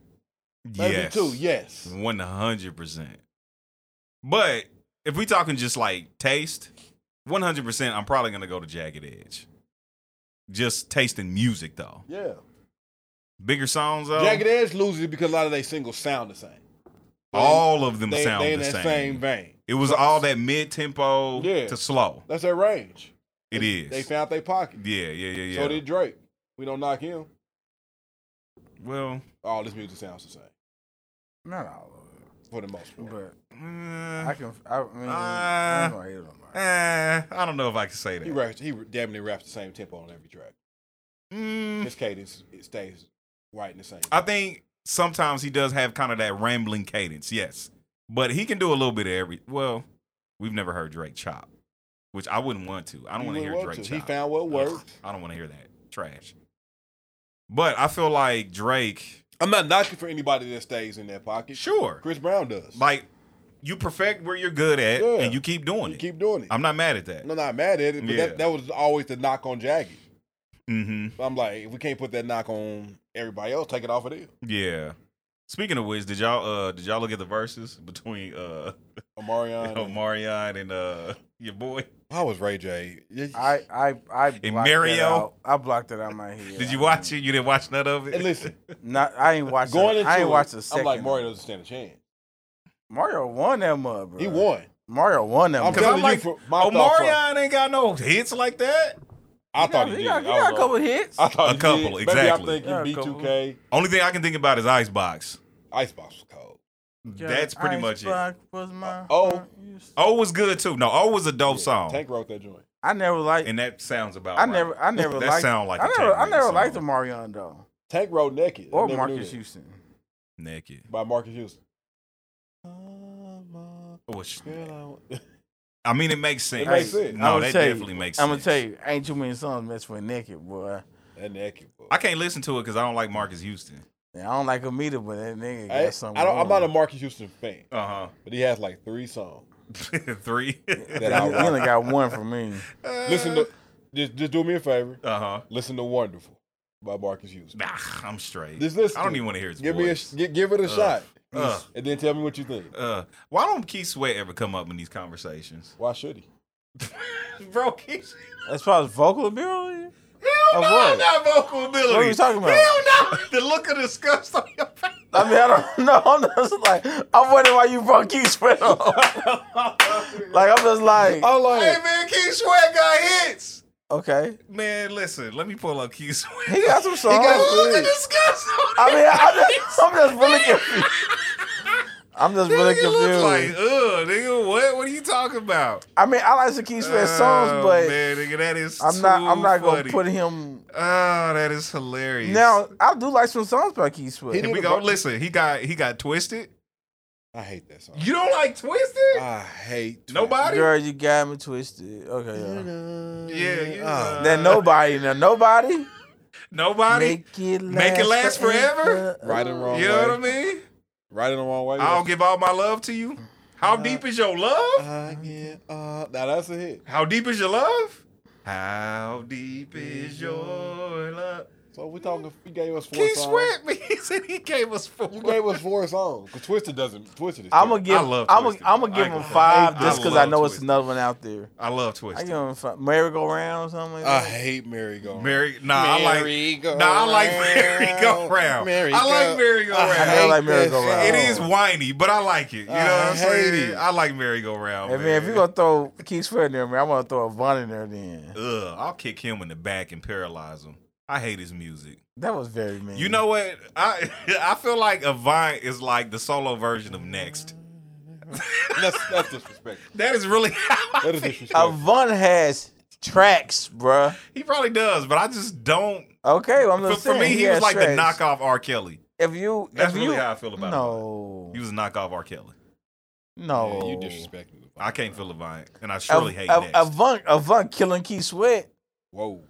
[SPEAKER 4] Maybe
[SPEAKER 3] yes. Mm.
[SPEAKER 4] two, yes.
[SPEAKER 3] One hundred percent. But if we talking just like taste, one hundred percent, I'm probably gonna go to Jagged Edge. Just tasting music though.
[SPEAKER 4] Yeah.
[SPEAKER 3] Bigger songs though.
[SPEAKER 4] Jagged Edge loses because a lot of their singles sound the same.
[SPEAKER 3] all of them
[SPEAKER 4] They,
[SPEAKER 3] sound
[SPEAKER 4] they in
[SPEAKER 3] the
[SPEAKER 4] that
[SPEAKER 3] same.
[SPEAKER 4] same vein.
[SPEAKER 3] It was all that mid tempo
[SPEAKER 4] Yeah.
[SPEAKER 3] to slow.
[SPEAKER 4] That's their range.
[SPEAKER 3] It is.
[SPEAKER 4] They found their pocket.
[SPEAKER 3] yeah, yeah, yeah, yeah.
[SPEAKER 4] So did Drake. We don't knock him.
[SPEAKER 3] well,
[SPEAKER 4] All this music sounds the same
[SPEAKER 2] Not all of
[SPEAKER 4] for the most part.
[SPEAKER 2] it, but I
[SPEAKER 3] mm,
[SPEAKER 2] can. I mean,
[SPEAKER 3] Uh,
[SPEAKER 2] I don't hate
[SPEAKER 3] eh,
[SPEAKER 2] nobody.
[SPEAKER 3] I, don't know if I can say that.
[SPEAKER 4] He raps, he damn near raps the same tempo on every track.
[SPEAKER 3] Mm,
[SPEAKER 4] His cadence it stays right in the same.
[SPEAKER 3] I think sometimes he does have kind of that rambling cadence, yes. But he can do a little bit of every. Well, we've never heard Drake chop, which I wouldn't want to. I don't want
[SPEAKER 4] He
[SPEAKER 3] to
[SPEAKER 4] went
[SPEAKER 3] hear
[SPEAKER 4] well
[SPEAKER 3] Drake
[SPEAKER 4] too.
[SPEAKER 3] chop.
[SPEAKER 4] He found what
[SPEAKER 3] Ugh,
[SPEAKER 4] worked.
[SPEAKER 3] I don't want to hear that trash. But I feel like Drake,
[SPEAKER 4] I'm not knocking for anybody that stays in that pocket.
[SPEAKER 3] sure,
[SPEAKER 4] Chris Brown does.
[SPEAKER 3] like you perfect where you're good at,
[SPEAKER 4] Yeah.
[SPEAKER 3] and you keep doing
[SPEAKER 4] you
[SPEAKER 3] it.
[SPEAKER 4] keep doing it.
[SPEAKER 3] I'm not mad at that.
[SPEAKER 4] And I'm not mad at it, but
[SPEAKER 3] Yeah.
[SPEAKER 4] that, that was always the knock on Jaggy.
[SPEAKER 3] Mm-hmm.
[SPEAKER 4] I'm like, if we can't put that knock on everybody else, take it off of them.
[SPEAKER 3] Yeah. Speaking of which, did y'all uh did y'all look at the verses between uh
[SPEAKER 4] Omarion. and-
[SPEAKER 3] Omarion and uh your boy?
[SPEAKER 4] I was Ray J. Yeah,
[SPEAKER 2] I I I blocked That
[SPEAKER 3] Mario?
[SPEAKER 2] out. I blocked it out my head.
[SPEAKER 3] Did you watch it? You didn't watch none of it.
[SPEAKER 4] And listen,
[SPEAKER 2] Not. I ain't watched.
[SPEAKER 4] going
[SPEAKER 2] Going
[SPEAKER 4] into
[SPEAKER 2] I ain't
[SPEAKER 4] it,
[SPEAKER 2] watched a second.
[SPEAKER 4] I'm like, Mario doesn't stand a chance.
[SPEAKER 2] Mario won that mug, bro.
[SPEAKER 4] He won.
[SPEAKER 2] Mario won that
[SPEAKER 4] I'm
[SPEAKER 2] mug.
[SPEAKER 4] telling you,
[SPEAKER 3] like,
[SPEAKER 4] for my thought pro-
[SPEAKER 3] Omarion ain't got no hits like that.
[SPEAKER 4] I
[SPEAKER 2] He
[SPEAKER 4] thought
[SPEAKER 2] got-
[SPEAKER 4] he
[SPEAKER 2] he
[SPEAKER 4] did.
[SPEAKER 2] got, he
[SPEAKER 4] I
[SPEAKER 2] got
[SPEAKER 4] was
[SPEAKER 2] a
[SPEAKER 4] wrong.
[SPEAKER 2] couple hits.
[SPEAKER 4] I thought
[SPEAKER 3] A
[SPEAKER 4] he
[SPEAKER 3] couple,
[SPEAKER 4] did.
[SPEAKER 3] exactly.
[SPEAKER 4] Maybe
[SPEAKER 2] Yeah,
[SPEAKER 4] I'm
[SPEAKER 2] a
[SPEAKER 4] thinking
[SPEAKER 2] couple.
[SPEAKER 4] B2K,
[SPEAKER 3] Only thing I can think about is Icebox.
[SPEAKER 4] Icebox was cold.
[SPEAKER 3] That's pretty much it.
[SPEAKER 2] Icebox Was my
[SPEAKER 4] Oh.
[SPEAKER 3] O was good too. No, O was a dope song,
[SPEAKER 4] Tank wrote that joint.
[SPEAKER 2] I never liked.
[SPEAKER 3] and that sounds about.
[SPEAKER 2] I
[SPEAKER 3] right.
[SPEAKER 2] never. I never
[SPEAKER 3] That
[SPEAKER 2] liked.
[SPEAKER 3] sound like
[SPEAKER 2] I
[SPEAKER 3] a
[SPEAKER 2] never.
[SPEAKER 3] Tank
[SPEAKER 2] I never
[SPEAKER 3] song.
[SPEAKER 2] liked the Marion though,
[SPEAKER 4] Tank wrote Naked. I
[SPEAKER 2] or
[SPEAKER 4] never knew
[SPEAKER 2] Marcus
[SPEAKER 4] that.
[SPEAKER 2] Houston.
[SPEAKER 3] naked.
[SPEAKER 4] By Marcus Houston.
[SPEAKER 3] Which,
[SPEAKER 4] Girl, I-
[SPEAKER 3] Oh, I mean, it makes sense.
[SPEAKER 4] makes sense.
[SPEAKER 3] No,
[SPEAKER 2] I'ma
[SPEAKER 3] that
[SPEAKER 2] tell you-
[SPEAKER 3] definitely makes sense.
[SPEAKER 2] I'm gonna tell you, ain't too many songs mess with naked, boy.
[SPEAKER 4] That Naked. boy.
[SPEAKER 3] I can't listen to it because I don't like Marcus Houston.
[SPEAKER 2] Yeah, I don't like him either, but that nigga
[SPEAKER 4] I, I
[SPEAKER 2] got something.
[SPEAKER 4] don't, I'm
[SPEAKER 2] going.
[SPEAKER 4] not a Marcus Houston fan,
[SPEAKER 3] Uh
[SPEAKER 4] but he has like three songs.
[SPEAKER 3] huh. Three.
[SPEAKER 4] That
[SPEAKER 2] You
[SPEAKER 4] I
[SPEAKER 2] only got one for me.
[SPEAKER 4] Listen to, just, just do me a favor.
[SPEAKER 3] Uh huh.
[SPEAKER 4] Listen to Wonderful by Marcus Houston.
[SPEAKER 3] Nah, I'm straight.
[SPEAKER 4] Just listen
[SPEAKER 3] I don't
[SPEAKER 4] to
[SPEAKER 3] even
[SPEAKER 4] it.
[SPEAKER 3] want to hear his
[SPEAKER 4] Give me a,
[SPEAKER 3] voice.
[SPEAKER 4] sh- gi- give it a shot,
[SPEAKER 3] Ugh.
[SPEAKER 4] and then tell me what you think.
[SPEAKER 3] uh, why don't Keith Sweat ever come up in these conversations,
[SPEAKER 4] Why should he?
[SPEAKER 3] bro? Keith,
[SPEAKER 2] As far as vocal ability,
[SPEAKER 3] hell no,
[SPEAKER 2] Of what?
[SPEAKER 3] not vocal ability.
[SPEAKER 2] What are you talking about?
[SPEAKER 3] Hell no, the look of disgust on your face.
[SPEAKER 2] I mean, I don't know. I'm just like, I'm wondering why you brought Keith Sweat on. like, I'm just like,
[SPEAKER 4] I like
[SPEAKER 3] Hey man, Keith Sweat got hits.
[SPEAKER 2] okay,
[SPEAKER 3] Man, listen, let me pull up Keith Sweat.
[SPEAKER 2] he got some songs.
[SPEAKER 4] got-
[SPEAKER 3] the look of disgust. On
[SPEAKER 2] I
[SPEAKER 3] his
[SPEAKER 2] mean, I'm
[SPEAKER 3] face.
[SPEAKER 2] just, I'm just really confused. I'm just really
[SPEAKER 3] Nigga look
[SPEAKER 2] confused.
[SPEAKER 3] like, ugh, nigga, what? What are you talking about?
[SPEAKER 2] I mean, I like some Keith Sweat songs,
[SPEAKER 3] Oh,
[SPEAKER 2] but
[SPEAKER 3] man, nigga, that is
[SPEAKER 2] I'm not.
[SPEAKER 3] too
[SPEAKER 2] I'm not
[SPEAKER 3] funny.
[SPEAKER 2] gonna put him.
[SPEAKER 3] Oh, that is hilarious.
[SPEAKER 2] Now, I do like some songs by Keith Sweat.
[SPEAKER 4] He
[SPEAKER 3] Here we
[SPEAKER 4] did a
[SPEAKER 3] go.
[SPEAKER 4] bar-
[SPEAKER 3] Listen, he got he got twisted.
[SPEAKER 4] I hate that song.
[SPEAKER 3] You don't like twisted?
[SPEAKER 4] I hate
[SPEAKER 3] Nobody?
[SPEAKER 2] Uh, Girl, you got me twisted. Okay, yeah.
[SPEAKER 3] Yeah, yeah.
[SPEAKER 4] Ah.
[SPEAKER 2] That nobody, now nobody.
[SPEAKER 3] Nobody?
[SPEAKER 2] it
[SPEAKER 3] Make it last forever?
[SPEAKER 4] Right and wrong
[SPEAKER 3] You know what I
[SPEAKER 4] way.
[SPEAKER 3] mean?
[SPEAKER 4] Right in the wrong way.
[SPEAKER 3] I'll give all my love to you. How deep is your love?
[SPEAKER 4] I get up. Now that's a hit.
[SPEAKER 3] How deep is your love? How deep is your love?
[SPEAKER 4] So we talking. You gave us four
[SPEAKER 3] Keith
[SPEAKER 4] songs.
[SPEAKER 3] Sweat, man. He said he gave us four.
[SPEAKER 4] You gave us four songs. Cause Twisted doesn't. Twisted is.
[SPEAKER 2] I'm gonna
[SPEAKER 4] terrible.
[SPEAKER 2] give.
[SPEAKER 3] I love
[SPEAKER 2] I'm gonna.
[SPEAKER 3] Twisted.
[SPEAKER 2] I'm gonna
[SPEAKER 3] I
[SPEAKER 2] give
[SPEAKER 3] ain't
[SPEAKER 2] him
[SPEAKER 3] gonna
[SPEAKER 2] five
[SPEAKER 3] lie.
[SPEAKER 2] just
[SPEAKER 3] I
[SPEAKER 2] because I
[SPEAKER 3] love
[SPEAKER 2] know it's
[SPEAKER 3] Twisted.
[SPEAKER 2] another one out there.
[SPEAKER 3] I love
[SPEAKER 2] I give
[SPEAKER 3] twisted.
[SPEAKER 2] him five. merry-go-round or something. Like
[SPEAKER 4] I
[SPEAKER 2] that.
[SPEAKER 4] hate Mary Go.
[SPEAKER 3] Mary, nah, I like, nah, I like merry go round.
[SPEAKER 4] Merry
[SPEAKER 3] I like
[SPEAKER 4] Go-
[SPEAKER 3] merry go
[SPEAKER 4] I
[SPEAKER 2] I
[SPEAKER 3] round.
[SPEAKER 2] don't like
[SPEAKER 4] hate
[SPEAKER 2] merry
[SPEAKER 4] that
[SPEAKER 2] go round.
[SPEAKER 3] It is whiny, but I like it. You know
[SPEAKER 4] I
[SPEAKER 3] what I'm
[SPEAKER 4] hate
[SPEAKER 3] saying?
[SPEAKER 4] it.
[SPEAKER 3] I like merry-go-round.
[SPEAKER 2] Hey man, if you gonna throw Keith Sweat in there, man, I'm gonna throw a Von in there. Then
[SPEAKER 3] Ugh, I'll kick him in the back and paralyze him. I hate his music.
[SPEAKER 2] that was very mean.
[SPEAKER 3] You know what? I I feel like a vine is like the solo version of next.
[SPEAKER 4] That's that's disrespectful.
[SPEAKER 3] That is really how I
[SPEAKER 4] That is
[SPEAKER 3] feel.
[SPEAKER 4] disrespectful.
[SPEAKER 2] a Von has tracks, bruh.
[SPEAKER 3] He probably does, but I just don't.
[SPEAKER 2] Okay, well, I'm
[SPEAKER 3] For,
[SPEAKER 2] just
[SPEAKER 3] for me,
[SPEAKER 2] saying,
[SPEAKER 3] he was
[SPEAKER 2] has
[SPEAKER 3] like the
[SPEAKER 2] tracks.
[SPEAKER 3] knockoff R. Kelly.
[SPEAKER 2] If you,
[SPEAKER 3] That's
[SPEAKER 2] if
[SPEAKER 3] really
[SPEAKER 2] you,
[SPEAKER 3] how I feel about him.
[SPEAKER 2] no,
[SPEAKER 3] He was a knockoff R. Kelly.
[SPEAKER 2] no,
[SPEAKER 4] you disrespect me.
[SPEAKER 3] Oh. I can't feel Levine, and I
[SPEAKER 2] Av-
[SPEAKER 3] surely hate
[SPEAKER 2] Av-
[SPEAKER 3] that.
[SPEAKER 2] Avant, Avant, killing Key Sweat.
[SPEAKER 4] Whoa.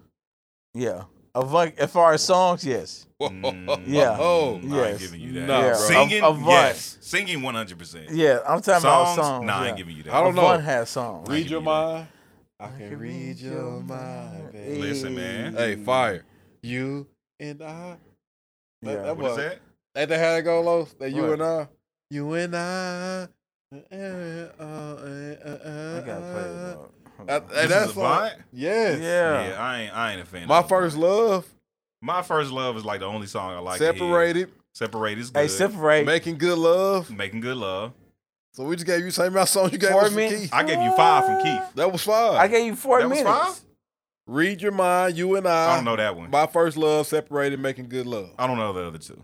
[SPEAKER 2] Yeah, Avant. As far as songs, yes. Yeah.
[SPEAKER 4] Oh.
[SPEAKER 3] Mm, I ain't
[SPEAKER 2] Yes.
[SPEAKER 3] giving you that.
[SPEAKER 4] Nah, Yeah. bro.
[SPEAKER 3] Singing,
[SPEAKER 2] Av- Avant.
[SPEAKER 3] yes. Singing, one hundred percent.
[SPEAKER 2] Yeah, I'm talking about
[SPEAKER 3] Songs,
[SPEAKER 2] songs.
[SPEAKER 3] nah, I
[SPEAKER 2] yeah.
[SPEAKER 3] ain't giving you that.
[SPEAKER 4] I don't know.
[SPEAKER 2] Avant has songs.
[SPEAKER 3] Right.
[SPEAKER 4] Read your
[SPEAKER 3] you that.
[SPEAKER 4] mind. I
[SPEAKER 2] I
[SPEAKER 4] can read your mind, baby.
[SPEAKER 3] Listen, man.
[SPEAKER 4] Hey, fire. You and I.
[SPEAKER 2] Yeah.
[SPEAKER 4] that-
[SPEAKER 3] What is that?
[SPEAKER 4] Ain't that how they go, Los? That you
[SPEAKER 2] What?
[SPEAKER 4] and I. You and I. Uh, I gotta
[SPEAKER 2] I gotta play it. dog. Hold
[SPEAKER 4] Uh,
[SPEAKER 2] on.
[SPEAKER 4] Hey,
[SPEAKER 3] This
[SPEAKER 4] that's
[SPEAKER 3] is
[SPEAKER 4] like-
[SPEAKER 3] Avant?
[SPEAKER 4] Yes.
[SPEAKER 2] Yeah.
[SPEAKER 3] Yeah, I ain't. I ain't a fan.
[SPEAKER 4] My
[SPEAKER 3] of Avant.
[SPEAKER 4] first love.
[SPEAKER 3] My first love is like the only song I like. to hear.
[SPEAKER 4] separated.
[SPEAKER 3] Separate is good.
[SPEAKER 2] Hey, separate.
[SPEAKER 4] Making good love.
[SPEAKER 3] Making good love.
[SPEAKER 4] So we just gave you the same amount of songs you gave
[SPEAKER 2] Four
[SPEAKER 4] us from
[SPEAKER 2] minutes.
[SPEAKER 4] Keith.
[SPEAKER 3] I gave you five from Keith.
[SPEAKER 4] That was five.
[SPEAKER 2] I gave you four
[SPEAKER 3] That was
[SPEAKER 2] minutes.
[SPEAKER 3] five?
[SPEAKER 4] Read your mind. You and I.
[SPEAKER 3] I don't know that one.
[SPEAKER 4] My first love. Separated. Making good love.
[SPEAKER 3] I don't know the other two.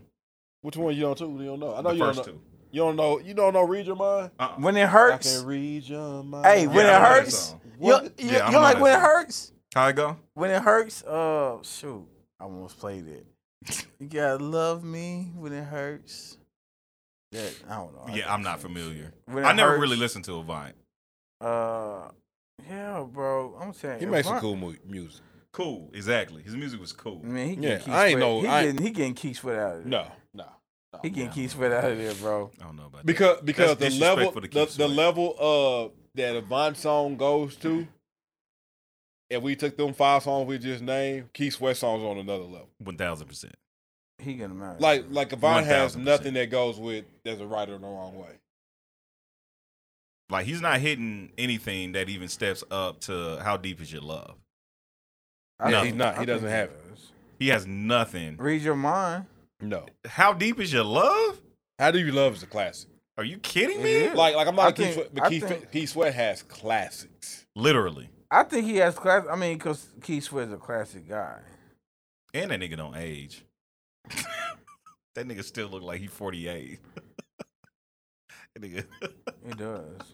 [SPEAKER 4] Which one you don't too? You don't know. I know
[SPEAKER 3] The
[SPEAKER 4] you don't
[SPEAKER 3] first
[SPEAKER 4] know.
[SPEAKER 3] two.
[SPEAKER 4] You don't know. You don't know. Read your mind.
[SPEAKER 3] Uh-uh.
[SPEAKER 2] When it
[SPEAKER 4] I
[SPEAKER 2] hurts,
[SPEAKER 4] can read your mind.
[SPEAKER 2] Hey, when
[SPEAKER 3] Yeah,
[SPEAKER 2] it
[SPEAKER 3] I know that
[SPEAKER 2] hurts,
[SPEAKER 3] song.
[SPEAKER 2] you, you,
[SPEAKER 4] What?
[SPEAKER 2] you
[SPEAKER 3] Yeah, I
[SPEAKER 2] don't
[SPEAKER 3] know
[SPEAKER 2] like
[SPEAKER 3] that
[SPEAKER 2] when it
[SPEAKER 3] song.
[SPEAKER 2] hurts.
[SPEAKER 3] How it go?
[SPEAKER 2] When it hurts, uh, shoot, I almost played it. You gotta love me when it hurts. That I don't know. I
[SPEAKER 3] Yeah,
[SPEAKER 2] can't
[SPEAKER 3] I'm not
[SPEAKER 2] sing
[SPEAKER 3] familiar.
[SPEAKER 2] shit. When
[SPEAKER 3] I
[SPEAKER 2] it
[SPEAKER 3] never
[SPEAKER 2] hurts,
[SPEAKER 3] really listened to Avant.
[SPEAKER 2] Uh, yeah, bro, I'm saying
[SPEAKER 4] He makes some
[SPEAKER 2] Avant-
[SPEAKER 4] cool mu- music.
[SPEAKER 3] Cool, exactly. His music was cool.
[SPEAKER 2] Man, he
[SPEAKER 4] Yeah,
[SPEAKER 2] getting Keith
[SPEAKER 4] I ain't
[SPEAKER 2] Sweat-
[SPEAKER 4] know-
[SPEAKER 2] He
[SPEAKER 4] I-
[SPEAKER 2] getting he getting Keith Sweat out of there.
[SPEAKER 4] No, no. no.
[SPEAKER 2] he getting Keith Sweat out of there, bro.
[SPEAKER 3] I don't know about
[SPEAKER 4] because because the level
[SPEAKER 3] disrespectful to
[SPEAKER 4] the,
[SPEAKER 3] Keith
[SPEAKER 4] the
[SPEAKER 3] Sweat.
[SPEAKER 4] level of that Avant song goes to. If we took them five songs we just named, Keith Sweat songs on another level.
[SPEAKER 3] that. One thousand percent.
[SPEAKER 2] He getting him out.
[SPEAKER 4] Like like Avant has
[SPEAKER 3] 1000%.
[SPEAKER 4] nothing that goes with there's a right or the wrong way.
[SPEAKER 3] Like he's not hitting anything that even steps up to how deep is your love.
[SPEAKER 2] I
[SPEAKER 4] Yeah,
[SPEAKER 2] think-
[SPEAKER 4] he's not. He
[SPEAKER 2] I
[SPEAKER 4] doesn't
[SPEAKER 2] think
[SPEAKER 4] have
[SPEAKER 2] does.
[SPEAKER 3] He has nothing.
[SPEAKER 2] Read your mind.
[SPEAKER 4] No.
[SPEAKER 3] How deep is your love?
[SPEAKER 4] How do you love is a classic.
[SPEAKER 3] Are you kidding
[SPEAKER 2] It
[SPEAKER 3] me?
[SPEAKER 2] is.
[SPEAKER 4] Like like I'm not
[SPEAKER 2] I
[SPEAKER 4] a Keith
[SPEAKER 2] think-
[SPEAKER 4] Sweat, but
[SPEAKER 2] I
[SPEAKER 4] Keith,
[SPEAKER 2] think-
[SPEAKER 4] Keith Sweat has classics.
[SPEAKER 3] Literally.
[SPEAKER 2] I think he has class. I mean, because Keith Sweat's a classic guy.
[SPEAKER 3] And that nigga don't age. that nigga still look like he 48. that nigga,
[SPEAKER 2] He does.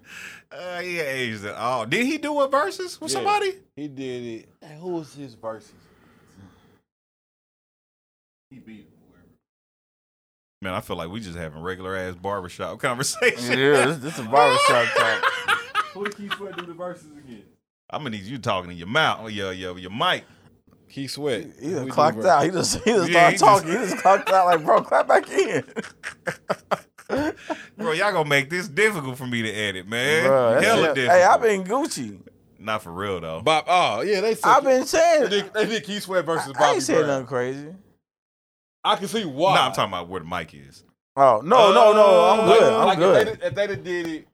[SPEAKER 3] uh, he ain't aged at all. Did he do a versus with
[SPEAKER 4] Yeah.
[SPEAKER 3] somebody?
[SPEAKER 4] He did it. And who was his verses? He beat
[SPEAKER 3] Man, I feel like we just having regular ass barbershop conversation.
[SPEAKER 2] Yeah, this, this is barbershop talk.
[SPEAKER 4] Who did Keith Sweat do the verses again?
[SPEAKER 3] I'm gonna need you talking in your mouth, or your your your mic.
[SPEAKER 4] Keith Sweat.
[SPEAKER 2] He
[SPEAKER 4] Who
[SPEAKER 2] just
[SPEAKER 4] do
[SPEAKER 2] clocked
[SPEAKER 4] verse-
[SPEAKER 2] out. He just he just started
[SPEAKER 3] Yeah, he
[SPEAKER 2] talking.
[SPEAKER 3] just-
[SPEAKER 2] He just clocked out like, bro, clap back in.
[SPEAKER 3] Bro, y'all gonna make this difficult for me to edit, man.
[SPEAKER 2] Bro, that's
[SPEAKER 3] Hella
[SPEAKER 2] it.
[SPEAKER 3] difficult.
[SPEAKER 2] hey, I've been Gucci.
[SPEAKER 3] not for real though.
[SPEAKER 4] Bob. Oh yeah, they. Said,
[SPEAKER 2] I've been
[SPEAKER 4] They
[SPEAKER 2] saying.
[SPEAKER 4] did, they did Keith Sweat versus
[SPEAKER 2] I
[SPEAKER 4] Bobby
[SPEAKER 2] ain't saying
[SPEAKER 4] Brown.
[SPEAKER 2] nothing crazy.
[SPEAKER 4] I can see
[SPEAKER 3] No,
[SPEAKER 4] why.
[SPEAKER 3] nah, I'm talking about where the mic is.
[SPEAKER 2] Oh no, no, no! I'm
[SPEAKER 4] Uh, Like,
[SPEAKER 2] good. I'm
[SPEAKER 4] like
[SPEAKER 2] good.
[SPEAKER 4] If they, did- if they did it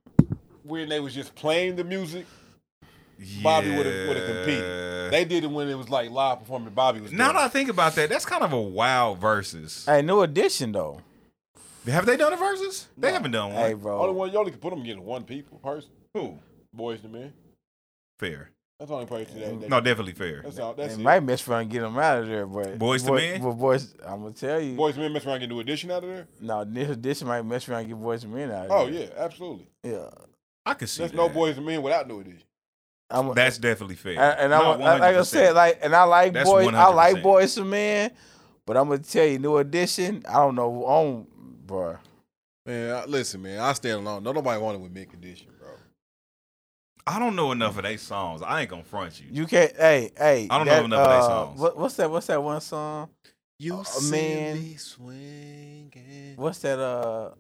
[SPEAKER 4] when they was just playing the music, Bobby would've- would've competed.
[SPEAKER 3] Yeah.
[SPEAKER 4] they did it when it was like live performing. Bobby was
[SPEAKER 3] Now
[SPEAKER 4] doing
[SPEAKER 3] that I think about that, that's kind of a wild versus.
[SPEAKER 2] Hey, new addition though.
[SPEAKER 3] Have they done a versus? They
[SPEAKER 4] No.
[SPEAKER 3] haven't done one.
[SPEAKER 2] Hey,
[SPEAKER 4] it. only
[SPEAKER 2] bro.
[SPEAKER 4] one you only can put them against one people person.
[SPEAKER 3] Who?
[SPEAKER 4] Boys to men.
[SPEAKER 3] Fair.
[SPEAKER 4] That's the only person that. that
[SPEAKER 3] No, definitely fair.
[SPEAKER 4] that's all. That's
[SPEAKER 2] They
[SPEAKER 4] it.
[SPEAKER 2] might mess around and get him out of there, but
[SPEAKER 3] Boyz II
[SPEAKER 2] boy-
[SPEAKER 3] Men?
[SPEAKER 2] But boys, I'm gonna tell you.
[SPEAKER 4] Boys to men mess around and get a new addition out of there.
[SPEAKER 2] No, this addition might mess around and get boys and men out. Of
[SPEAKER 4] Oh
[SPEAKER 2] there.
[SPEAKER 4] yeah, absolutely.
[SPEAKER 2] yeah.
[SPEAKER 3] I could see
[SPEAKER 4] There's
[SPEAKER 3] that.
[SPEAKER 4] no boys to men without new addition.
[SPEAKER 2] I'm,
[SPEAKER 3] That's definitely fair.
[SPEAKER 2] and, and I'm,
[SPEAKER 3] No,
[SPEAKER 2] like I
[SPEAKER 3] 100%.
[SPEAKER 2] said, like and I like
[SPEAKER 3] That's
[SPEAKER 2] boys. I like
[SPEAKER 3] 100%.
[SPEAKER 2] boys and men, but I'm gonna tell you, new addition. I don't know, on bro.
[SPEAKER 4] Man, I- listen, man, I stand alone. No, nobody wanted with mid condition, bro.
[SPEAKER 3] I don't know enough of they songs. I ain't gonna front you.
[SPEAKER 2] You can't. Hey, hey.
[SPEAKER 3] I don't know enough of they
[SPEAKER 2] uh,
[SPEAKER 3] songs.
[SPEAKER 2] What, what's that? What's that one song?
[SPEAKER 4] You
[SPEAKER 2] Uh, man.
[SPEAKER 4] swinging.
[SPEAKER 2] What's that? Uh,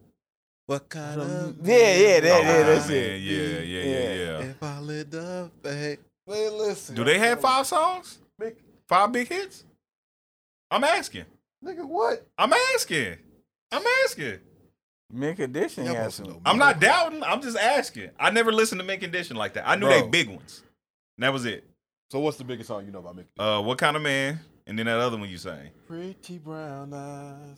[SPEAKER 4] What kind
[SPEAKER 2] of
[SPEAKER 4] of
[SPEAKER 2] Yeah, yeah, that- yeah,
[SPEAKER 3] man,
[SPEAKER 2] that's it.
[SPEAKER 3] Yeah, yeah, yeah, yeah.
[SPEAKER 4] If I lit up, hey, man, listen.
[SPEAKER 3] Do they have five songs?
[SPEAKER 4] Big-
[SPEAKER 3] Five big hits? I'm asking.
[SPEAKER 4] Nigga, what?
[SPEAKER 3] I'm asking. I'm asking.
[SPEAKER 2] Mid condition
[SPEAKER 4] Y'all
[SPEAKER 2] has
[SPEAKER 4] must know,
[SPEAKER 2] some.
[SPEAKER 3] I'm not doubting. I'm just asking. I never listened to Mint Condition like that. I knew they
[SPEAKER 4] Bro.
[SPEAKER 3] big ones. And that was it.
[SPEAKER 4] So what's the biggest song you know about Mick?
[SPEAKER 3] Uh, what kind of man? And then that other one you sang.
[SPEAKER 4] Pretty brown eyes.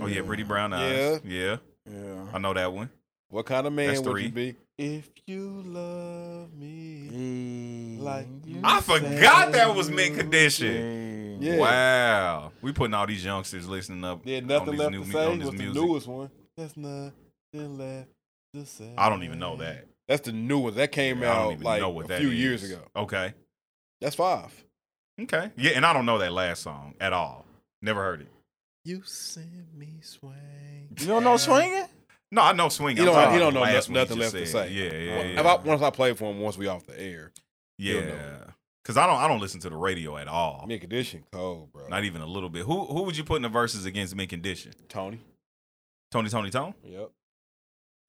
[SPEAKER 3] Oh yeah, pretty brown eyes. Yeah.
[SPEAKER 2] Yeah.
[SPEAKER 3] I know that one.
[SPEAKER 4] What kind of
[SPEAKER 3] That's
[SPEAKER 4] man would
[SPEAKER 3] three.
[SPEAKER 4] you be if you love me? Like you
[SPEAKER 3] I forgot that was Mint Condition.
[SPEAKER 2] condition.
[SPEAKER 4] Yeah.
[SPEAKER 3] Wow, we putting all these youngsters listening up.
[SPEAKER 4] There's
[SPEAKER 3] on
[SPEAKER 4] nothing
[SPEAKER 3] these
[SPEAKER 4] left
[SPEAKER 3] new
[SPEAKER 4] to
[SPEAKER 3] mu-
[SPEAKER 4] say.
[SPEAKER 3] on this
[SPEAKER 4] What's the
[SPEAKER 3] music.
[SPEAKER 4] newest one? That's nothing left to say.
[SPEAKER 3] I don't even know that.
[SPEAKER 4] That's the newest. That came
[SPEAKER 3] I don't
[SPEAKER 4] out
[SPEAKER 3] even
[SPEAKER 4] like
[SPEAKER 3] know what
[SPEAKER 4] a
[SPEAKER 3] that
[SPEAKER 4] few
[SPEAKER 3] is.
[SPEAKER 4] years ago.
[SPEAKER 3] Okay,
[SPEAKER 4] That's five.
[SPEAKER 3] Okay. Yeah, and I don't know that last song at all. Never heard it.
[SPEAKER 4] You send me swing.
[SPEAKER 2] You don't know swinging?
[SPEAKER 3] No, I know swing.
[SPEAKER 4] He
[SPEAKER 3] I'm
[SPEAKER 4] don't-
[SPEAKER 3] talking
[SPEAKER 4] he
[SPEAKER 3] about
[SPEAKER 4] don't
[SPEAKER 3] the
[SPEAKER 4] know
[SPEAKER 3] last
[SPEAKER 4] no-
[SPEAKER 3] one you
[SPEAKER 4] nothing
[SPEAKER 3] just
[SPEAKER 4] left to
[SPEAKER 3] said.
[SPEAKER 4] say.
[SPEAKER 3] Yeah, yeah,
[SPEAKER 4] If I, once I play for him, once we off the air,
[SPEAKER 3] yeah.
[SPEAKER 4] you'll know.
[SPEAKER 3] yeah. Cause I don't, I don't listen to the radio at all.
[SPEAKER 4] mid condition, cold, bro.
[SPEAKER 3] Not even a little bit. Who, who would you put in the verses against Mint Condition?
[SPEAKER 4] Tony.
[SPEAKER 3] Tony, Tony, Tone.
[SPEAKER 4] Yep.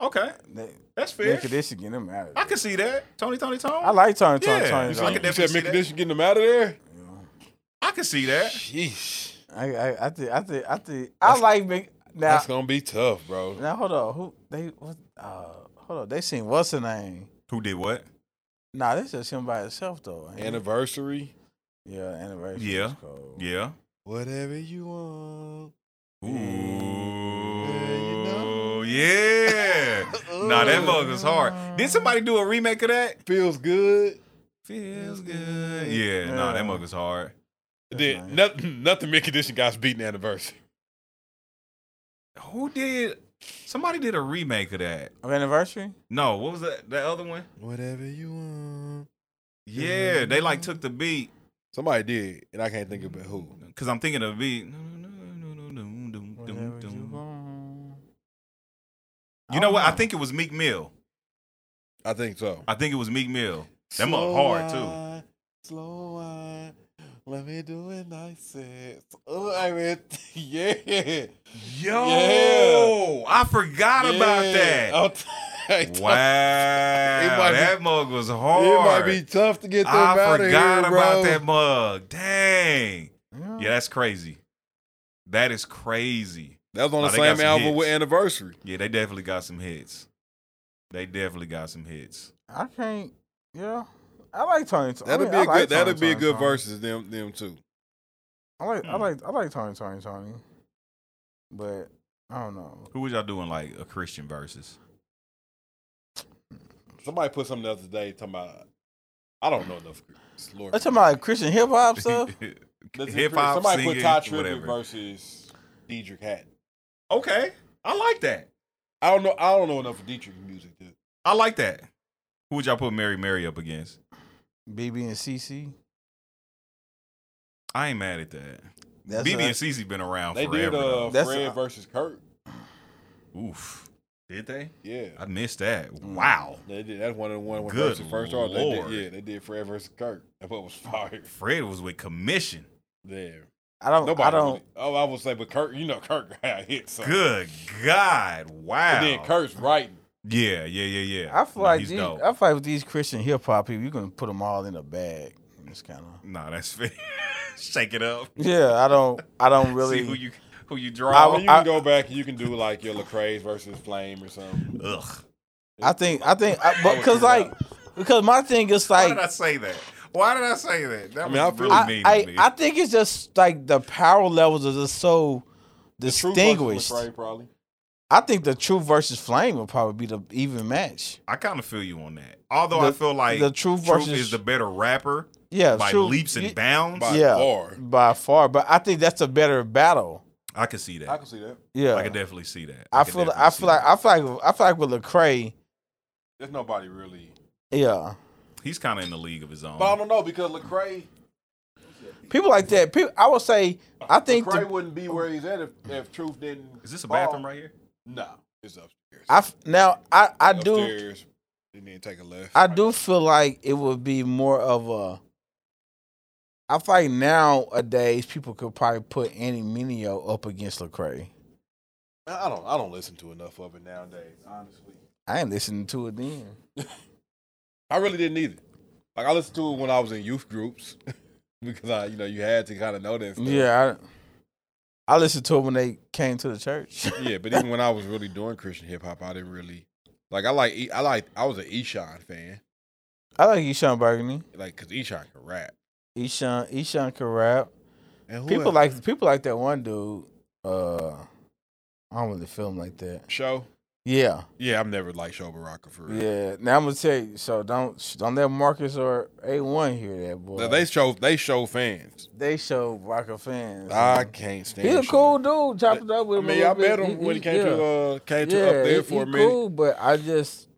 [SPEAKER 3] Okay,
[SPEAKER 2] They,
[SPEAKER 3] that's fair.
[SPEAKER 2] they could this get him out of
[SPEAKER 3] I
[SPEAKER 2] there.
[SPEAKER 3] can see that. Tony, Tony, Tone.
[SPEAKER 2] I like Tony Tony
[SPEAKER 3] Yeah,
[SPEAKER 2] Tony.
[SPEAKER 3] you
[SPEAKER 4] You
[SPEAKER 3] I
[SPEAKER 4] said,
[SPEAKER 3] can
[SPEAKER 4] you
[SPEAKER 2] Tony.
[SPEAKER 4] said
[SPEAKER 3] definitely see
[SPEAKER 4] mid
[SPEAKER 3] that.
[SPEAKER 4] condition getting him out of there.
[SPEAKER 2] You know,
[SPEAKER 3] I can see that.
[SPEAKER 4] Sheesh.
[SPEAKER 2] I I I think I think I think I like Mc now.
[SPEAKER 4] That's gonna be tough, bro.
[SPEAKER 2] Now hold on, who they what? Uh, hold on, they seen what's her name?
[SPEAKER 3] Who did what?
[SPEAKER 2] Nah, this just him by himself though. ain't it?
[SPEAKER 4] Anniversary.
[SPEAKER 2] yeah, anniversary.
[SPEAKER 3] Yeah.
[SPEAKER 2] is cold.
[SPEAKER 3] Yeah.
[SPEAKER 4] Whatever you want.
[SPEAKER 3] Ooh.
[SPEAKER 4] know.
[SPEAKER 3] Yeah. nah, that mug is hard. Did somebody do a remake of that?
[SPEAKER 4] Feels good.
[SPEAKER 3] Feels good. Yeah, nah, that
[SPEAKER 2] Yeah.
[SPEAKER 3] mug is hard.
[SPEAKER 2] That's
[SPEAKER 4] Did,
[SPEAKER 2] nice.
[SPEAKER 4] nothing, nothing mid condition guys beating anniversary.
[SPEAKER 3] Who did? Somebody did a remake of that.
[SPEAKER 2] Of anniversary.
[SPEAKER 3] No, what was that? That other one?
[SPEAKER 4] Whatever you want.
[SPEAKER 3] Yeah, they like took the beat
[SPEAKER 4] Somebody did, and I can't think of who.
[SPEAKER 3] because I'm thinking of the beat.
[SPEAKER 2] Whatever you want.
[SPEAKER 3] You know
[SPEAKER 2] don't
[SPEAKER 3] what?
[SPEAKER 4] Oh.
[SPEAKER 3] I think it was Meek Mill.
[SPEAKER 4] I think so.
[SPEAKER 3] I think it was Meek Mill. That mug hard too.
[SPEAKER 4] too. Slow wine. Let me do it nice. Oh, I mean, yeah.
[SPEAKER 3] Yo,
[SPEAKER 4] Yeah.
[SPEAKER 3] I forgot about
[SPEAKER 4] Yeah.
[SPEAKER 3] that.
[SPEAKER 4] I'm t- I told-
[SPEAKER 3] Wow,
[SPEAKER 4] might be-
[SPEAKER 3] that mug was hard.
[SPEAKER 4] It might be tough to get them
[SPEAKER 3] I
[SPEAKER 4] out of here,
[SPEAKER 3] forgot about
[SPEAKER 4] bro.
[SPEAKER 3] that mug. Dang.
[SPEAKER 2] Yeah.
[SPEAKER 3] Yeah, that's crazy. That is crazy.
[SPEAKER 4] That was on
[SPEAKER 3] Nah,
[SPEAKER 4] the
[SPEAKER 3] Oh, they got
[SPEAKER 4] same
[SPEAKER 3] some
[SPEAKER 4] album with
[SPEAKER 3] hits.
[SPEAKER 4] Anniversary.
[SPEAKER 3] Yeah, they definitely got some hits. They definitely got some hits.
[SPEAKER 2] I can't. Yeah, I like Tony. Tony.
[SPEAKER 4] That'd
[SPEAKER 2] I
[SPEAKER 4] be a
[SPEAKER 2] mean, I like
[SPEAKER 4] good. That'd
[SPEAKER 2] Tony,
[SPEAKER 4] be a
[SPEAKER 2] Tony,
[SPEAKER 4] good
[SPEAKER 2] Tony.
[SPEAKER 4] versus them. Them two.
[SPEAKER 2] I like. I
[SPEAKER 3] Hmm.
[SPEAKER 2] like. I like Tony. Tony. Tony. But I don't know.
[SPEAKER 3] Who was y'all doing like a Christian versus?
[SPEAKER 4] Somebody put something else today talking about. I don't know enough. Lord.
[SPEAKER 2] That's about Christian hip hop stuff.
[SPEAKER 4] That's
[SPEAKER 3] Hip hop,
[SPEAKER 4] Somebody
[SPEAKER 3] singing,
[SPEAKER 4] put Ty Tribbett
[SPEAKER 3] whatever.
[SPEAKER 4] versus Diedrich Hatton.
[SPEAKER 3] Okay, I like that.
[SPEAKER 4] I don't know. I don't know enough of Dietrich music, dude.
[SPEAKER 3] I like that. Who would y'all put Mary Mary up against?
[SPEAKER 2] BB and CC.
[SPEAKER 3] I ain't mad at that.
[SPEAKER 2] That's
[SPEAKER 3] BB
[SPEAKER 2] a-
[SPEAKER 3] and CC been around
[SPEAKER 4] They
[SPEAKER 3] Oh, forever.
[SPEAKER 4] did uh,
[SPEAKER 2] That's-
[SPEAKER 4] Fred versus Kurt.
[SPEAKER 3] though. Oof. Did they?
[SPEAKER 4] Yeah,
[SPEAKER 3] I missed that.
[SPEAKER 4] Mm.
[SPEAKER 3] Wow.
[SPEAKER 4] they did. That's one of the one when
[SPEAKER 3] Good
[SPEAKER 4] versus first order. They
[SPEAKER 3] Lord.
[SPEAKER 4] did, yeah, they did Fred versus Kurt. That what was fire.
[SPEAKER 3] Fred was with commission.
[SPEAKER 4] There,
[SPEAKER 2] I don't.
[SPEAKER 4] nobody.
[SPEAKER 2] I don't.
[SPEAKER 4] really- oh, I would say, but Kurt, you know, Kurt got hit. So.
[SPEAKER 3] Good God. Wow.
[SPEAKER 4] And then Kurt's writing.
[SPEAKER 3] Yeah, yeah, yeah, yeah.
[SPEAKER 2] I feel
[SPEAKER 3] Nah,
[SPEAKER 2] like
[SPEAKER 3] he's
[SPEAKER 2] these,
[SPEAKER 3] dope.
[SPEAKER 2] I feel like with these Christian hip hop people, you can put them all in a bag. And It's kind of
[SPEAKER 3] Nah, that's fair. Shake it up.
[SPEAKER 2] yeah. I don't. I don't really.
[SPEAKER 3] See who you who you
[SPEAKER 2] I
[SPEAKER 4] I
[SPEAKER 3] draw.
[SPEAKER 2] would-
[SPEAKER 4] you can go back and you can do like your Lecrae's versus Flame or something.
[SPEAKER 3] Ugh.
[SPEAKER 2] I think. I think. I,
[SPEAKER 4] I
[SPEAKER 2] but
[SPEAKER 4] would
[SPEAKER 2] because
[SPEAKER 4] do
[SPEAKER 2] like,
[SPEAKER 4] that.
[SPEAKER 2] because my thing is
[SPEAKER 3] Why
[SPEAKER 2] like,
[SPEAKER 3] did I say that? Why did I say that? That
[SPEAKER 4] I mean,
[SPEAKER 3] was
[SPEAKER 4] I feel-
[SPEAKER 3] really
[SPEAKER 2] I,
[SPEAKER 3] mean to
[SPEAKER 2] I,
[SPEAKER 3] me.
[SPEAKER 2] I think it's just like the power levels are just so
[SPEAKER 4] True versus
[SPEAKER 2] distinguished.
[SPEAKER 4] Lecrae, probably.
[SPEAKER 2] I think the Truth versus Flame would probably be the even match.
[SPEAKER 3] I kind of feel you on that. Although I
[SPEAKER 2] The-
[SPEAKER 3] feel like
[SPEAKER 2] the Truth versus-
[SPEAKER 3] is the better rapper
[SPEAKER 2] Yeah,
[SPEAKER 3] by
[SPEAKER 2] Truth-
[SPEAKER 3] leaps and
[SPEAKER 2] y-
[SPEAKER 3] bounds.
[SPEAKER 4] By
[SPEAKER 2] yeah,
[SPEAKER 4] far.
[SPEAKER 2] by far. But I think that's a better battle.
[SPEAKER 3] I could see that.
[SPEAKER 4] I
[SPEAKER 3] I,
[SPEAKER 4] can see that.
[SPEAKER 2] Yeah,
[SPEAKER 3] could definitely see that.
[SPEAKER 2] I
[SPEAKER 3] could
[SPEAKER 2] feel.
[SPEAKER 3] definitely
[SPEAKER 2] I
[SPEAKER 3] see
[SPEAKER 2] feel like.
[SPEAKER 3] that.
[SPEAKER 2] I feel like. I feel like with Lecrae.
[SPEAKER 4] There's nobody really.
[SPEAKER 2] Yeah.
[SPEAKER 3] he's kind of in the league of his own.
[SPEAKER 4] But I don't know because Lecrae,
[SPEAKER 2] People like that. People, I would say. I think.
[SPEAKER 4] Lecrae
[SPEAKER 2] The,
[SPEAKER 4] wouldn't be where he's at if, if Truth didn't.
[SPEAKER 3] Is this a
[SPEAKER 4] fall.
[SPEAKER 3] bathroom right here?
[SPEAKER 4] No, it's upstairs.
[SPEAKER 2] I f- now I I do
[SPEAKER 4] upstairs, and then take a left.
[SPEAKER 2] I do feel like it would be more of a. I feel like nowadays people could probably put any Minio up against Lecrae.
[SPEAKER 4] I don't. I don't listen to enough of it nowadays. Honestly,
[SPEAKER 2] I ain't listening to it then.
[SPEAKER 4] I really didn't either. Like I listened to it when I was in youth groups because I, you know, you had to kind of know that. Stuff.
[SPEAKER 2] Yeah, I, I listened to it when they came to the church.
[SPEAKER 4] yeah. But even when I was really doing Christian hip hop, I didn't really like. I like. E- I like. I was an Eshawn fan.
[SPEAKER 2] I like Eshawn Burgundy.
[SPEAKER 4] Like because Eshawn can rap.
[SPEAKER 2] Eshawn Eshawn can rap.
[SPEAKER 4] And who
[SPEAKER 2] People
[SPEAKER 4] else?
[SPEAKER 2] like people like that one dude. Uh, I don't really feel him like that.
[SPEAKER 4] show.
[SPEAKER 2] Yeah.
[SPEAKER 4] Yeah, I've never liked Show Baraka for real.
[SPEAKER 2] Yeah. Now I'm gonna tell you. So don't don't let Marcus or A one hear that boy.
[SPEAKER 4] Now, They show. They show fans.
[SPEAKER 2] they show Rocker fans.
[SPEAKER 4] I
[SPEAKER 2] man.
[SPEAKER 4] can't stand.
[SPEAKER 2] He's a
[SPEAKER 4] Show.
[SPEAKER 2] cool dude. Chopped it up
[SPEAKER 4] I
[SPEAKER 2] with him.
[SPEAKER 4] mean,
[SPEAKER 2] I
[SPEAKER 4] uh, I met him when he came to uh, came to up there for a minute.
[SPEAKER 2] cool, but I just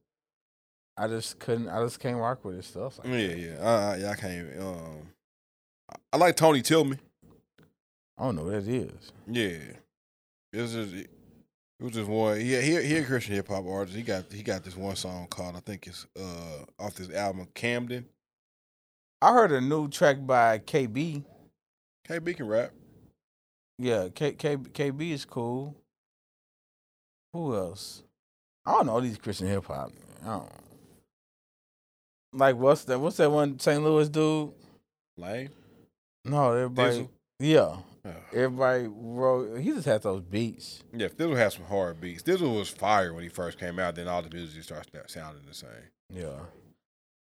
[SPEAKER 2] I just couldn't. I just can't rock with his stuff. Like,
[SPEAKER 4] Yeah, yeah. I, I, yeah, I can't. Even, um, I- I like Tony Tillman.
[SPEAKER 2] I don't know what that is.
[SPEAKER 4] Yeah, it was just it was just one. Yeah, he he a Christian hip hop artist. He got he got this one song called I think it's uh off this album Camden.
[SPEAKER 2] I heard a new track by KB.
[SPEAKER 4] KB can rap.
[SPEAKER 2] Yeah, K, K, KB is cool. Who else? I don't know these Christian hip hop. I don't. Like what's that? What's that one St. Louis dude?
[SPEAKER 4] Lame.
[SPEAKER 2] No, everybody.
[SPEAKER 4] Dizzle?
[SPEAKER 2] Yeah,
[SPEAKER 4] Oh.
[SPEAKER 2] everybody wrote. He just had those beats.
[SPEAKER 4] Yeah, Thizzle had some hard beats. Thizzle was fire when he first came out. Then all the music starts not sounding the same.
[SPEAKER 2] Yeah.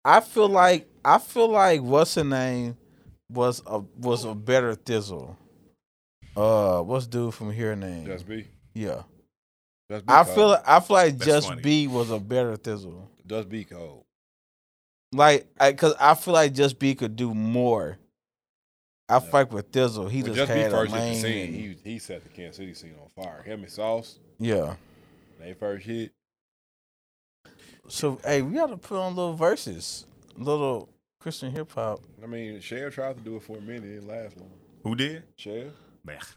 [SPEAKER 2] I feel like I feel like what's her name was a was a better Thizzle. Uh, what's dude from here name?
[SPEAKER 4] Just B.
[SPEAKER 2] yeah,
[SPEAKER 4] Just
[SPEAKER 2] Mm.
[SPEAKER 4] B
[SPEAKER 2] I
[SPEAKER 4] cold.
[SPEAKER 2] feel I feel like
[SPEAKER 3] That's
[SPEAKER 2] Just
[SPEAKER 3] funny.
[SPEAKER 2] B was a better Thizzle.
[SPEAKER 4] Just B cold.
[SPEAKER 2] Like, I, cause I feel like Just B could do more. I fight with Thizzle. He
[SPEAKER 4] When
[SPEAKER 2] just,
[SPEAKER 4] Just B
[SPEAKER 2] had
[SPEAKER 4] first
[SPEAKER 2] a
[SPEAKER 4] hit the
[SPEAKER 2] lane.
[SPEAKER 4] scene. He he set the Kansas City scene on fire. Him and Sauce.
[SPEAKER 2] yeah.
[SPEAKER 4] They first hit.
[SPEAKER 2] So hey, we gotta put on little verses, little Christian hip hop.
[SPEAKER 4] I mean, Cher tried to do it for a minute. It didn't last long.
[SPEAKER 3] Who did?
[SPEAKER 4] Cher.
[SPEAKER 3] Blech.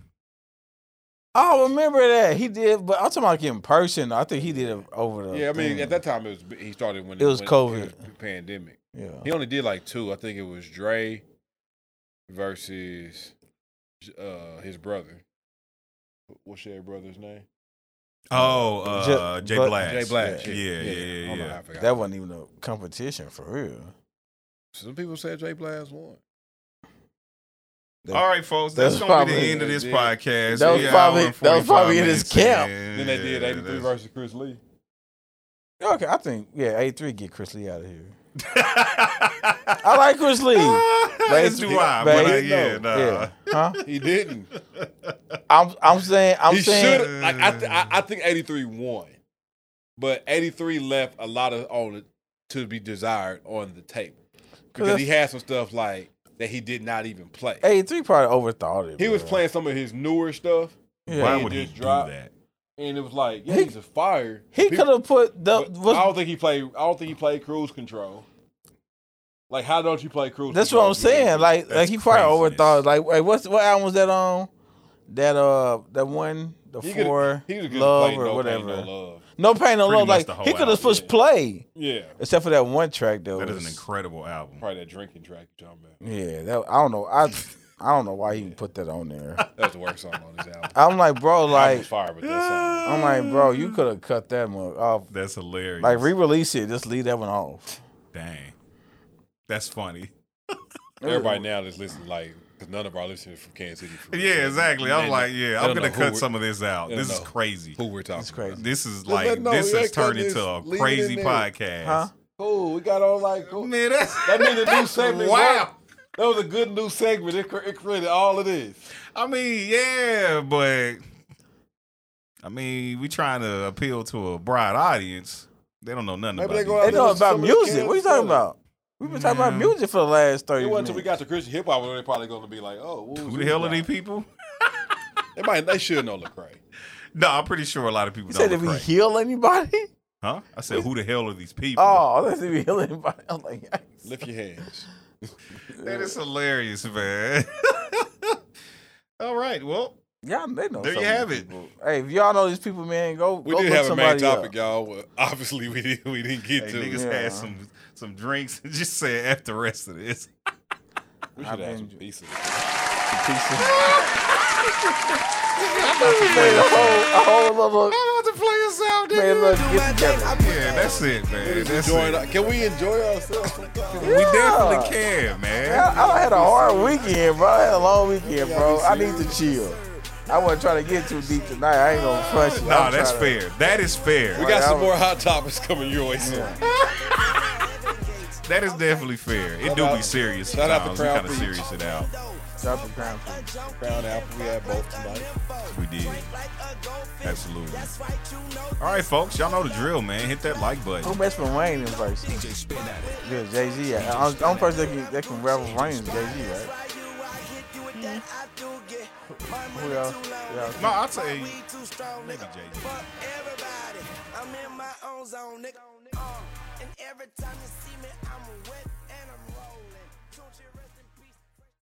[SPEAKER 2] I remember that he did, but I'm talking about like in person. I think he did it over the.
[SPEAKER 4] Yeah, I mean,
[SPEAKER 2] thing.
[SPEAKER 4] at that time it was he started when
[SPEAKER 2] It was
[SPEAKER 4] when
[SPEAKER 2] COVID.
[SPEAKER 4] was pandemic.
[SPEAKER 2] yeah,
[SPEAKER 4] He only did like two. I think it was Dre versus uh his brother. What's your brother's name?
[SPEAKER 3] Oh, uh,
[SPEAKER 2] Ju-
[SPEAKER 3] Jay
[SPEAKER 2] but-
[SPEAKER 3] Blast.
[SPEAKER 4] Jay Black.
[SPEAKER 3] Yeah, yeah, yeah.
[SPEAKER 4] I don't know
[SPEAKER 3] yeah.
[SPEAKER 4] how I forgot.
[SPEAKER 2] that wasn't even a competition for real.
[SPEAKER 4] Some people said Jay Blast won.
[SPEAKER 2] That-
[SPEAKER 3] All right, folks.
[SPEAKER 2] That's
[SPEAKER 3] That's, gonna be the
[SPEAKER 2] probably-
[SPEAKER 3] end of this
[SPEAKER 4] Yeah.
[SPEAKER 3] podcast.
[SPEAKER 2] That was
[SPEAKER 3] We hour
[SPEAKER 2] probably-
[SPEAKER 3] and
[SPEAKER 2] that was
[SPEAKER 3] 45
[SPEAKER 2] probably in his
[SPEAKER 3] minutes
[SPEAKER 2] camp.
[SPEAKER 3] in.
[SPEAKER 4] Then they did
[SPEAKER 3] Yeah,
[SPEAKER 4] 83
[SPEAKER 3] that's-
[SPEAKER 4] versus Chris Lee.
[SPEAKER 2] Okay, I think yeah, eight three get Chris Lee out of here. I like Chris Lee.
[SPEAKER 3] As do I, but I,
[SPEAKER 2] Babe,
[SPEAKER 3] yeah,
[SPEAKER 2] no.
[SPEAKER 3] nah.
[SPEAKER 2] Huh?
[SPEAKER 4] He didn't.
[SPEAKER 2] I'm I'm saying I'm
[SPEAKER 4] he
[SPEAKER 2] saying
[SPEAKER 4] should like I, th- I I think 83 won. But 83 left a lot of on it to be desired on the tape. Because he had some stuff like that he did not even play.
[SPEAKER 2] eight three probably overthought it.
[SPEAKER 4] He was
[SPEAKER 2] bro.
[SPEAKER 4] playing some of his newer stuff,
[SPEAKER 2] Yeah.
[SPEAKER 3] Why
[SPEAKER 4] He
[SPEAKER 3] would he
[SPEAKER 4] just
[SPEAKER 3] do
[SPEAKER 4] dropped.
[SPEAKER 3] that?
[SPEAKER 4] and it was like, yeah,
[SPEAKER 2] He-
[SPEAKER 4] he's a fire.
[SPEAKER 2] He uh,
[SPEAKER 4] People-
[SPEAKER 2] could have put the.
[SPEAKER 4] but I
[SPEAKER 2] What's,
[SPEAKER 4] don't think he played. I don't think he played Cruise Control. Like, how don't you play Cruise?
[SPEAKER 2] that's what
[SPEAKER 4] Control?
[SPEAKER 2] I'm saying. Like like
[SPEAKER 3] That's
[SPEAKER 2] he probably
[SPEAKER 3] craziness.
[SPEAKER 2] overthought. it. Like wait, what's what album was that on? That uh that one the
[SPEAKER 4] he could
[SPEAKER 2] four
[SPEAKER 4] have played
[SPEAKER 2] love or
[SPEAKER 4] no
[SPEAKER 2] whatever.
[SPEAKER 4] whatever. Pain, no love.
[SPEAKER 2] No pain, no
[SPEAKER 3] Pretty
[SPEAKER 2] love.
[SPEAKER 3] much
[SPEAKER 2] Like
[SPEAKER 3] the whole
[SPEAKER 2] he could have
[SPEAKER 3] album.
[SPEAKER 2] pushed play,
[SPEAKER 4] Yeah,
[SPEAKER 2] except for that one track though.
[SPEAKER 3] That is an incredible album.
[SPEAKER 4] probably that drinking track you talking about.
[SPEAKER 2] Yeah, that I don't know. I I don't know why he put that on there.
[SPEAKER 4] That's the worst song on this album.
[SPEAKER 2] I'm like, bro,
[SPEAKER 4] I was
[SPEAKER 2] like
[SPEAKER 4] fire with that song.
[SPEAKER 2] I'm like, bro, you could have cut that one off.
[SPEAKER 3] That's hilarious.
[SPEAKER 2] Like re-release it, just leave that one off.
[SPEAKER 3] Dang. That's funny.
[SPEAKER 4] Everybody now that's listening, like, because none of our listeners from Kansas City. for real.
[SPEAKER 3] Yeah, exactly.
[SPEAKER 4] They
[SPEAKER 3] I'm
[SPEAKER 4] know-
[SPEAKER 3] like,
[SPEAKER 4] they
[SPEAKER 3] yeah,
[SPEAKER 4] don't
[SPEAKER 3] I'm
[SPEAKER 4] know
[SPEAKER 3] gonna
[SPEAKER 4] who
[SPEAKER 3] cut
[SPEAKER 4] we're-
[SPEAKER 3] some of this out.
[SPEAKER 4] they
[SPEAKER 3] This
[SPEAKER 4] don't
[SPEAKER 3] is
[SPEAKER 4] know.
[SPEAKER 3] crazy.
[SPEAKER 4] Who we're talking?
[SPEAKER 2] It's crazy.
[SPEAKER 3] This is
[SPEAKER 4] let
[SPEAKER 3] like
[SPEAKER 4] know.
[SPEAKER 3] this
[SPEAKER 4] Yeah,
[SPEAKER 3] has
[SPEAKER 4] cut
[SPEAKER 3] turned
[SPEAKER 4] this.
[SPEAKER 3] into a
[SPEAKER 4] Leave it in
[SPEAKER 3] crazy
[SPEAKER 4] there.
[SPEAKER 3] podcast.
[SPEAKER 2] Huh?
[SPEAKER 4] About. Cool. We got all like. Cool.
[SPEAKER 3] Man, that's
[SPEAKER 4] That means a new
[SPEAKER 3] that's
[SPEAKER 4] segment.
[SPEAKER 3] Wow.
[SPEAKER 4] Wow. That was a good new segment. It, cre- it created all of this.
[SPEAKER 3] I mean, yeah, but I mean, we trying to appeal to a broad audience. They don't know nothing
[SPEAKER 4] Maybe
[SPEAKER 3] about
[SPEAKER 4] they
[SPEAKER 3] these
[SPEAKER 4] go out
[SPEAKER 2] They
[SPEAKER 4] there-
[SPEAKER 2] know
[SPEAKER 4] was
[SPEAKER 2] about
[SPEAKER 4] some of the
[SPEAKER 2] music. What you
[SPEAKER 4] kids
[SPEAKER 2] talking
[SPEAKER 4] selling.
[SPEAKER 2] about? We've been talking about
[SPEAKER 3] Man.
[SPEAKER 2] music for the last thirty
[SPEAKER 4] It wasn't until we
[SPEAKER 2] minutes.
[SPEAKER 4] got to Christian hip hop where they probably going to be like, oh, what was
[SPEAKER 3] Who the
[SPEAKER 4] this
[SPEAKER 3] hell are these
[SPEAKER 4] about?
[SPEAKER 3] people?
[SPEAKER 4] They might. They should know Lecrae.
[SPEAKER 3] No, I'm pretty sure a lot of people
[SPEAKER 2] You
[SPEAKER 3] don't.
[SPEAKER 2] said did we
[SPEAKER 3] Lecrae.
[SPEAKER 2] heal anybody?
[SPEAKER 3] huh? I said, who the hell are these people?
[SPEAKER 2] Oh, let's see if we heal anybody. I'm like, yikes.
[SPEAKER 4] Lift your hands.
[SPEAKER 3] that is hilarious, man. All right, well,
[SPEAKER 2] y'all, they know.
[SPEAKER 3] There
[SPEAKER 2] so
[SPEAKER 3] you
[SPEAKER 2] many
[SPEAKER 3] have it.
[SPEAKER 2] people. Hey, if y'all know these people, man, go.
[SPEAKER 4] We
[SPEAKER 2] go
[SPEAKER 4] did
[SPEAKER 2] look
[SPEAKER 4] have a main
[SPEAKER 2] somebody up.
[SPEAKER 4] topic, y'all. Well, Obviously, we did. We didn't get
[SPEAKER 3] hey,
[SPEAKER 4] to.
[SPEAKER 3] niggas
[SPEAKER 2] Yeah.
[SPEAKER 3] had some some drinks and just said after the rest of this.
[SPEAKER 4] we
[SPEAKER 2] I've
[SPEAKER 4] should have some
[SPEAKER 2] been-
[SPEAKER 4] pieces.
[SPEAKER 2] Made a whole, a whole little.
[SPEAKER 3] I'm about to play us out,
[SPEAKER 2] Man, look,
[SPEAKER 3] nigga.
[SPEAKER 1] Do
[SPEAKER 2] get
[SPEAKER 1] my thing.
[SPEAKER 2] together.
[SPEAKER 1] I put
[SPEAKER 3] Yeah, that's it, man. That's
[SPEAKER 4] Enjoying
[SPEAKER 3] it.
[SPEAKER 4] our- Can we enjoy ourselves? sometimes?
[SPEAKER 3] We definitely can, man.
[SPEAKER 2] I, I had a hard weekend, bro. I had a long weekend, bro. I need to chill. I wasn't trying to get too deep tonight. I ain't gonna crush you.
[SPEAKER 3] Nah,
[SPEAKER 2] I'm
[SPEAKER 3] that's
[SPEAKER 2] tryna-
[SPEAKER 3] fair. That is fair.
[SPEAKER 4] we got
[SPEAKER 2] Right,
[SPEAKER 4] some
[SPEAKER 2] I-
[SPEAKER 4] more hot topics coming your way soon.
[SPEAKER 3] That is definitely fair. It do
[SPEAKER 4] out-
[SPEAKER 3] be serious
[SPEAKER 4] shout out to
[SPEAKER 3] sometimes. We kind
[SPEAKER 4] Crown
[SPEAKER 3] of
[SPEAKER 4] Peach.
[SPEAKER 3] serious it out.
[SPEAKER 2] Drop the ground.
[SPEAKER 4] Crown apple. We had both tonight.
[SPEAKER 3] We did. Absolutely. All right, folks. Y'all know the drill, man. Hit that like button.
[SPEAKER 2] Who messed with Wayne in verse? Yeah, Jay Z. I'm the only person that can, that can rap with Wayne is Jay Z, right? Who else? Yeah.
[SPEAKER 3] No, I'll tell you.
[SPEAKER 1] Maybe
[SPEAKER 3] Maybe Jay-Z.
[SPEAKER 1] Fuck everybody. I'm in my own zone, nigga. Uh, and Every time you see me,